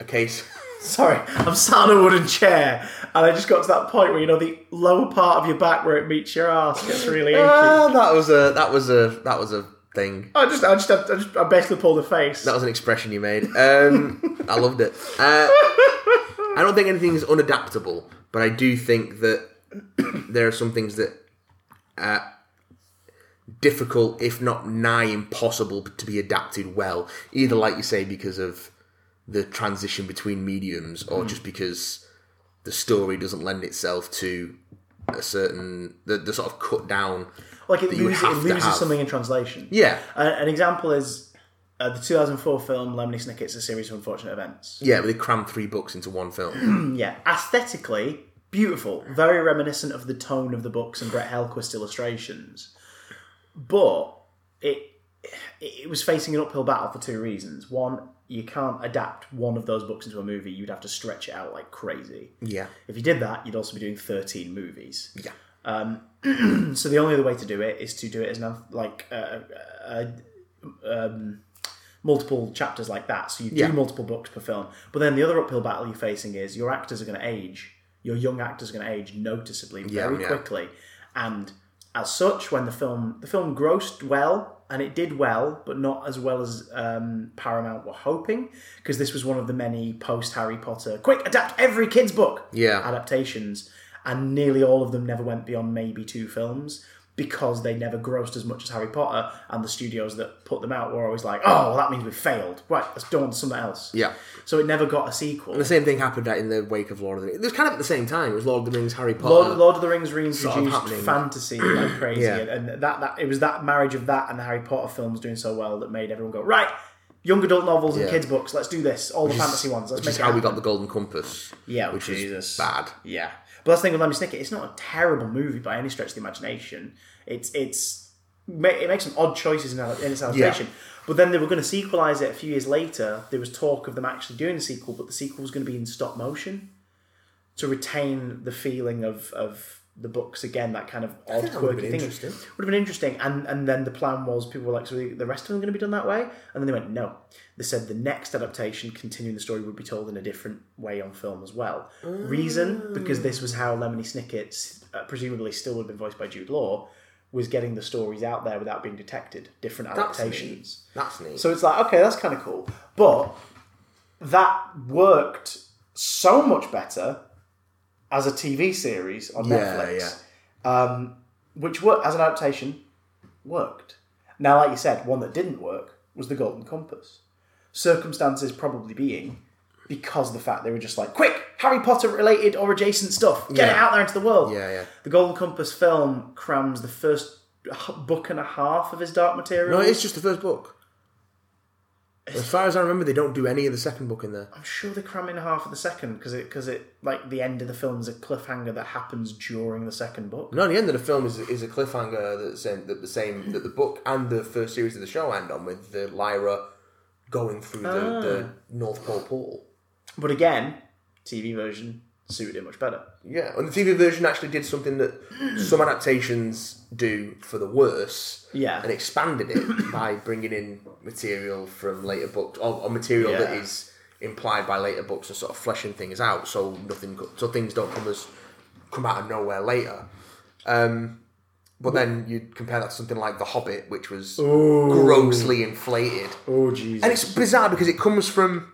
a case.
Sorry, I'm sat on a wooden chair, and I just got to that point where you know the lower part of your back where it meets your ass gets really achy.
Ah, that was a that was a that was a thing.
I just, I just, I just, I basically pulled a face.
That was an expression you made. Um, I loved it. Uh, I don't think anything's unadaptable, but I do think that there are some things that are difficult, if not nigh impossible, to be adapted well. Either, like you say, because of the transition between mediums, or just because the story doesn't lend itself to a certain the, the sort of cut down.
like it
you
loses, it
have to have.
loses something in translation.
Yeah,
A- an example is uh, the 2004 film Lemony Snicket's A Series of Unfortunate Events.
yeah, they cram three books into one film.
Yeah, aesthetically beautiful, very reminiscent of the tone of the books and Brett Helquist's illustrations, but it it was facing an uphill battle for two reasons. One, you can't adapt one of those books into a movie; you'd have to stretch it out like crazy.
yeah,
If you did that, you'd also be doing 13 movies. Um,
yeah.
So the only other way to do it is to do it as an anth- like uh, uh, um, multiple chapters like that. So you do
Yeah.
multiple books per film. But then the other uphill battle you're facing is your actors are going to age. Your young actors are going to age noticeably very
yeah.
quickly, and as such, when the film the film grossed well and it did well, but not as well as um, Paramount were hoping, because this was one of the many post Harry Potter quick adapt every kid's book
Yeah.
adaptations, and nearly all of them never went beyond maybe two films because they never grossed as much as Harry Potter, and the studios that put them out were always like, "Oh, well, that means we failed. Right, let's do on to something else."
Yeah.
So it never got a sequel.
The same thing happened in the wake of Lord of the Rings. It was kind of at the same time. It was Lord of the Rings, Harry Potter.
Lord, Lord of the Rings
of
reintroduced
happening.
fantasy like crazy,
Yeah.
and, and that, that it was that marriage of that and the Harry Potter films doing so well that made everyone go right. Young adult novels and
Yeah.
kids books. Let's do this. All the fantasy ones. Let's
which
make
is
it
how we
happen.
got the Golden Compass.
Yeah,
which
Jesus.
is bad.
Yeah, but that's the thing with Lemmy Snicket. It's not a terrible movie by any stretch of the imagination. It's it's ma- it makes some odd choices in, ad- in its adaptation. But then they were going to sequelize it a few years later. There was talk of them actually doing a sequel, but the sequel was going to be in stop motion to retain the feeling of of the books again. That kind of odd
think that would've
quirky
been
thing
interesting.
would have been interesting. And and then the plan was people were like, so the rest of them going to be done that way. And then they went, no. They said the next adaptation, continuing the story, would be told in a different way on film as well. Reason because this was how Lemony Snicket, uh, presumably still would have been voiced by Jude Law, was getting the stories out there without being detected. Different
That's
adaptations.
neat. That's neat.
So it's like, okay, that's kind of cool. But that worked so much better as a TV series on
Yeah,
Netflix,
yeah.
Um, which worked as an adaptation, worked. Now, like you said, one that didn't work was the Golden Compass. Circumstances probably being because of the fact they were just like, quick, Harry Potter related or adjacent stuff, get it
Yeah.
out there into the world.
Yeah, yeah.
The Golden Compass film crams the first h- book and a half of his dark material.
No, it's just the first book. As far as I remember, they don't do any of the second book in there.
I'm sure they cram in half of the second because it because it like the end of the film is a cliffhanger that happens during the second book.
No, the end of the film is, is a cliffhanger that's in, that the same that the book and the first series of the show end on with the Lyra
Ah.
going through the, the North Pole portal.
But again, TV version suited it much better.
Yeah, and the TV version actually did something that some adaptations do for the worse.
Yeah.
and expanded it by bringing in material from later books or, or material that
Yeah.
is implied by later books and sort of fleshing things out, so nothing, co- so things don't come as come out of nowhere later. Um, but then you compare that to something like The Hobbit, which was grossly inflated.
Oh Jesus!
And it's bizarre because it comes from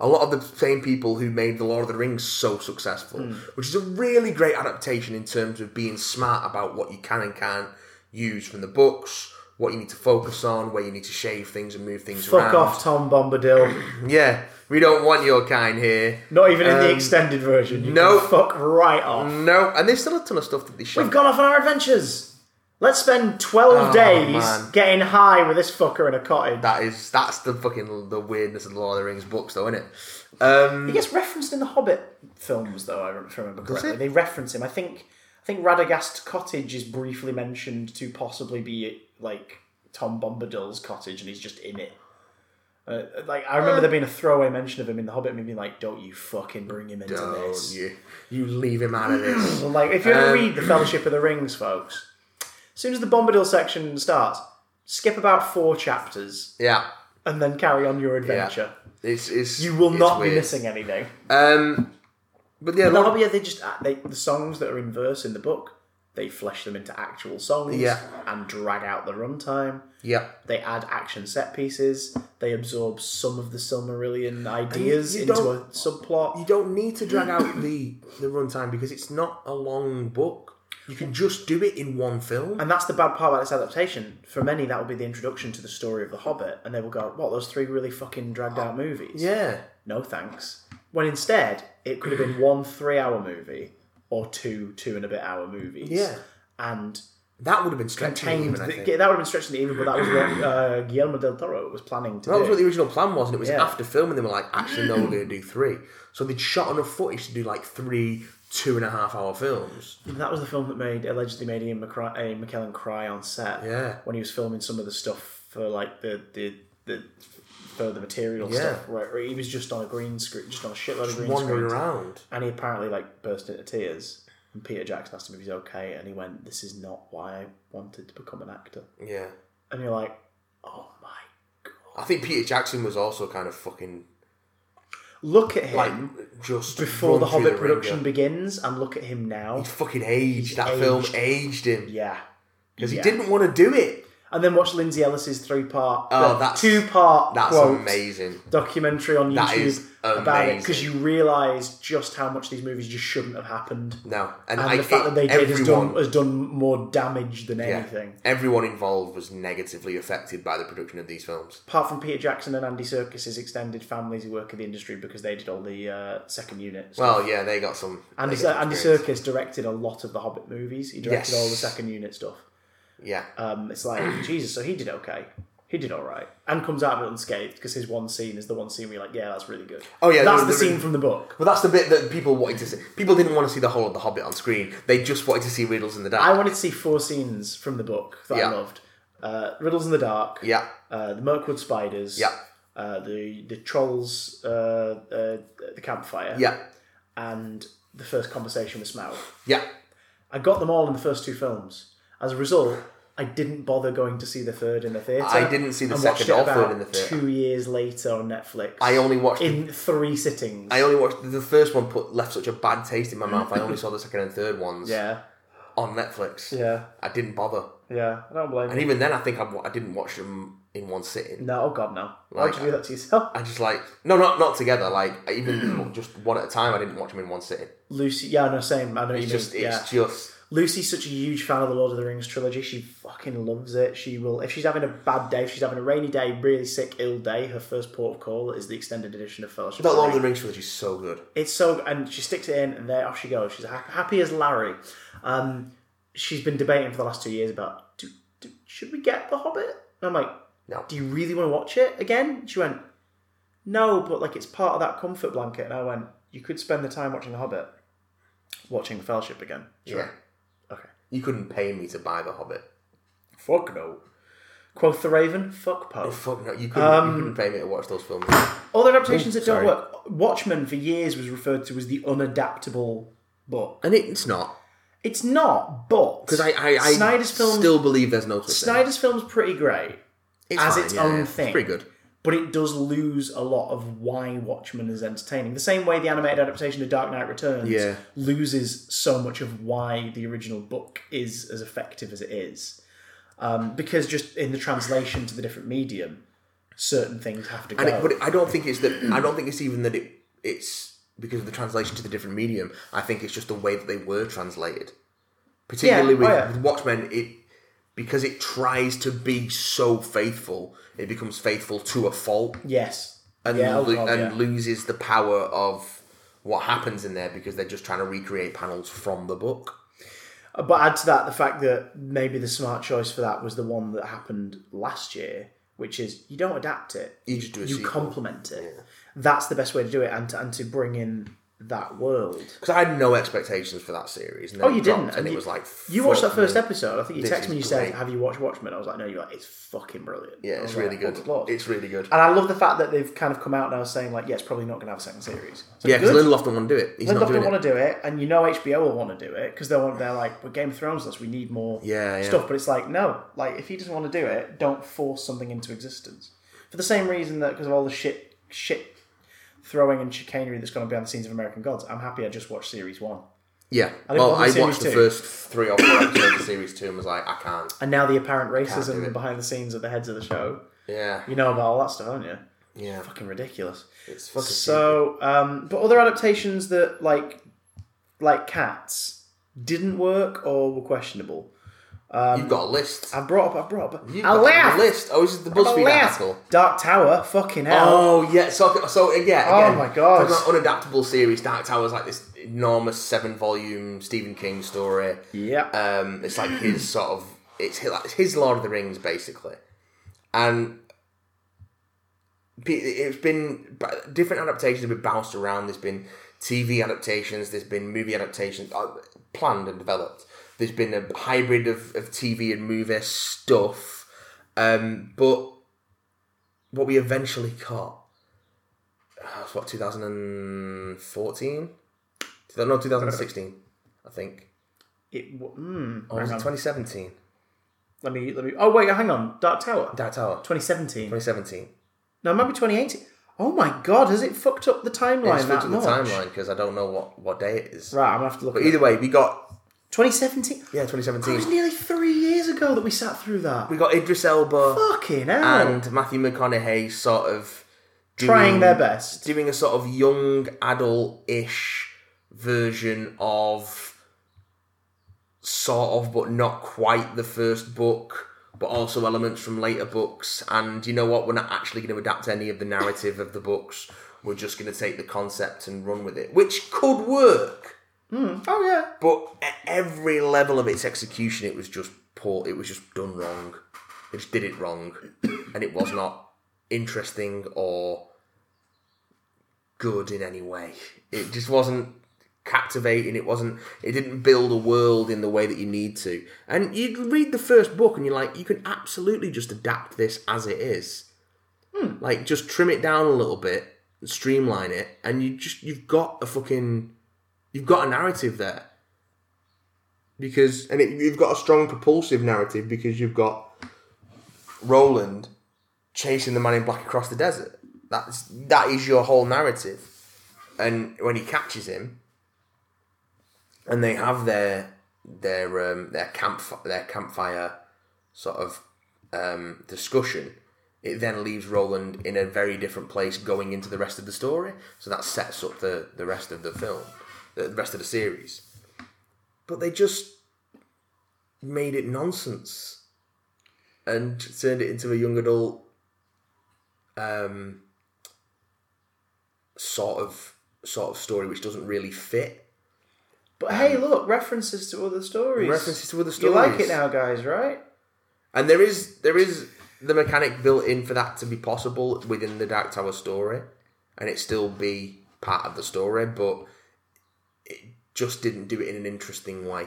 a lot of the same people who made The Lord of the Rings so successful,
Hmm.
which is a really great adaptation in terms of being smart about what you can and can't use from the books, what you need to focus on, where you need to shave things and move things
Fuck
around.
off, Tom Bombadil.
Yeah, we don't want your kind here.
Not even in the
Um,
extended version. You
no.
can fuck right off.
No, and there's still a ton of stuff that they shove.
We've gone off on our adventures. Let's spend twelve
Oh,
days
man.
getting high with this fucker in a cottage.
that is that's the fucking the weirdness of the Lord of the Rings books, though, isn't it? Um,
He gets referenced in the Hobbit films, though. I if I remember correctly.
it?
They reference him. I think. I think Radagast Cottage is briefly mentioned to possibly be like Tom Bombadil's cottage, and he's just in it. Uh, like I remember there being a throwaway mention of him in the Hobbit, and me being like, "Don't you fucking bring him into
don't
this."
oh, you, you leave him out of this.
Well, like if you ever
Um,
read the Fellowship of the Rings, folks, as soon as the Bombadil section starts, skip about four chapters
Yeah.
and then carry on your adventure.
It's, it's
You will
it's
not be
weird.
missing anything.
Um, but yeah,
No,
Lord,
but yeah, they just uh, they, the songs that are in verse in the book, they flesh them into actual songs
Yeah.
and drag out the runtime.
yeah.
They add action set pieces. They absorb some of the Silmarillion ideas
you
into a
don't-
subplot.
You don't need to drag out the the runtime because it's not a long book. You can just do it in one film.
And that's the bad part about this adaptation. For many, that will be the introduction to the story of The Hobbit, and they will go, "What? Those three really fucking dragged out movies?
Yeah,
No thanks." When instead, it could have been one three-hour movie or two two and a bit hour movies.
Yeah.
and
that would have been stretching.
contained.
even, I
the-
think.
that would have been stretching the even, but that was what uh, Guillermo del Toro was planning to
That was
do.
what the original plan was, and it was
Yeah.
after filming. They were like, actually, no, we're going to do three. So they'd shot enough footage to do like three two and a half hour films.
That was the film that made allegedly made Ian, McCry- uh, Ian McKellen cry on set.
Yeah.
when he was filming some of the stuff for like the the the further material
Yeah.
stuff, where where he was just on a green screen, just on a shitload of green
Wandering
screens,
around.
and he apparently like burst into tears. And Peter Jackson asked him if he's okay, and he went, "This is not why I wanted to become an actor."
Yeah.
And you're like, "Oh my!"
I think Peter Jackson was also kind of fucking
Look at him
like just
before
run
the
through
Hobbit
ringer.
production begins, and look at him now.
He fucking aged. That film aged him
Yeah.
because
Yeah.
he didn't want to do it.
And then watch Lindsay Ellis's three part,
Oh, that's-
two part
That's
quote
amazing.
documentary on YouTube
That is
about it
amazing.
because you realise just how much these movies just shouldn't have happened,
No, and,
and
I,
the fact
it-
that they did has
everyone-
done, has done more damage than
yeah,
anything.
everyone involved was negatively affected by the production of these films.
Apart from Peter Jackson and Andy Serkis's extended families who work in the industry because they did all the uh, second units.
Well, yeah, they got some.
Andy,
they got some
Andy
experience.
Serkis directed a lot of the Hobbit movies. He directed
Yes.
all the second unit stuff.
Yeah,
Um, it's like Jesus, so he did okay. He did all right, and comes out of it unscathed because his one scene is the one scene where you're like, yeah, that's really good.
Oh, yeah,
that's
the-
the,
the-
scene from the book.
But that's the bit that people wanted to see. People didn't want to see the whole of The Hobbit on screen. They just wanted to see Riddles in the Dark.
I wanted to see four scenes from the book that I
Yeah.
loved: uh, Riddles in the Dark,
yeah,
uh, the Mirkwood spiders,
Yeah.
uh, the the trolls, uh, uh, the campfire,
yeah,
and the first conversation with Smaug.
yeah.
I got them all in the first two films. As a result, I didn't bother going to see the third in the theatre.
I didn't see the
and watched
second
it
or third
about
in the theatre.
Two years later on Netflix.
I only watched.
in three sittings.
I only watched the first one. Put left such a bad taste in my mouth. I only saw the second and third ones
yeah,
on Netflix.
yeah,
I didn't bother,
yeah. I don't blame
and
you.
even then, I think I, wa- I didn't watch them in one sitting.
No, oh god, no.
Like,
Why'd you do that to yourself?
I just like no, not not together. Like I even just one at a time. I didn't watch them in one sitting.
Lucy, yeah, no, same. I know what you
It's just
mean.
it's
Yeah.
just
Lucy's such a huge fan of the Lord of the Rings trilogy. She fucking loves it. She will, if she's having a bad day, if she's having a rainy day, really sick, ill day, her first port of call is the extended edition of Fellowship.
that
of the
Lord of
Ring.
the Rings trilogy is so good.
It's so, and she sticks it in, and there off she goes. She's ha- happy as Larry. Um, she's been debating for the last two years about do, do, should we get The Hobbit? And I'm like,
No.
do you really want to watch it again? She went, no, but like it's part of that comfort blanket. And I went, you could spend the time watching The Hobbit, watching Fellowship again. She
Yeah.
went, okay.
You couldn't pay me to buy The Hobbit.
Fuck no. Quoth the Raven, fuck Poe.
Fuck no, you couldn't, you couldn't pay me to watch those films.
Other adaptations that don't
sorry.
work. Watchmen for years was referred to as the unadaptable book.
And it's not.
It's not, but
Because I, I, I
Snyder's films
still believe there's no twist.
Snyder's film's pretty great,
it's
as
fine,
its
yeah,
own
yeah.
thing.
It's pretty good.
but it does lose a lot of why Watchmen is entertaining. The same way the animated adaptation of Dark Knight Returns
Yeah.
loses so much of why the original book is as effective as it is. Um, because just in the translation to the different medium, certain things have to go.
And it, but it, I don't think it's that. I don't think it's even that it. It's because of the translation to the different medium. I think it's just the way that they were translated, particularly
Yeah,
with,
oh yeah.
with Watchmen. It because it tries to be so faithful, it becomes faithful to a fault
yes.
and
Yeah, oh
lo-
God,
and
yeah.
loses the power of what happens in there because they're just trying to recreate panels from the book.
Uh, But add to that the fact that maybe the smart choice for that was the one that happened last year, which is you don't adapt it.
You just do a
you
sequel.
complement it. That's the best way to do it, and to, and to bring in that world.
Because I had no expectations for that series. And
Oh,
then
you
it dropped
didn't.
and
you,
it was like
you watched
fuck
that first
me.
episode. I think you
This
texted me.
is
You said,
great.
"Have you watched Watchmen?" I was like, "No." You're like, "It's fucking brilliant." I
Yeah,
was
it's really
like, "Oh,
good.
Lord."
It's really good.
and I love the fact that they've kind of come out now saying like, "Yeah, it's probably not going to have a second series." So
Yeah, because
good.
Lindelof don't want to do it. He's
Lindelof
not doing
don't
it.
want to do it, and you know HBO will want to do it because they want they're like, "We're Game of Thrones, us. We need more
Yeah, yeah.
stuff." But it's like, no, like if he doesn't want to do it, don't force something into existence. For the same reason that because of all the shit, shit throwing and chicanery that's going to be on the scenes of American Gods, I'm happy I just watched series one.
Yeah.
didn't
well,
bother
I
series
watched the
two.
first three or four episodes of series two and was like, I can't.
And now the apparent
do
racism
it.
behind the scenes of the heads of the show.
Yeah.
You know about all that stuff, haven't you?
Yeah.
Fucking ridiculous.
It's fucking
So, um, but other adaptations that like, like Cats, didn't work or were questionable.
stupid. you've got a list.
I brought up. I brought up.
You've
I
um, got
laughed.
a list. Oh, this is the
I
BuzzFeed
laughed.
article.
Dark Tower. Fucking hell.
Oh yeah, so so yeah.
Oh
Again,
my God.
talking about unadaptable series. Dark Tower's like this enormous seven-volume Stephen King story.
yeah.
Um, it's like his sort of it's his, like, it's his Lord of the Rings basically, and pe- it's been but different adaptations have been bounced around. There's been TV adaptations. There's been movie adaptations uh, planned and developed. There's been a hybrid of, of TV and movie stuff, um, but what we eventually got uh, was what 2014, no 2016, I think.
it. w- Mm,
Or was it 2017?
let me. Let me. Oh wait. Hang on. Dark Tower.
Dark Tower.
2017.
2017.
No, it might be 2018. Oh my god. Has it fucked up the timeline
It's
that
switching the
much?
timeline because I don't know what, what day it is.
Right. I'm gonna have to look.
But
at it.
either way, we got
2017.
yeah
It was
2017.
nearly three years ago that we sat through that.
We got Idris Elba
Fucking hell.
and Matthew McConaughey sort of doing,
Trying their best.
doing a sort of young adult-ish version of sort of but not quite the first book but also elements from later books and you know what we're not actually going to adapt any of the narrative of the books we're just going to take the concept and run with it which could work
Oh yeah.
but at every level of its execution it was just poor it was just done wrong it just did it wrong and it was not interesting or good in any way it just wasn't captivating it wasn't it didn't build a world in the way that you need to and you read the first book and you're like you can absolutely just adapt this as it is like just trim it down a little bit streamline it and you just you've got a fucking you've got a narrative there because and it, you've got a strong propulsive narrative because you've got Roland chasing the man in black across the desert. That's that is your whole narrative, and when he catches him, and they have their their um, their camp their campfire sort of um, discussion. It then leaves Roland in a very different place going into the rest of the story, so that sets up the, the rest of the film, the rest of the series but they just made it nonsense and turned it into a young adult um sort of sort of story which doesn't really fit
But hey, look, references to other stories.
references to other
You
stories
like it now, guys, right?
and there is there is the mechanic built in for that to be possible within the dark tower story and it still be part of the story but it just didn't do it in an interesting way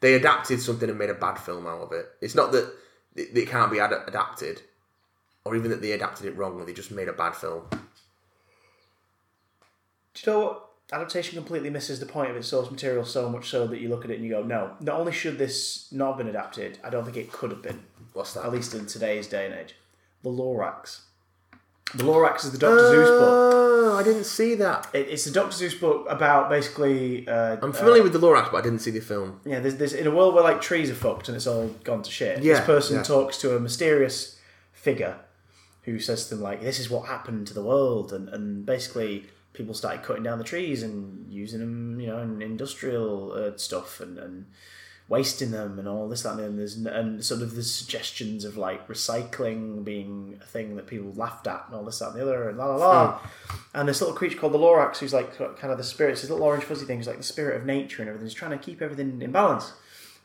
they adapted something and made a bad film out of it it's not that it, it can't be ad- adapted, or even that they adapted it wrong, or they just made a bad film.
Do you know what? Adaptation completely misses the point of its source material so much so that you look at it and you go, no, not only should this not have been adapted, I don't think it could have been,
What's that?
at least in today's day and age. The Lorax. The Lorax is the Doctor Zeus book.
Oh, I didn't see that.
It, it's the Doctor Zeus book about basically. Uh,
I'm familiar with the Lorax, but I didn't see the film.
yeah, there's, there's, in a world where like trees are fucked and it's all gone to shit.
Yeah,
this person
yeah.
talks to a mysterious figure who says to them like, "This is what happened to the world," and, and basically people started cutting down the trees and using them, you know, in industrial uh, stuff and, and wasting them and all this that and the other. and there's n- and sort of there's suggestions of like recycling being a thing that people laughed at and all this that and the other and la la
Hmm.
la. And this little creature called the Lorax, who's like kind of the spirit, it's this little orange fuzzy thing, who's like the spirit of nature and everything. He's trying to keep everything in balance.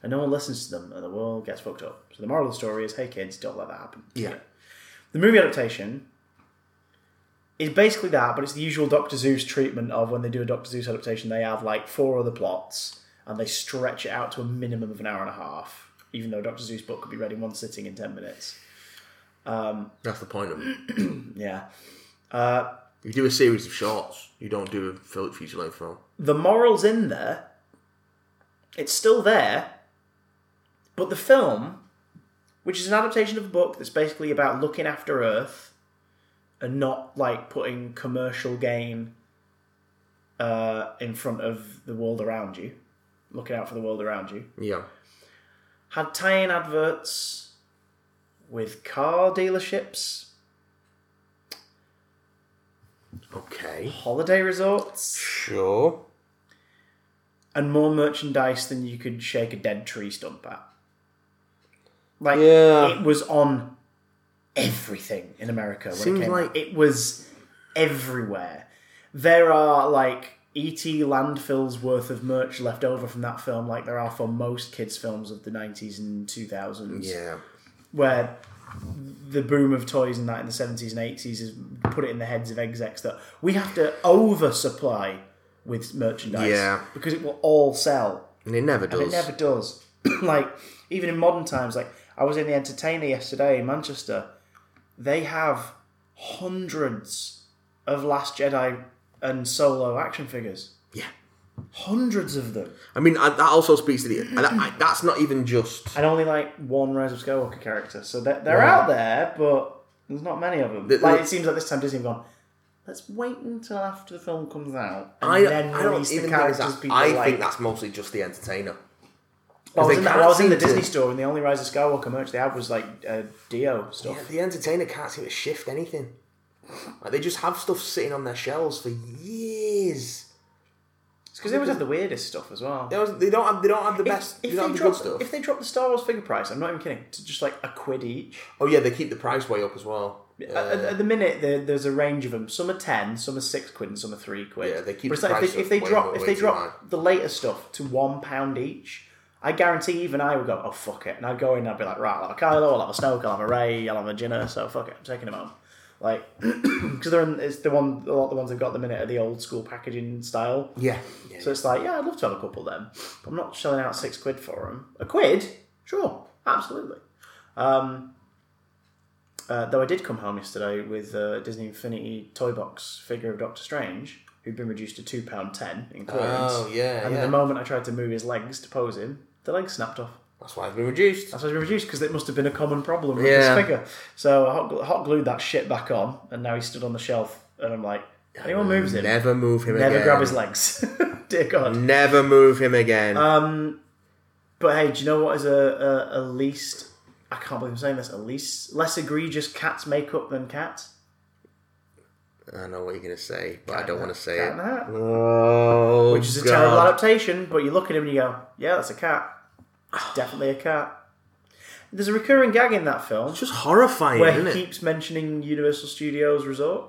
And no one listens to them, and the world gets fucked up. So the moral of the story is: Hey kids, don't let that happen.
Yeah.
The movie adaptation is basically that, but it's the usual Doctor Zeus treatment of when they do a Doctor Zeus adaptation, they have like four other plots and they stretch it out to a minimum of an hour and a half, even though Doctor Zeus book could be read in one sitting in 10 minutes.
That's the point of it.
Yeah.
You do a series of shorts. You don't do a fil- feature length film.
The moral's in there, it's still there, but the film, which is an adaptation of a book that's basically about looking after Earth and not like putting commercial gain uh, in front of the world around you, looking out for the world around you,
Yeah.
had tie in adverts with car dealerships,
Okay.
holiday resorts,
Sure.
and more merchandise than you could shake a dead tree stump at. Like
Yeah.
it was on everything in America. When
Seems
it came
like-
out. it was everywhere. There are like ET landfills worth of merch left over from that film, like there are for most kids' films of the nineties and two thousands.
Yeah.
where the boom of toys and that in the 70s and 80s has put it in the heads of execs that we have to oversupply with merchandise
Yeah.
because it will all sell.
And it never does.
It never does. like, even in modern times, like, I was in the Entertainer yesterday in Manchester. They have hundreds of Last Jedi and Solo action figures.
Yeah.
Hundreds of them.
I mean, I, that also speaks to the. and I, I, that's not even just.
and only like one Rise of Skywalker character. So they're, they're out there, but there's not many of them.
The-
like
the-
it seems like this time Disney have gone. Let's wait until after the film comes out and
I,
then
I
release
don't
the
even think
characters
that.
people
I
like.
think that's mostly just the entertainer.
Well, I was
they
in, the,
can't
I was in the
seem to-
Disney store, and the only Rise of Skywalker merch they had was like uh, Dio stuff.
The entertainer can't seem to shift anything. Like they just have stuff sitting on their shelves for years.
It's because they always have the weirdest stuff as well.
They don't- they don't have. They don't have the best.
if,
they don't
they
have the
drop,
good stuff.
if they drop the Star Wars figure price, I'm not even kidding, to just like a quid each.
oh yeah, they keep the price way up as well. Yeah.
At, at the minute, there, there's a range of them. Some are ten, some are six quid, and some are three quid.
Yeah, they keep
But it's
the
like if
price
they,
up
if they
way
drop
more,
if
way
they
too high.
drop the later stuff to one pound each, I guarantee even I would go, oh fuck it, and I'd go in and I'd be like, right, I'll have a Kylo, I'll have a Snoke, I'll have a Ray, I'll have a Jinnah, so fuck it, I'm taking them home. Like, because they're in, it's the one a lot of the ones I've got at the minute are the old school packaging style.
yeah.
So it's like, yeah, I'd love to have a couple then. But I'm not shelling out six quid for them. A quid? Sure, absolutely. Um, uh, though I did come home yesterday with a Disney Infinity toy box figure of Doctor Strange, who'd been reduced to two pound ten in clearance.
Oh yeah.
and
yeah.
the moment I tried to move his legs to pose him, the leg snapped off.
That's why it's been reduced.
That's why it's been reduced because it must have been a common problem with
Yeah.
this figure. So I hot, glu- hot glued that shit back on, and now he's stood on the shelf, and I'm like, anyone moves him, never,
Never move him again.
grab his legs. Dear God.
Never move him again.
But hey, do you know what is a, a, a least? I can't believe I'm saying this. A least less egregious cat's makeup than cat.
I know what you're gonna say, but I don't want to say
Cat in
it.
the Hat,
Oh,
which is a terrible adaptation. But you look at him and you go, "Yeah, that's a cat. It's definitely a cat." There's a recurring gag in that film
It's just horrifying,
where
isn't
he
it?
keeps mentioning Universal Studios Resort.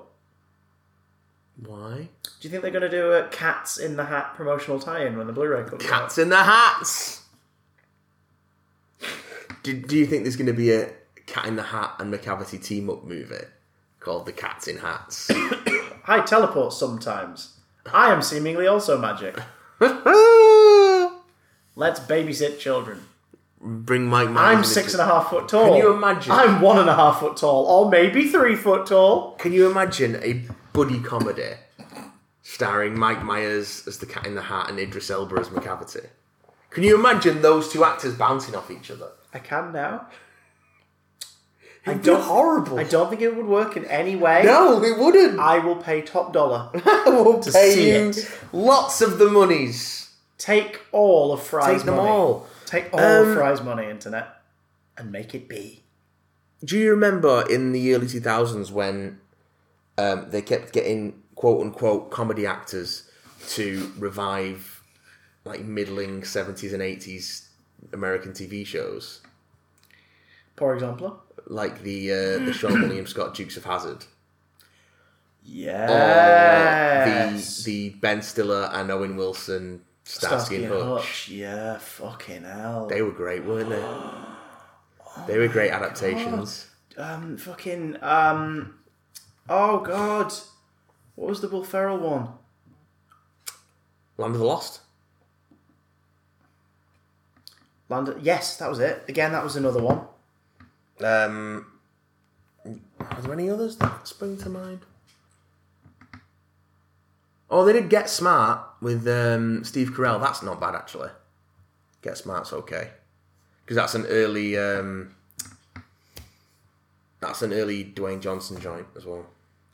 Why?
Do you think they're going to do a Cats in the Hat promotional tie-in when the Blu-ray comes out?
Cats in the hats. Do, do you think there's going to be a Cat in the Hat and McCavity team up movie called The Cats in Hats?
I teleport sometimes. I am seemingly also magic. Let's babysit children.
bring Mike Myers.
I'm
in
six
as-
and a half foot tall.
Can you imagine?
I'm one and a half foot tall, or maybe three foot tall.
Can you imagine a buddy comedy starring Mike Myers as the Cat in the Hat and Idris Elba as McCavity? Can you imagine those two actors bouncing off each other?
I can now.
I
don't-
horrible.
I don't think it would work in any way.
no, it wouldn't.
I will pay top dollar.
I will
see
pay you
it.
lots of the monies.
Take all of Fry's
Take them
money.
all.
Take all
Um,
of Fry's money, internet, and make it be.
Do you remember in the early 2000s when um, they kept getting quote unquote comedy actors to revive like middling 70s and 80s American TV shows?
For example.
like the uh, the Sean William Scott Dukes of Hazard,
Yes.
the the Ben Stiller and Owen Wilson Starsky and Hutch.
Yeah, fucking hell.
They were great, weren't they? They were great adaptations.
um, fucking um, oh god, what was the Will Ferrell one?
Land of the Lost.
Land. Yes, that was it. Again, that was another one.
Um, are there any others that spring to mind? Oh, they did Get Smart with um, Steve Carell. That's not bad actually. Get Smart's okay because that's an early um, that's an early Dwayne Johnson joint as well.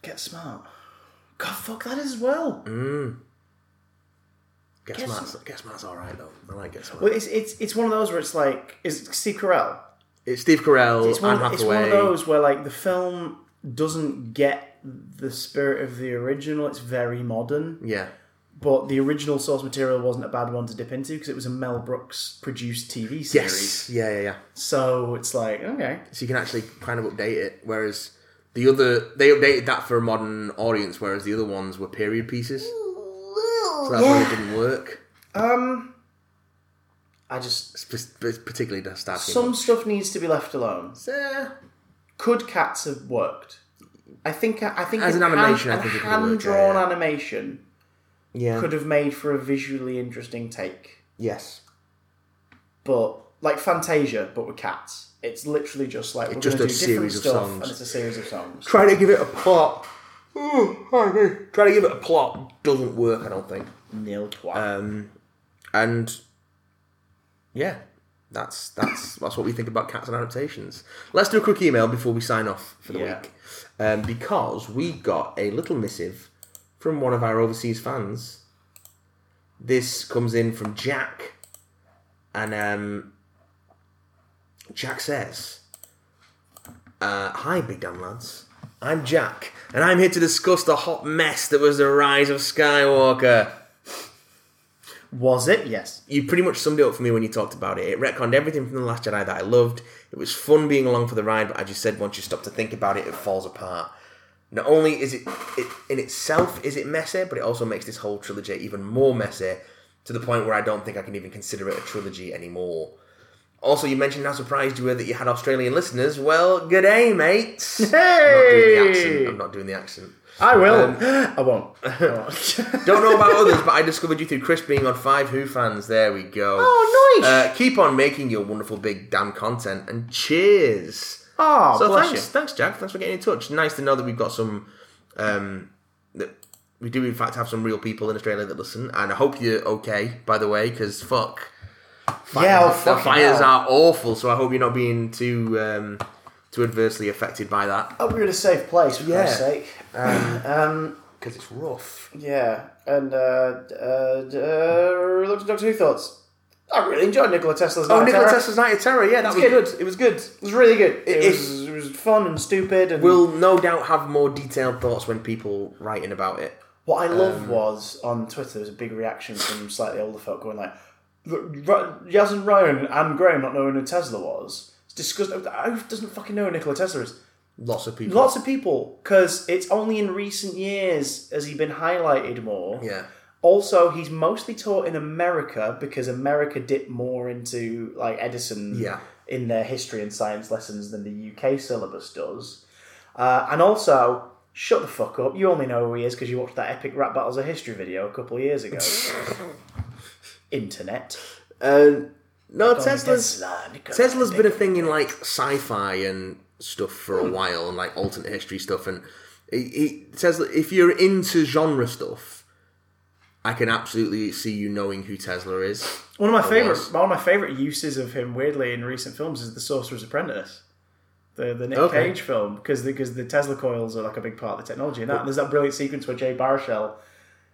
Get smart. God, fuck that as well.
Mm. Get,
Get
Smart's Get Smart's all right though. I like Get Smart.
Well, it's it's it's one of those where it's like is it Steve Carell.
it's Steve Carell,
It's one,
Anne
it's one
Hathaway.
of those where like the film doesn't get the spirit of the original. It's very modern,
Yeah,
but the original source material wasn't a bad one to dip into because it was a Mel Brooks produced TV series.
yes, yeah, yeah, yeah.
So it's like okay,
so you can actually kind of update it. Whereas the other, they updated that for a modern audience, whereas the other ones were period pieces. So that really didn't work.
um, I just
It's p- p- particularly the Starsky.
some stuff needs to be left alone.
Eh,
could cats have worked? I think I think
As an animation, I think it could have
hand
worked, yeah,
drawn
yeah.
animation
yeah.
could have made for a visually interesting take.
yes.
But like Fantasia, but with cats, it's literally just like we're
just
going
a
to do different
series of
stuff,
songs.
and it's a series of songs.
Trying to give it a plot. Ooh, hi. Trying to give it a plot doesn't work. I don't think.
Nil twat.
Um, and yeah, that's that's that's what we think about cats and adaptations. Let's do a quick email before we sign off for the
Yeah.
week, um, because we got a little missive from one of our overseas fans. This comes in from Jack, and um, Jack says. Uh, hi, Big Damn Lads. I'm Jack, and I'm here to discuss the hot mess that was the rise of Skywalker.
was it? Yes.
You pretty much summed it up for me when you talked about it. It retconned everything from The Last Jedi that I loved. It was fun being along for the ride, but as you said, once you stop to think about it, it falls apart. Not only is it, it in itself is it messy, but it also makes this whole trilogy even more messy to the point where I don't think I can even consider it a trilogy anymore. Also, you mentioned how surprised you were that you had Australian listeners. Well, good day, mates. I'm not doing the accent. Um, I'm not doing the accent.
I will. I won't. I won't.
Don't know about others, but I discovered you through Chris being on Five Who fans. There we go.
Oh, nice.
Uh, keep on making your wonderful big damn content and cheers.
oh,
so
bless
thanks, thanks, Jack. Thanks for getting in touch. Nice to know that we've got some. Um, that we do in fact have some real people in Australia that listen, and I hope you're okay. By the way, because fuck,
you. Yeah, oh,
the
fucking
fires
hell.
are awful. So I hope you're not being too um, too adversely affected by that.
Oh, we're in a safe place for
Yeah.
Christ's sake. um,
Because it's rough.
Yeah, and uh, uh, d- uh, looked at Doctor Who thoughts. I really enjoyed Nikola Tesla's.
Oh,
Night
Nikola
Terror.
Tesla's Night of Terror. Yeah, that was
good.
good. It was good.
It was really good. It,
It-
was it was fun and stupid. And
We'll no doubt have more detailed thoughts when people writing about it.
what I
um,
love was on Twitter. There was a big reaction from slightly older folk going like, "Look, Ra- Yaz and Ryan and Graham not knowing who Tesla was. It's disgusting. Who doesn't fucking know who Nikola Tesla is?
Lots of people.
Lots of people, because it's only in recent years has he been highlighted more.
Yeah.
Also, he's mostly taught in America because America dipped more into like Edison
Yeah.
in their history and science lessons than the UK syllabus does. Uh, and also, shut the fuck up. You only know who he is because you watched that epic rap battles of history video a couple of years ago. Internet.
Um, No,
Going
Tesla's
Tesla, Nikola.
Tesla's been a thing in like sci-fi and stuff for
Hmm.
a while, and like alternate history stuff. And he, he, Tesla, if you're into genre stuff, I can absolutely see you knowing who Tesla is.
One
Oh,
of my favorite,
was.
one of my favorite uses of him, weirdly, in recent films is the Sorcerer's Apprentice, the the Nick
Okay.
Cage film, because because the Tesla coils are like a big part of the technology, and that there's that brilliant sequence where Jay Baruchel,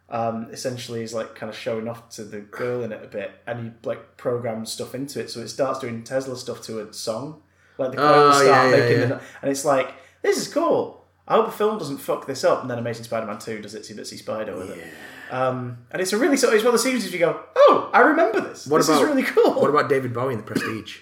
um, essentially is like kind of showing off to the girl in it a bit, and he like programs stuff into it, so it starts doing Tesla stuff to a song, like the coils
Oh,
start
yeah, yeah,
making, the
yeah.
no- and it's like this is cool. I hope the film doesn't fuck this up, and then Amazing Spider-Man Two does itsy bitsy spider with it. Um, and it's a really sort of, it's one of the sequences you go, oh, I remember this.
What
this
about
is really cool.
What about David Bowie in The Prestige?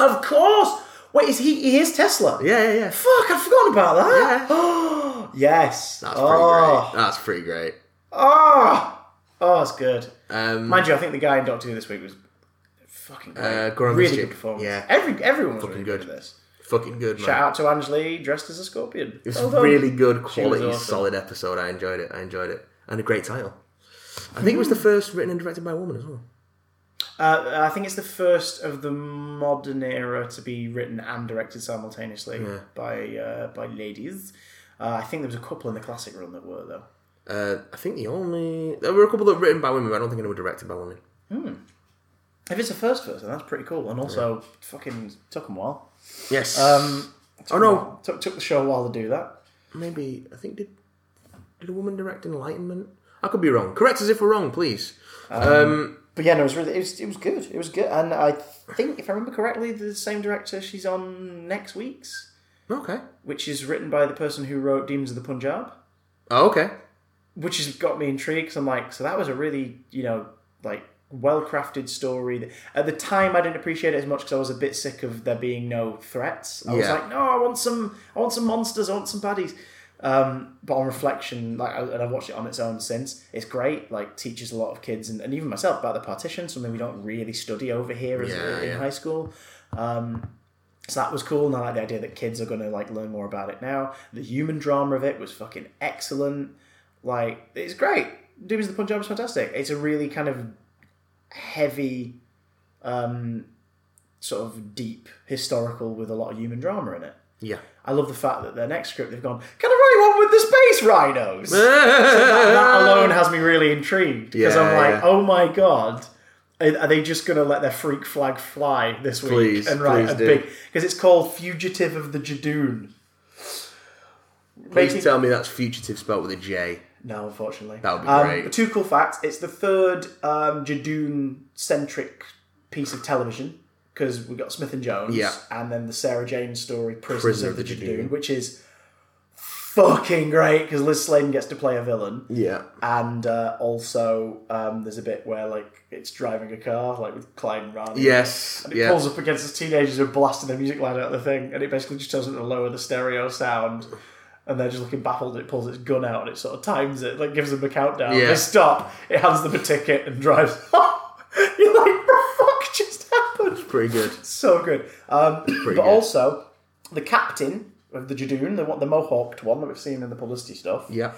of course. Wait, is he? He is Tesla.
yeah, yeah, yeah. F-
Fuck, I've forgotten about that. yes.
That's pretty
oh,
great. That's pretty great.
oh, oh, it's good.
Um,
Mind you, I think the guy in Doctor Who this week was fucking great.
Uh, Goran
really
Vesic,
good performance.
yeah.
Every everyone was really
Fucking
good.
good.
at this.
fucking good, man.
Shout out to Angelie dressed as a scorpion.
It was
Well done.
really good quality,
awesome.
solid episode. I enjoyed it. I enjoyed it, and a great title. I think it was the first written and directed by a woman as well.
Uh, I think it's the first of the modern era to be written and directed simultaneously by uh, by ladies. Uh, I think there was a couple in the classic run that were though.
Uh, I think the only there were a couple that were written by women, but I don't think any were directed by women.
If it's a first person, that's pretty cool. And also, fucking took them a while.
Yes.
Um,
oh no,
took took the show a while to do that.
maybe I think did did a woman direct Enlightenment? I could be wrong. Correct us if we're wrong, please. Um,
But yeah, no, it was really it was, it was good. It was good, and I think if I remember correctly, the same director she's on next week's,
okay.
which is written by the person who wrote Demons of the Punjab.
Oh, okay.
which has got me intrigued because I'm like, so that was a really, you know, like well crafted story. that- At the time, I didn't appreciate it as much because I was a bit sick of there being no threats. I was
Yeah.
like, no, I want some, I want some monsters, I want some baddies. Um, but on reflection, like, I- and I've watched it on its own since. It's great. Like, teaches a lot of kids and, and even myself about the partition, something we don't really study over here as,
Yeah,
in
yeah.
high school. Um, so that was cool, and I like the idea that kids are going to like learn more about it now. The human drama of it was fucking excellent. Like it's great. Doom's the Punjab is fantastic. It's a really kind of heavy, um, sort of deep historical with a lot of human drama in it.
Yeah.
I love the fact that their next script they've gone. Can I write one with the space rhinos? that, that alone has me really intrigued because I'm
Ah. Yeah,
like,
yeah.
oh my god, are are they just going to let their freak flag fly this week
Please,
and write
please
a
do.
big? Because it's called Fugitive of the Jadoon.
Please
Making-
tell me that's fugitive spelled with a J.
no, unfortunately.
That would be
um,
great.
but Two cool facts. It's the third um, Jadoon centric piece of television because we got Smith and Jones,
Yeah.
and then the Sarah Jane story, Prisoners
Prisoner
of the,
of the
Jadoon,
Jadoon.
which is fucking great because Liz Sladen gets to play a villain.
Yeah.
And uh, also, um, there's a bit where like it's driving a car, like with Clyde Raleigh.
Yes.
And it
Yeah.
pulls up against this teenagers who are blasting the music line out of the thing, and it basically just tells them to lower the stereo sound. And they're just looking baffled. It pulls its gun out and it sort of times it, like gives them a countdown.
Yeah.
They stop. It hands them a ticket and drives. off. You're like, the fuck just happened?
Pretty good.
So good. Um, but
good.
also, the captain of the Jadoon, the one, the mohawked one that we've seen in the publicity stuff,
Yeah.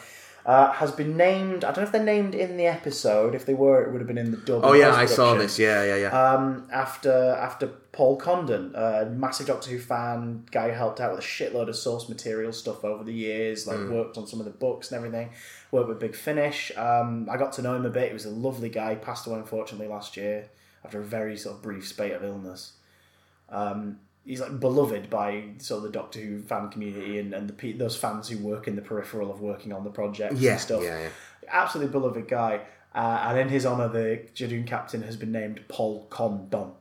uh, has been named. I don't know if they're named in the episode. If they were, it would have been in the dub.
Oh
and
yeah, I saw
post-production
this. Yeah, yeah, yeah.
um, after after Paul Condon, a massive Doctor Who fan, guy who helped out with a shitload of source material stuff over the years,
Hmm.
like worked on some of the books and everything, worked with Big Finish. Um, I got to know him a bit. He was a lovely guy. Passed away unfortunately last year after a very sort of brief spate of illness. Um, he's like beloved by sort of the Doctor Who fan community and, and the pe- those fans who work in the peripheral of working on the projects
yeah,
and stuff
yeah, yeah.
absolutely beloved guy. Uh, and in his honour, the Jadoon captain has been named Paul Condon.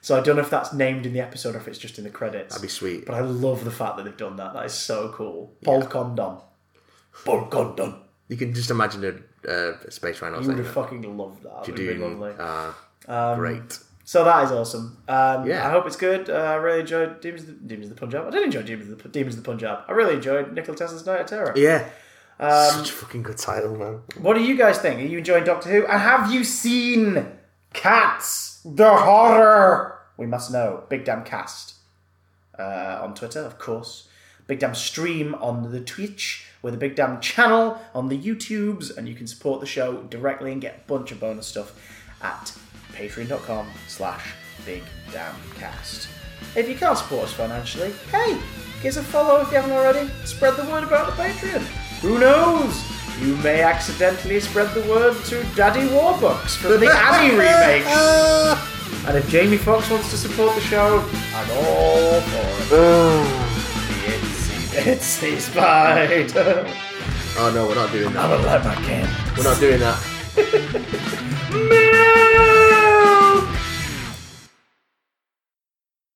so I don't know if that's named in the episode or if it's just in the credits.
That'd be sweet.
but I love the fact that they've done that. That is so cool. Paul Condon. Paul Condon.
You can just imagine a, uh, a space rhino
You would
saying
have fucking loved that. That would be
Dune,
lovely. Um,
uh, great.
So that is awesome. Um,
Yeah.
I hope it's good. Uh, I really enjoyed Demons of the, Demons of the Punjab. I did enjoy Demons of the, Demons of the Punjab. I really enjoyed Nikola Tesla's Night of Terror.
Yeah.
Um,
Such a fucking good title, man.
What do you guys think? Are you enjoying Doctor Who? And have you seen Cats the Horror? We must know. Big Damn Cast uh, on Twitter, of course. Big Damn Stream on the Twitch. With a Big Damn channel on the YouTubes, and you can support the show directly and get a bunch of bonus stuff at patreon.com slash big damn cast. If you can't support us financially, hey, give us a follow if you haven't already. Spread the word about the Patreon. Who knows? You may accidentally spread the word to Daddy Warbucks from the Annie remakes.
Oh.
And if Jamie Foxx wants to support the show, I'm all for it. The itsy bitsy spider.
Oh no, we're not doing that.
I'm a leprechaun.
We're not doing that.
Man!